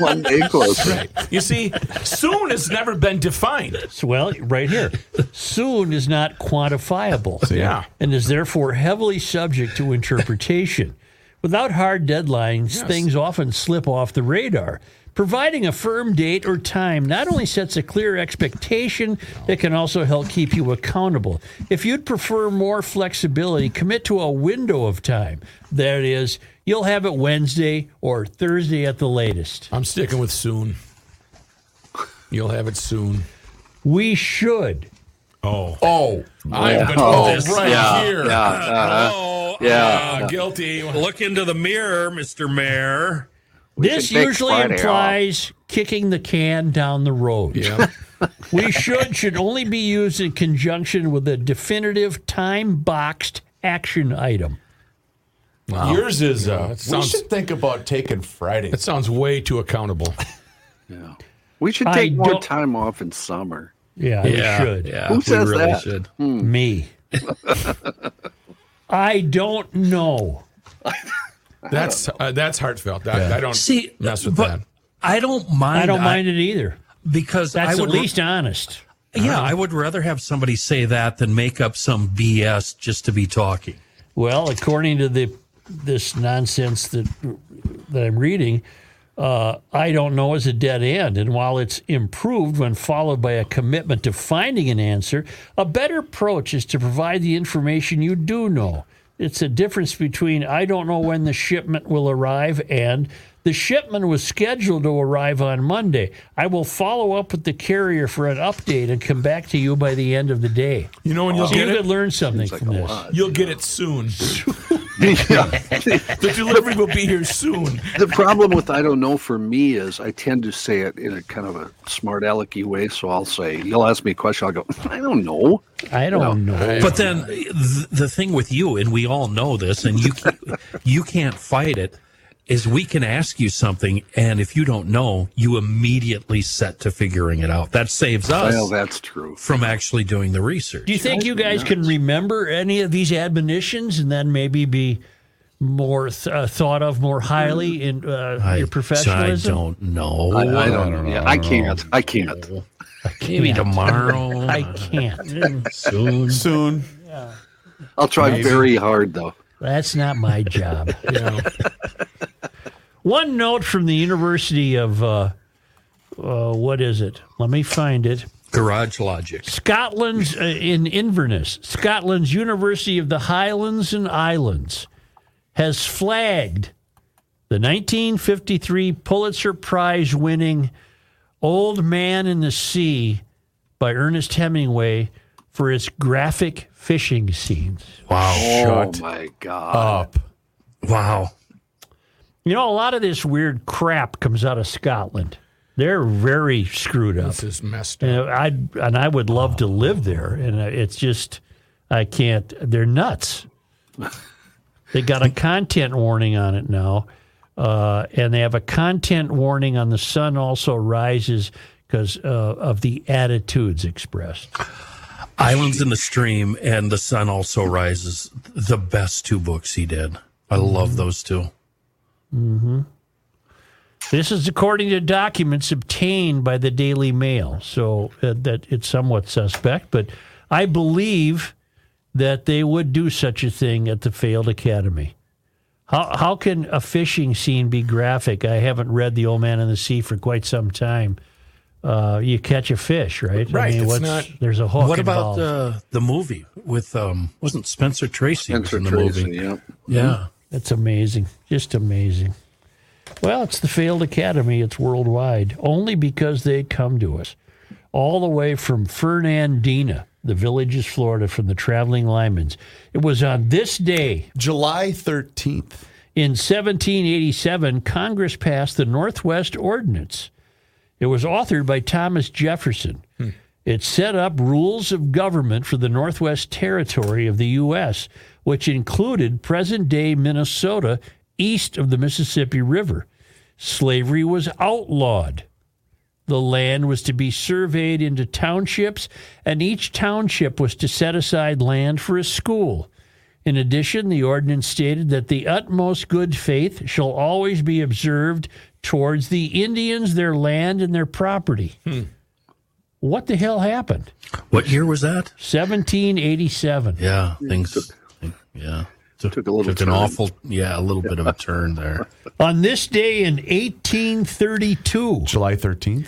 C: One day closer.
E: You see, soon has never been defined.
B: So, well, right here. soon is not quantifiable.
E: Yeah.
B: And is therefore heavily subject to interpretation. Without hard deadlines, things often slip off the radar. Providing a firm date or time not only sets a clear expectation, it can also help keep you accountable. If you'd prefer more flexibility, commit to a window of time. That is, you'll have it Wednesday or Thursday at the latest.
E: I'm sticking with soon. You'll have it soon.
B: We should.
E: Oh. Oh. I've been
D: Oh,
E: oh, this right
D: yeah,
E: here.
D: yeah, uh-huh.
E: oh,
D: Yeah.
E: uh, guilty.
D: ah, Look into the mirror, Mister Mayor.
B: this usually implies kicking the can down the road.
E: Yeah.
B: we should should only be used in conjunction with a definitive time boxed action item.
E: Yours is. Uh, it
A: we
E: sounds,
A: should think about taking Friday.
E: It sounds way too accountable.
C: We should
B: I
C: take more
B: don't-
C: time off in summer.
B: Yeah,
E: Yeah,
B: we should.
E: yeah.
C: Who
E: we
C: says
E: really
C: that? Hmm.
E: should.
B: Me. I don't know.
E: That's uh, that's heartfelt. I, I don't
D: See,
E: mess with
D: but
E: that.
D: I don't mind.
B: I don't mind it either.
D: because
B: That's
D: I would
B: at least honest.
D: Yeah,
B: Uh-huh.
D: I would rather have somebody say that than make up some BS just to be talking.
B: Well, according to the this nonsense that that I'm reading, uh, I don't know is a dead end. And while it's improved when followed by a commitment to finding an answer, a better approach is to provide the information you do know. It's a difference between I don't know when the shipment will arrive and the shipment was scheduled to arrive on Monday. I will follow up with the carrier for an update and come back to you by the end of the day.
E: You know, and you'll
B: So
E: get
B: you
E: it.
B: could learn something from this.
E: You'll get it soon. the delivery will be here soon.
C: The problem with I don't know for me is I tend to say it in a kind of a smart alecky way. So I'll say, you'll ask me a question. I'll go, I don't know.
B: I don't know.
D: But then th- the thing with you, and we all know this, and you can't, you can't fight it, is we can ask you something, and if you don't know, you immediately set to figuring it out. That saves us
C: Well, that's true.
D: from actually doing the research.
B: Do you think you guys can remember any of these admonitions and then maybe be more th- uh, thought of more highly in uh, your professionalism?
D: Mm. I don't know.
C: I, I don't know. Yeah, I can't. I can't.
D: Maybe tomorrow.
B: I can't.
D: soon.
A: Soon.
C: I'll try
B: Maybe.
C: very hard though.
B: That's not my job. One note from the University of uh, uh, what is it? Let me find it.
D: Garage logic.
B: Scotland's uh, in Inverness, Scotland's University of the Highlands and Islands has flagged the 1953 Pulitzer Prize winning Old Man in the Sea by Ernest Hemingway for its graphic fishing scenes.
D: Wow.
C: Oh
E: Shut
C: my god.
E: up.
D: Wow.
B: You know, a lot of this weird crap comes out of Scotland. They're very screwed up. This
E: is messed
B: up. And I and I would love to live there, and uh, it's just I can't. They're nuts. they got a content warning on it now, uh, and they have a content warning on the sun also rises because uh, of the attitudes expressed.
D: Islands in the Stream and The Sun Also Rises, the best two books he did. I love those two.
B: hmm This is according to documents obtained by the Daily Mail, so uh, that it's somewhat suspect. But I believe that they would do such a thing at the failed academy. How how can a fishing scene be graphic? I haven't read The Old Man and the Sea for quite some time. Uh, you catch a fish, right? I
D: Right,
B: mean,
D: it's
B: what's-
D: not-
B: there's a hook.
D: What about
B: involved.
D: uh, the movie with um wasn't Spencer Tracy was
B: Spencer
D: in the
B: Tracy,
D: movie?
B: yep.
D: Yeah.
B: That's amazing. Just amazing. Well, it's the failed academy. It's worldwide only because they come to us all the way from Fernandina, the villages, Florida, from the traveling Lymans. It was on this day,
A: July 13th.
B: In 1787, Congress passed the Northwest Ordinance. It was authored by Thomas Jefferson. It set up rules of government for the Northwest Territory of the U.S., which included present day Minnesota east of the Mississippi River. Slavery was outlawed. The land was to be surveyed into townships, and each township was to set aside land for a school. In addition, the ordinance stated that the utmost good faith shall always be observed towards the Indians, their land, and their property. What the hell happened?
D: What year was that?
B: 1787.
D: Yeah, things. yeah, took,
C: a little.
D: Took an awful. Yeah, a little bit of a turn there.
B: On this day in 1832,
A: July 13th,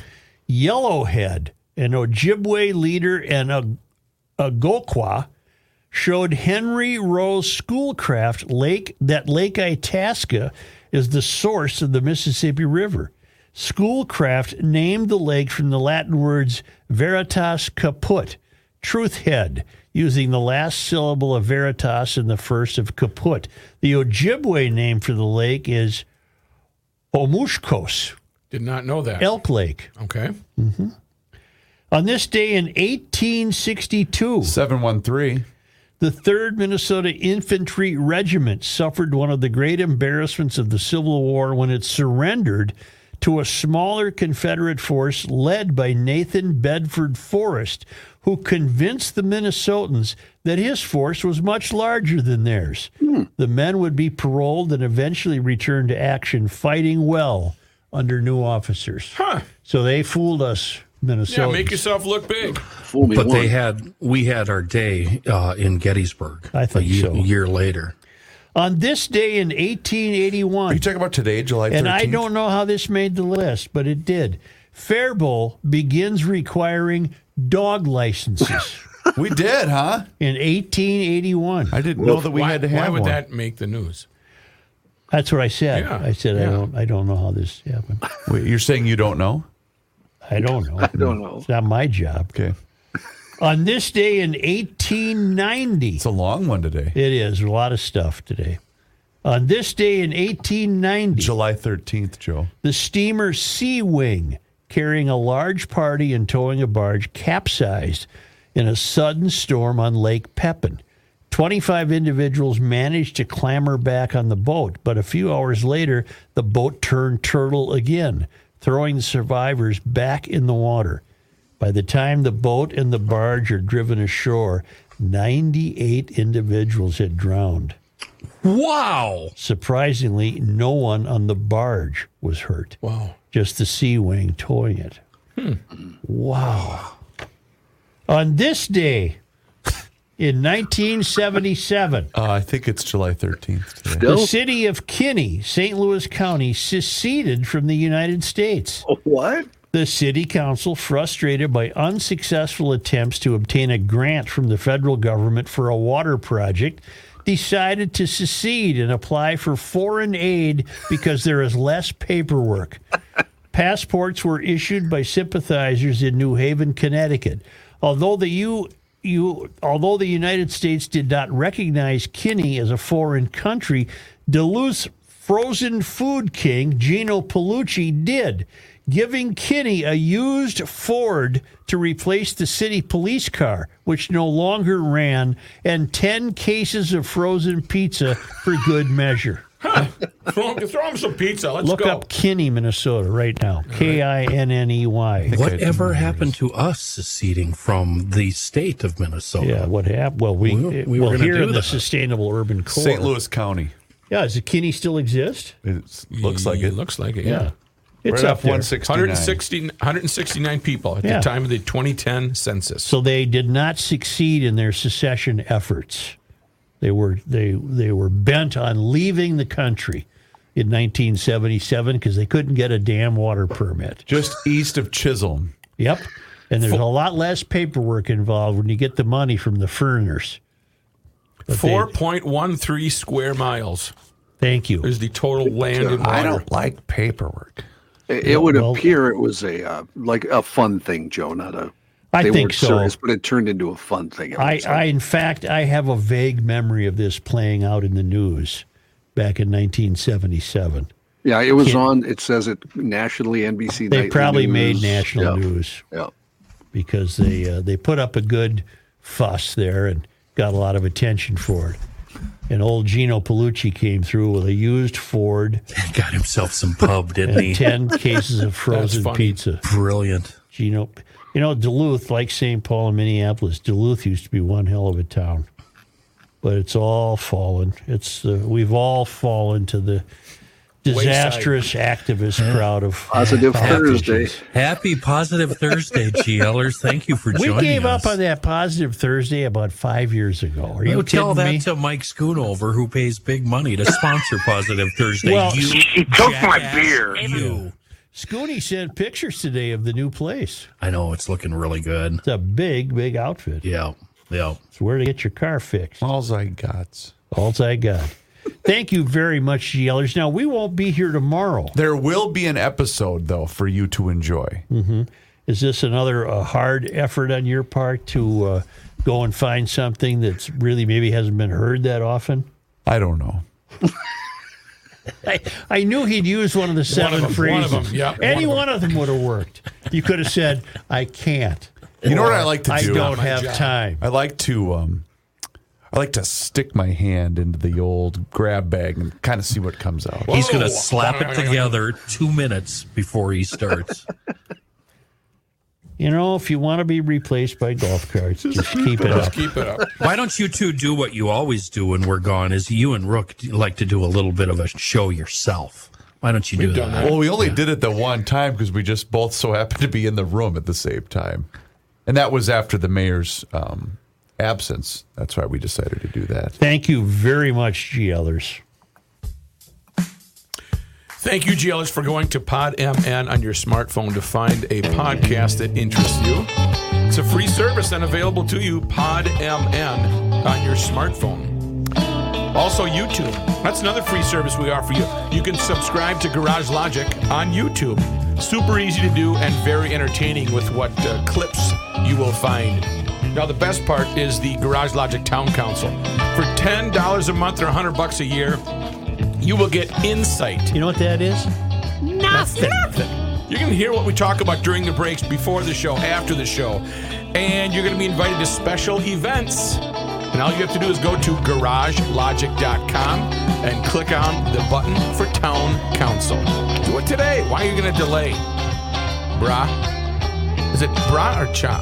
B: Yellowhead, an Ojibwe leader and a, a Gokwa, showed Henry Rose Schoolcraft Lake that Lake Itasca is the source of the Mississippi River. Schoolcraft named the lake from the Latin words veritas caput, truth head, using the last syllable of veritas and the first of caput. The Ojibwe name for the lake is Omushkos,
E: Did not know that.
B: Elk Lake.
E: Okay.
B: On this day in 1862,
A: 713,
B: the 3rd Minnesota Infantry Regiment suffered one of the great embarrassments of the Civil War when it surrendered to a smaller Confederate force led by Nathan Bedford Forrest, who convinced the Minnesotans that his force was much larger than theirs. The men would be paroled and eventually return to action, fighting well under new officers. So they fooled us, Minnesotans.
E: yeah, make yourself look big.
D: but they had we had our day uh, in Gettysburg.
B: I
D: think a year, year later.
B: On this day in 1881. Are you
A: talking about today, July 13th?
B: And I don't know how this made the list, but it did. Faribault begins requiring dog licenses.
A: we did, huh?
B: In 1881. I
A: didn't
E: why, Why would that make the news?
B: That's what I said.
E: Yeah,
B: I said
E: yeah.
B: I don't. I don't know how this happened.
A: Wait, you're saying you don't know?
B: I don't know. I
A: don't know. It's
B: not my job.
A: Okay.
B: On this day in 1890. It's
A: a long one today.
B: It is. A lot of stuff today. On this day in 1890.
A: July 13th, Joe.
B: The steamer Sea Wing, carrying a large party and towing a barge, capsized in a sudden storm on Lake Pepin. 25 individuals managed to clamber back on the boat, but a few hours later, the boat turned turtle again, throwing the survivors back in the water. By the time the boat and the barge are driven ashore, 98 individuals had drowned.
D: Wow.
B: Surprisingly, no one on the barge was hurt.
E: Wow.
B: Just the sea wing towing it. Wow. On this day in 1977,
A: Uh, I think it's July 13th today.
B: the city of Kinney, St. Louis County, seceded from the United States.
C: What?
B: The city council, frustrated by unsuccessful attempts to obtain a grant from the federal government for a water project, decided to secede and apply for foreign aid because there is less paperwork. Passports were issued by sympathizers in New Haven, Connecticut. Although the U, U, although the United States did not recognize Kinney as a foreign country, Duluth frozen food king Gino Pellucci did, giving Kinney a used Ford to replace the city police car, which no longer ran, and 10 cases of frozen pizza for good measure.
E: throw, throw him some pizza. Let's
B: Look
E: go.
B: up Kinney, Minnesota right now. K I N N E Y.
D: Whatever happened to us seceding from the state of Minnesota?
B: Yeah, what happened? Well, we,
D: we,
B: it-
D: we
B: well,
D: were going
B: here
D: to do
B: in the
D: this.
B: Sustainable Urban Core.
A: St. Louis County.
B: Yeah, does the Kinney still exist?
A: It looks like it.
E: Looks like it.
B: Yeah.
E: Yeah.
B: It's
A: Right
B: up
A: off
B: there.
A: 169.
E: 160 169 people at
B: Yeah.
E: the time of the 2010 census.
B: So they did not succeed in their secession efforts. They were they they were bent on leaving the country in 1977 because they couldn't get a dam water permit.
A: Just east of Chisholm.
B: Yep. And there's a lot less paperwork involved when you get the money from the foreigners. But they-
E: 4.13 square miles
B: thank you.
E: is the total land and water.
A: I don't like paperwork.
C: It, it would appear it was a uh, like a fun thing, Joe, not a.
B: I
C: they
B: think
C: weren't
B: so.
C: serious, but it turned into a fun thing. It
B: I,
C: looks like.
B: I, in fact, I have a vague memory of this playing out in the news back in 1977.
C: yeah, it was
B: can't-
C: on. It says it nationally. NBC.
B: They
C: Nightly
B: probably made
C: News.
B: national
C: Yeah.
B: news
C: Yeah.
B: because they uh, they put up a good fuss there and got a lot of attention for it. And old Gino Pellucci came through with a used Ford
D: Got himself some pub, didn't he?
B: and ten cases of frozen
D: funny.
B: pizza.
D: Brilliant.
B: Gino, you know Duluth, like St. Paul and Minneapolis, Duluth used to be one hell of a town, but it's all fallen. It's uh, we've all fallen to the disastrous activist crowd of
C: Positive Thursday.
D: Happy Positive Thursday, GLers. Thank you for
B: We
D: joining
B: gave
D: us.
B: up on that positive Thursday about five years ago. Are you
D: Go tell
B: kidding
D: that
B: me?
D: to Mike Schoonover, who pays big money to sponsor Positive Thursday.
B: Well,
D: you
B: he took my
D: jackass,
B: beer.
D: You.
B: Scooney sent pictures today of the new place.
D: I know it's looking really good.
B: It's a big, big outfit.
D: Yeah, yeah.
B: It's where to get your car fixed.
A: All's I got's.
B: All's I got. Thank you very much, GLers. Now we won't be here tomorrow.
A: There will be an episode, though, for you to enjoy.
B: hmm Is this another uh, hard effort on your part to uh, go and find something that's really maybe hasn't been heard that often?
A: I don't know.
B: I, I knew he'd use one of the seven
E: of 'em, one
B: phrases.
E: of 'em, yeah, one
B: Any
E: of 'em.
B: one of them would have worked. You could have said, "I can't."
A: You know what
B: Or,
A: I like to do?
B: I don't have time.
A: I like to um I like to stick my hand into the old grab bag and kind of see what comes out.
D: He's going to slap it together two minutes before he starts.
B: You know, if you want to be replaced by golf carts, just keep it up.
E: Keep it up.
D: Why don't you two do what you always do when we're gone? Is you and Rook do- like to do a little bit of a show yourself? Why don't you do that?
A: Well, we only did it the one time because we just both so happened to be in the room at the same time, and that was after the mayor's um, absence. That's why we decided to do that.
B: Thank you very much, GLers.
E: Thank you, GLers, for going to PodMN on your smartphone to find a podcast that interests you. It's a free service and available to you, PodMN, on your smartphone. Also, YouTube. That's another free service we offer you. You can subscribe to Garage Logic on YouTube. Super easy to do and very entertaining with what uh, clips you will find. Now, the best part is the Garage Logic Town Council. For $10 a month or 100 bucks a year, you will get insight.
B: You know what that is? Nothing.
E: You're going to hear what we talk about during the breaks, before the show, after the show, and you're going to be invited to special events. And all you have to do is go to garagelogic.com and click on the button for town council. Do it today. Why are you going to delay? Bra. Is it bra or cha?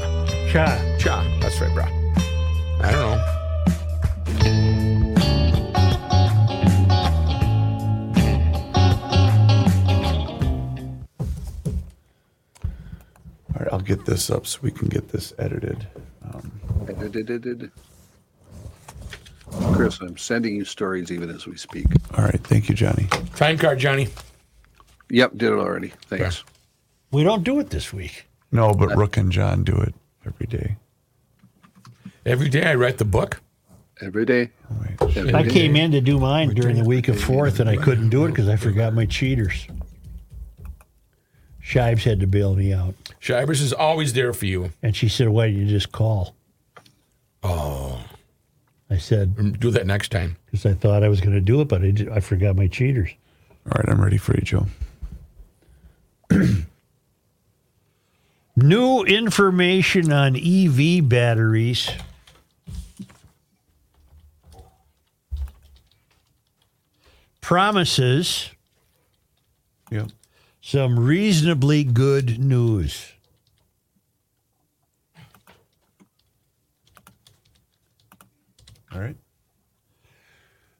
B: Cha.
E: Cha. That's right, bra. I don't know.
A: All right, I'll get this up so we can get this edited. Um,
C: Chris, I'm sending you stories even as we speak.
A: all right, thank you, Johnny.
E: Time card, Johnny.
C: Yep, did it already. Thanks.
B: We don't do it this week.
A: No, but Rook and John do it every day.
E: Every day I write the book.
C: Every day. Every
B: I
C: day.
B: came in to do mine during the week of fourth, and I couldn't do it because I forgot my cheaters. Shives had to bail me out,
E: Shivers is always there for you.
B: and she said, "Why don't you just call?"
E: Oh.
B: I said,
E: Do that next time.
B: "Because I thought I was going to do it, but I, did- I forgot my cheaters."
A: All right, I'm ready for you, Joe.
B: New information on EV batteries. Promises.
A: Yep.
B: Some reasonably good news.
A: All right.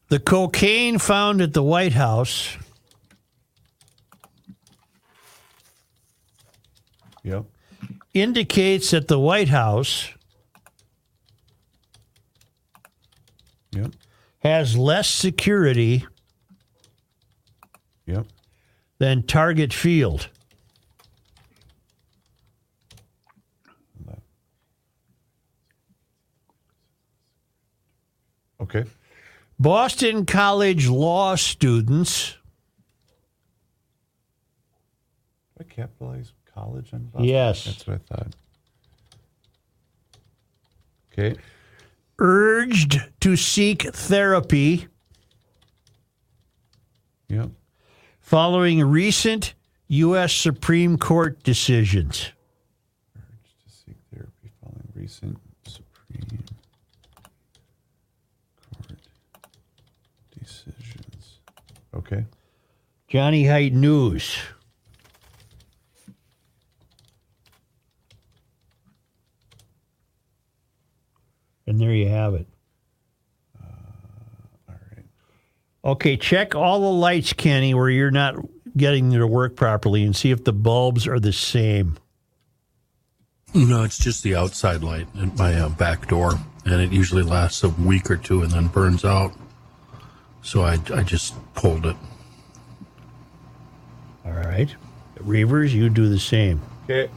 B: The cocaine found at the White House
A: Yep.
B: indicates that the White House
A: Yep.
B: has less security
A: Yep.
B: than Target Field.
A: Okay.
B: Boston College law students.
A: I capitalize college and
B: Yes.
A: That's what I thought. Okay.
B: urged to seek therapy
A: Yep.
B: following recent U.S. Supreme Court decisions.
A: Therapy following recent Supreme Court decisions. Okay.
B: Johnny Height News. And there you have it.
A: Uh,
B: Okay, check all the lights, Kenny, where you're not getting them to work properly and see if the bulbs are the same.
D: No, it's just the outside light at my uh, back door, and it usually lasts a week or two and then burns out. So I, I just pulled it.
B: All right. Reavers, you do the same.
A: Okay.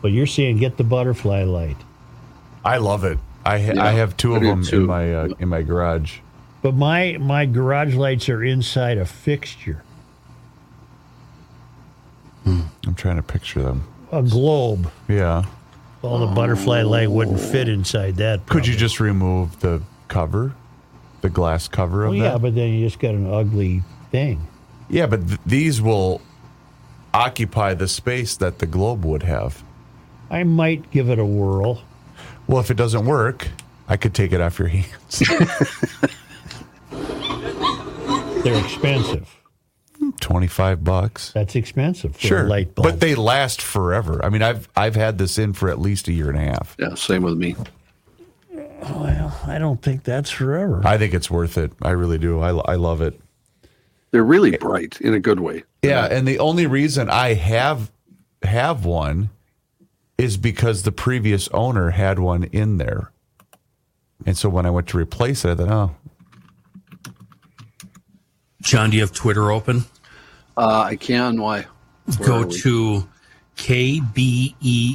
B: But you're saying get the butterfly light.
A: I love it. I ha-
B: Yeah,
A: I have two
B: I
A: of
B: do
A: them
B: too.
A: in my uh, in my garage.
B: But my my garage lights are inside a fixture,
A: I'm trying to picture them.
B: a globe.
A: Yeah.
B: All the butterfly light wouldn't fit inside that.
A: Could you just remove the cover, the glass cover of
B: Well,
A: that?
B: yeah, but then you just got an ugly thing.
A: Yeah, but th- these will occupy the space that the globe would have.
B: I might give it a whirl.
A: Well, if it doesn't work, I could take it off your hands.
B: They're expensive.
A: 25 bucks.
B: That's expensive for
A: Sure.
B: a light bulb.
A: But they last forever. I mean, I've I've had this in for at least a year and a half.
C: Yeah, same with me.
B: well, I don't think that's forever.
A: I think it's worth it. I really do. I, lo- I love it.
C: They're really bright in a good way.
A: Yeah, and the only reason I have have one is because the previous owner had one in there. And so when I went to replace it, I thought, oh,
D: John, do you have Twitter open?
C: Uh, I can. Why? Where
D: Go
C: are we?
D: to E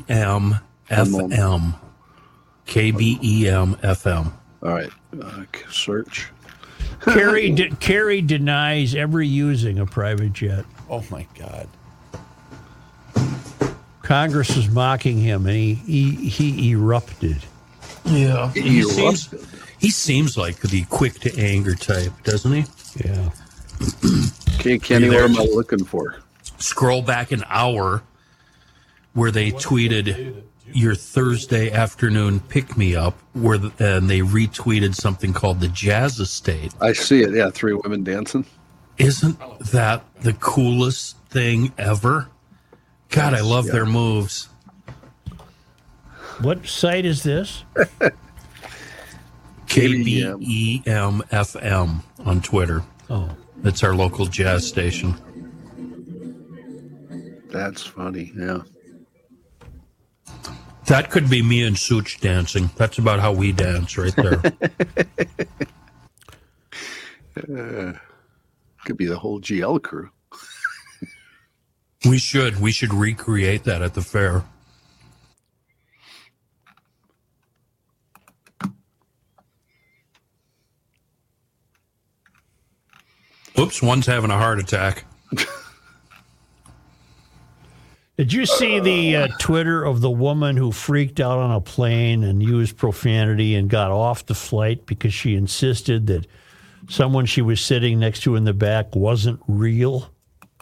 D: KBEM FM. KBEM FM.
C: All right. Uh, search.
B: Kerry de- Kerry denies ever using a private jet.
A: Oh my God!
B: Congress was mocking him, and he he, he erupted.
D: Yeah. He
B: You're
D: seems, he seems like the quick to anger type, doesn't he?
B: Yeah.
C: Okay, Kenny, what am I looking for?
D: Scroll back an hour where they tweeted your Thursday afternoon pick me up, where the, and they retweeted something called the Jazz Estate.
C: I see it. Yeah, three women dancing.
D: Isn't that the coolest thing ever? God, I love their moves.
B: What site is this?
D: E KBEMFM on Twitter.
B: Oh.
D: That's our local jazz station.
C: That's funny. Yeah.
D: That could be me and Such dancing. That's about how we dance right there.
C: Uh, could be the whole GL crew.
D: we should. We should recreate that at the fair. Oops, one's having a heart attack.
B: Did you see the uh, Twitter of the woman who freaked out on a plane and used profanity and got off the flight because she insisted that someone she was sitting next to in the back wasn't real.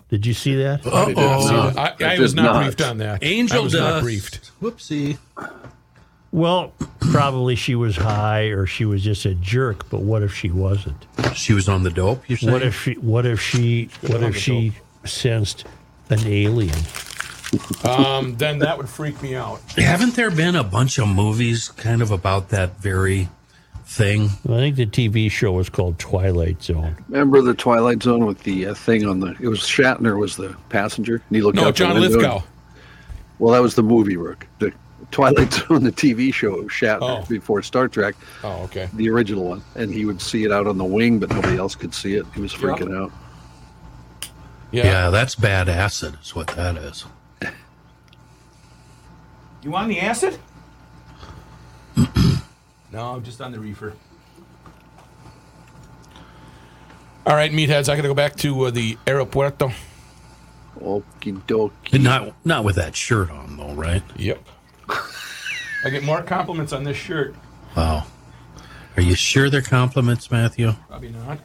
B: Did you see that?
E: I did not see Uh-oh. that. I- I I was did not not. briefed on that. Angel I was not dust. briefed.
D: Whoopsie.
B: Well, probably she was high or she was just a jerk, but what if she wasn't?
D: She was on the dope, you
B: What if she what if she what
E: on
B: if
E: the
B: she sensed an alien?
E: Um, then that would freak me out.
D: Haven't there been a bunch of movies kind of about that very thing?
B: I think the TV show was called Twilight Zone.
C: Remember the Twilight Zone with the uh, thing on the? It was Shatner was the passenger, and he looked
E: No,
C: out the
E: John
C: window and-
E: Lithgow.
C: well, that was the movie, Rook. The Twilight Zone, the TV show of Shatner
E: Oh.
C: before Star Trek.
E: Oh, okay.
C: The original one, and he would see it out on the wing, but nobody else could see it. He was freaking out.
D: Yeah. that's bad acid, is what that is.
E: You on the acid? no, I'm just on the reefer. All right, meatheads, I got to go back to uh, the aeropuerto.
C: Okie dokie.
D: And not not with that shirt on though, right?
E: Yep. I get more compliments on this shirt.
D: Wow. Are you sure they're compliments, Matthew?
C: Oh,
E: Probably not.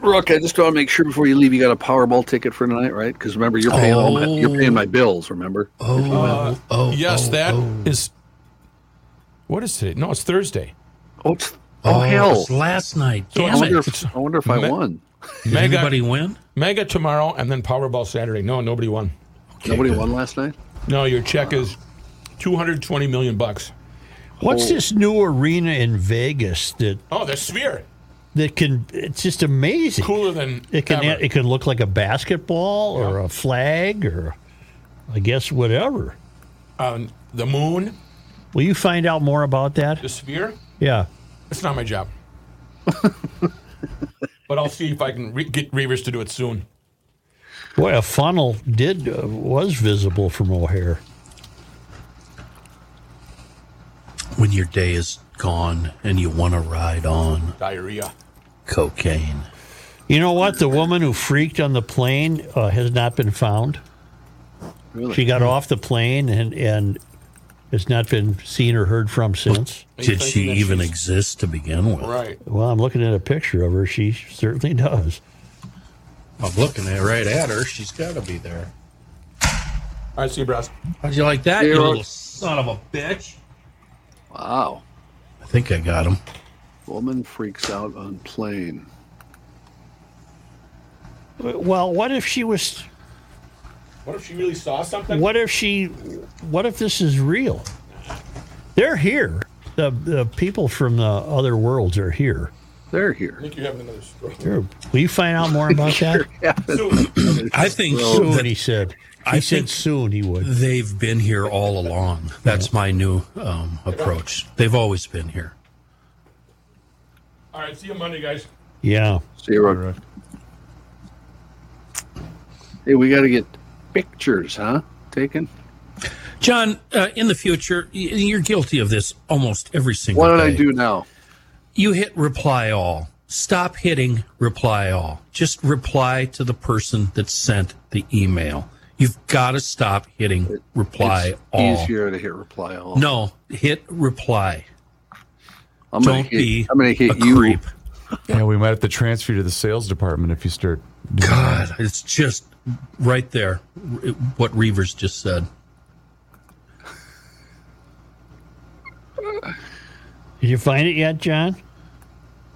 C: Rook, I just want to make sure before you leave, you got a Powerball ticket for tonight, right? Because remember, you're paying all my, you're paying my bills. Remember?
D: Oh, oh,
E: Uh, yes,
D: oh,
E: that is. What is today? No, it's Thursday.
C: Oh, it's, oh, hell.
D: it's last night.
E: So
C: I
E: it's-
C: wonder
E: it's-
C: if, I wonder if I
E: Me-
C: won.
E: Did
D: anybody win?
E: Mega tomorrow and then Powerball Saturday. No, nobody won.
C: Nobody won last night.
E: No, your check is 220 million bucks.
C: Oh.
B: What's this new arena in Vegas that
E: Oh, the sphere.
B: that can it's just amazing.
E: Cooler than
B: it can
E: ever.
B: it can look like a basketball or a flag or I guess whatever.
E: Um, the moon,
B: Will you find out more about that?
E: the sphere.
B: Yeah.
E: It's not my job. but I'll see if I can re- get Reavers to do it soon.
B: Boy, a funnel did uh, was visible from O'Hare.
D: When your day is gone and you want to ride on
E: Diarrhea.
D: cocaine.
B: You know what? The woman who freaked on the plane uh, has not been found.
C: Really?
B: She got off the plane and and has not been seen or heard from since.
D: Did she even exist to begin with?
E: Right.
B: Well, I'm looking at a picture of her. She certainly does.
D: I'm looking at right at her. She's got to be there.
E: All right, see you, bros.
D: How'd you like that,
E: Hey,
D: you
E: Rook.
D: little son of a bitch?
C: Wow.
D: I think I got him.
C: Woman freaks out on plane.
B: Well, what if she was?
E: What if she really saw something?
B: What if she? What if this is real? They're here. The the people from the other worlds are here.
C: They're
E: I
C: here.
E: think you're having another stroke.
B: Here, Will you find out more about that?
D: I think
B: soon.
D: that-
B: he said.
D: I
B: He said
D: think-
B: soon he would.
D: They've been here all along. That's my new um, approach. They've always been here.
E: All right, see you Monday, guys.
B: Yeah.
C: See you, Rook. Hey, we got to get pictures, huh? Taken.
D: John, uh, in the future, y- you're guilty of this almost every single
C: What
D: day.
C: did I do now?
D: You hit reply all. Stop hitting reply all. Just reply to the person that sent the email. You've got to stop hitting reply
C: It's
D: all.
C: Easier to hit reply all.
D: No, hit reply.
C: I'm gonna
D: Don't
C: hit-
D: be
C: I'm gonna hit
D: a
C: you.
D: creep.
A: Yeah, we might have to transfer you to the sales department if you start.
D: God, it's just right there. r- What Reavers just said.
B: Did you find it yet, John?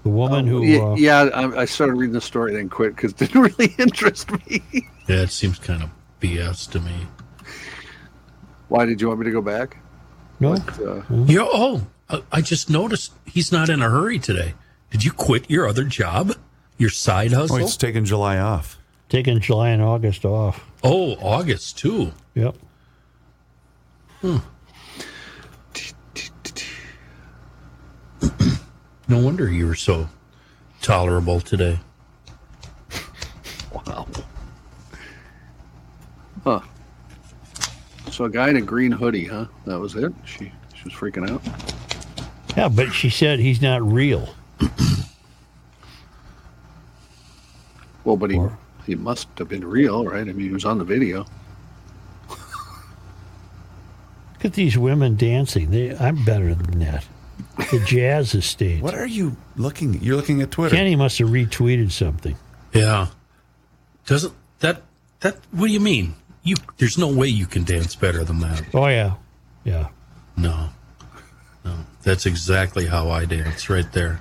B: The woman who.
C: Yeah,
B: uh,
C: yeah I, I started reading the story and then quit because it didn't really interest me.
D: Yeah, it seems kind of BS to me.
C: Why did you want me to go back?
B: No.
C: But, uh,
D: Yo, oh, I- I just noticed he's not in a hurry today. Did you quit your other job, your side
A: Oh,
D: hustle?
A: it's taking July off.
B: Taking July and August off.
D: Oh, August too.
B: Yep.
D: No wonder you were so tolerable today.
C: wow. Huh. So a guy in a green hoodie, huh? That was it. She she was freaking out.
B: Yeah, but she said he's not real.
C: Well, but he he must have been real, right? I mean, he was on the video.
B: Look at these women dancing. They, I'm better than that. the Jazz Estate. What
A: are you looking? You're looking at Twitter.
B: Kenny must have retweeted something.
D: Yeah. Doesn't that that what do you mean? You there's no way you can dance better than that.
B: Oh yeah. Yeah.
D: No. No. That's exactly how I dance right there.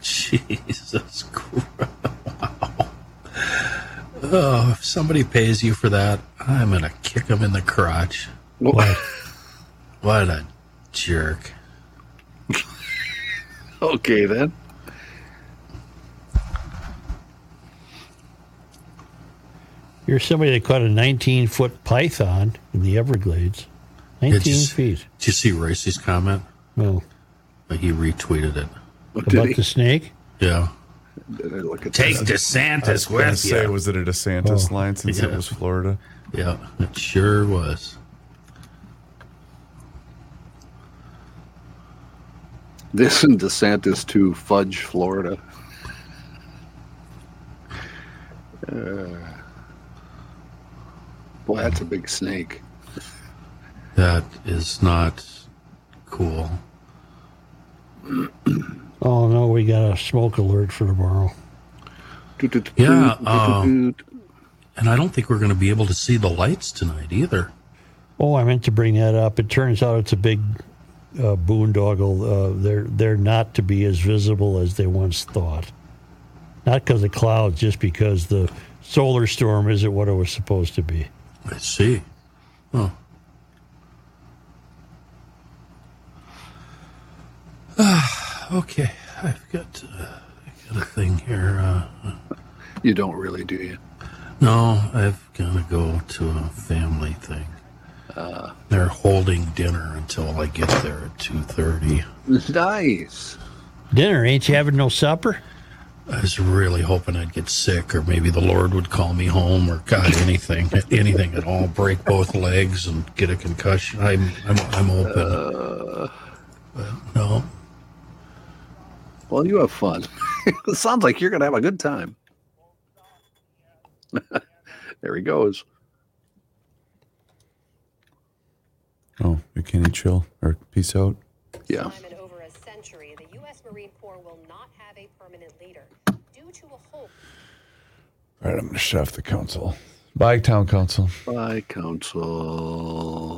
D: Jesus Christ. Wow. Oh, if somebody pays you for that, I'm going to kick them in the crotch. What? what a jerk.
C: Okay, then.
B: You're somebody that caught a 19 foot python in the Everglades. 19
D: Did you s-
B: feet.
D: Did you see Royce's comment?
B: No.
D: He retweeted it.
C: Oh,
B: About the snake?
D: Yeah.
A: Take I was gonna say, was it a DeSantis
D: Oh.
A: line since it
D: Yeah.
A: was Florida?
D: Yeah, it sure was.
C: This and DeSantis to Fudge, Florida. Uh, boy, that's a big snake.
D: That is not cool.
B: Oh no, we got a smoke alert for tomorrow.
D: Yeah. um, and I don't think we're going to be able to see the lights tonight either.
B: Oh, I meant to bring that up. It turns out it's a big uh, boondoggle. Uh, they're they're not to be as visible as they once thought. Not because of clouds, just because the solar storm isn't what it was supposed to be.
D: I see. Oh. okay, I've got, uh, I've got a thing here. Uh,
C: You don't really, do you?
D: no, I've got to go to a family thing. They're holding dinner until I get there at two thirty.
C: Nice.
B: Dinner ain't you having no supper?
D: I was really hoping I'd get sick, or maybe the Lord would call me home, or God, anything, anything at all, break both legs and get a concussion. I'm, I'm, I'm open. But no,
C: Well, you have fun. it sounds like you're going to have a good time. there he goes.
A: Oh, can you chill or peace out?
C: Yeah. All
A: right, I'm going to shut off the council. Bye, town council.
C: Bye, council.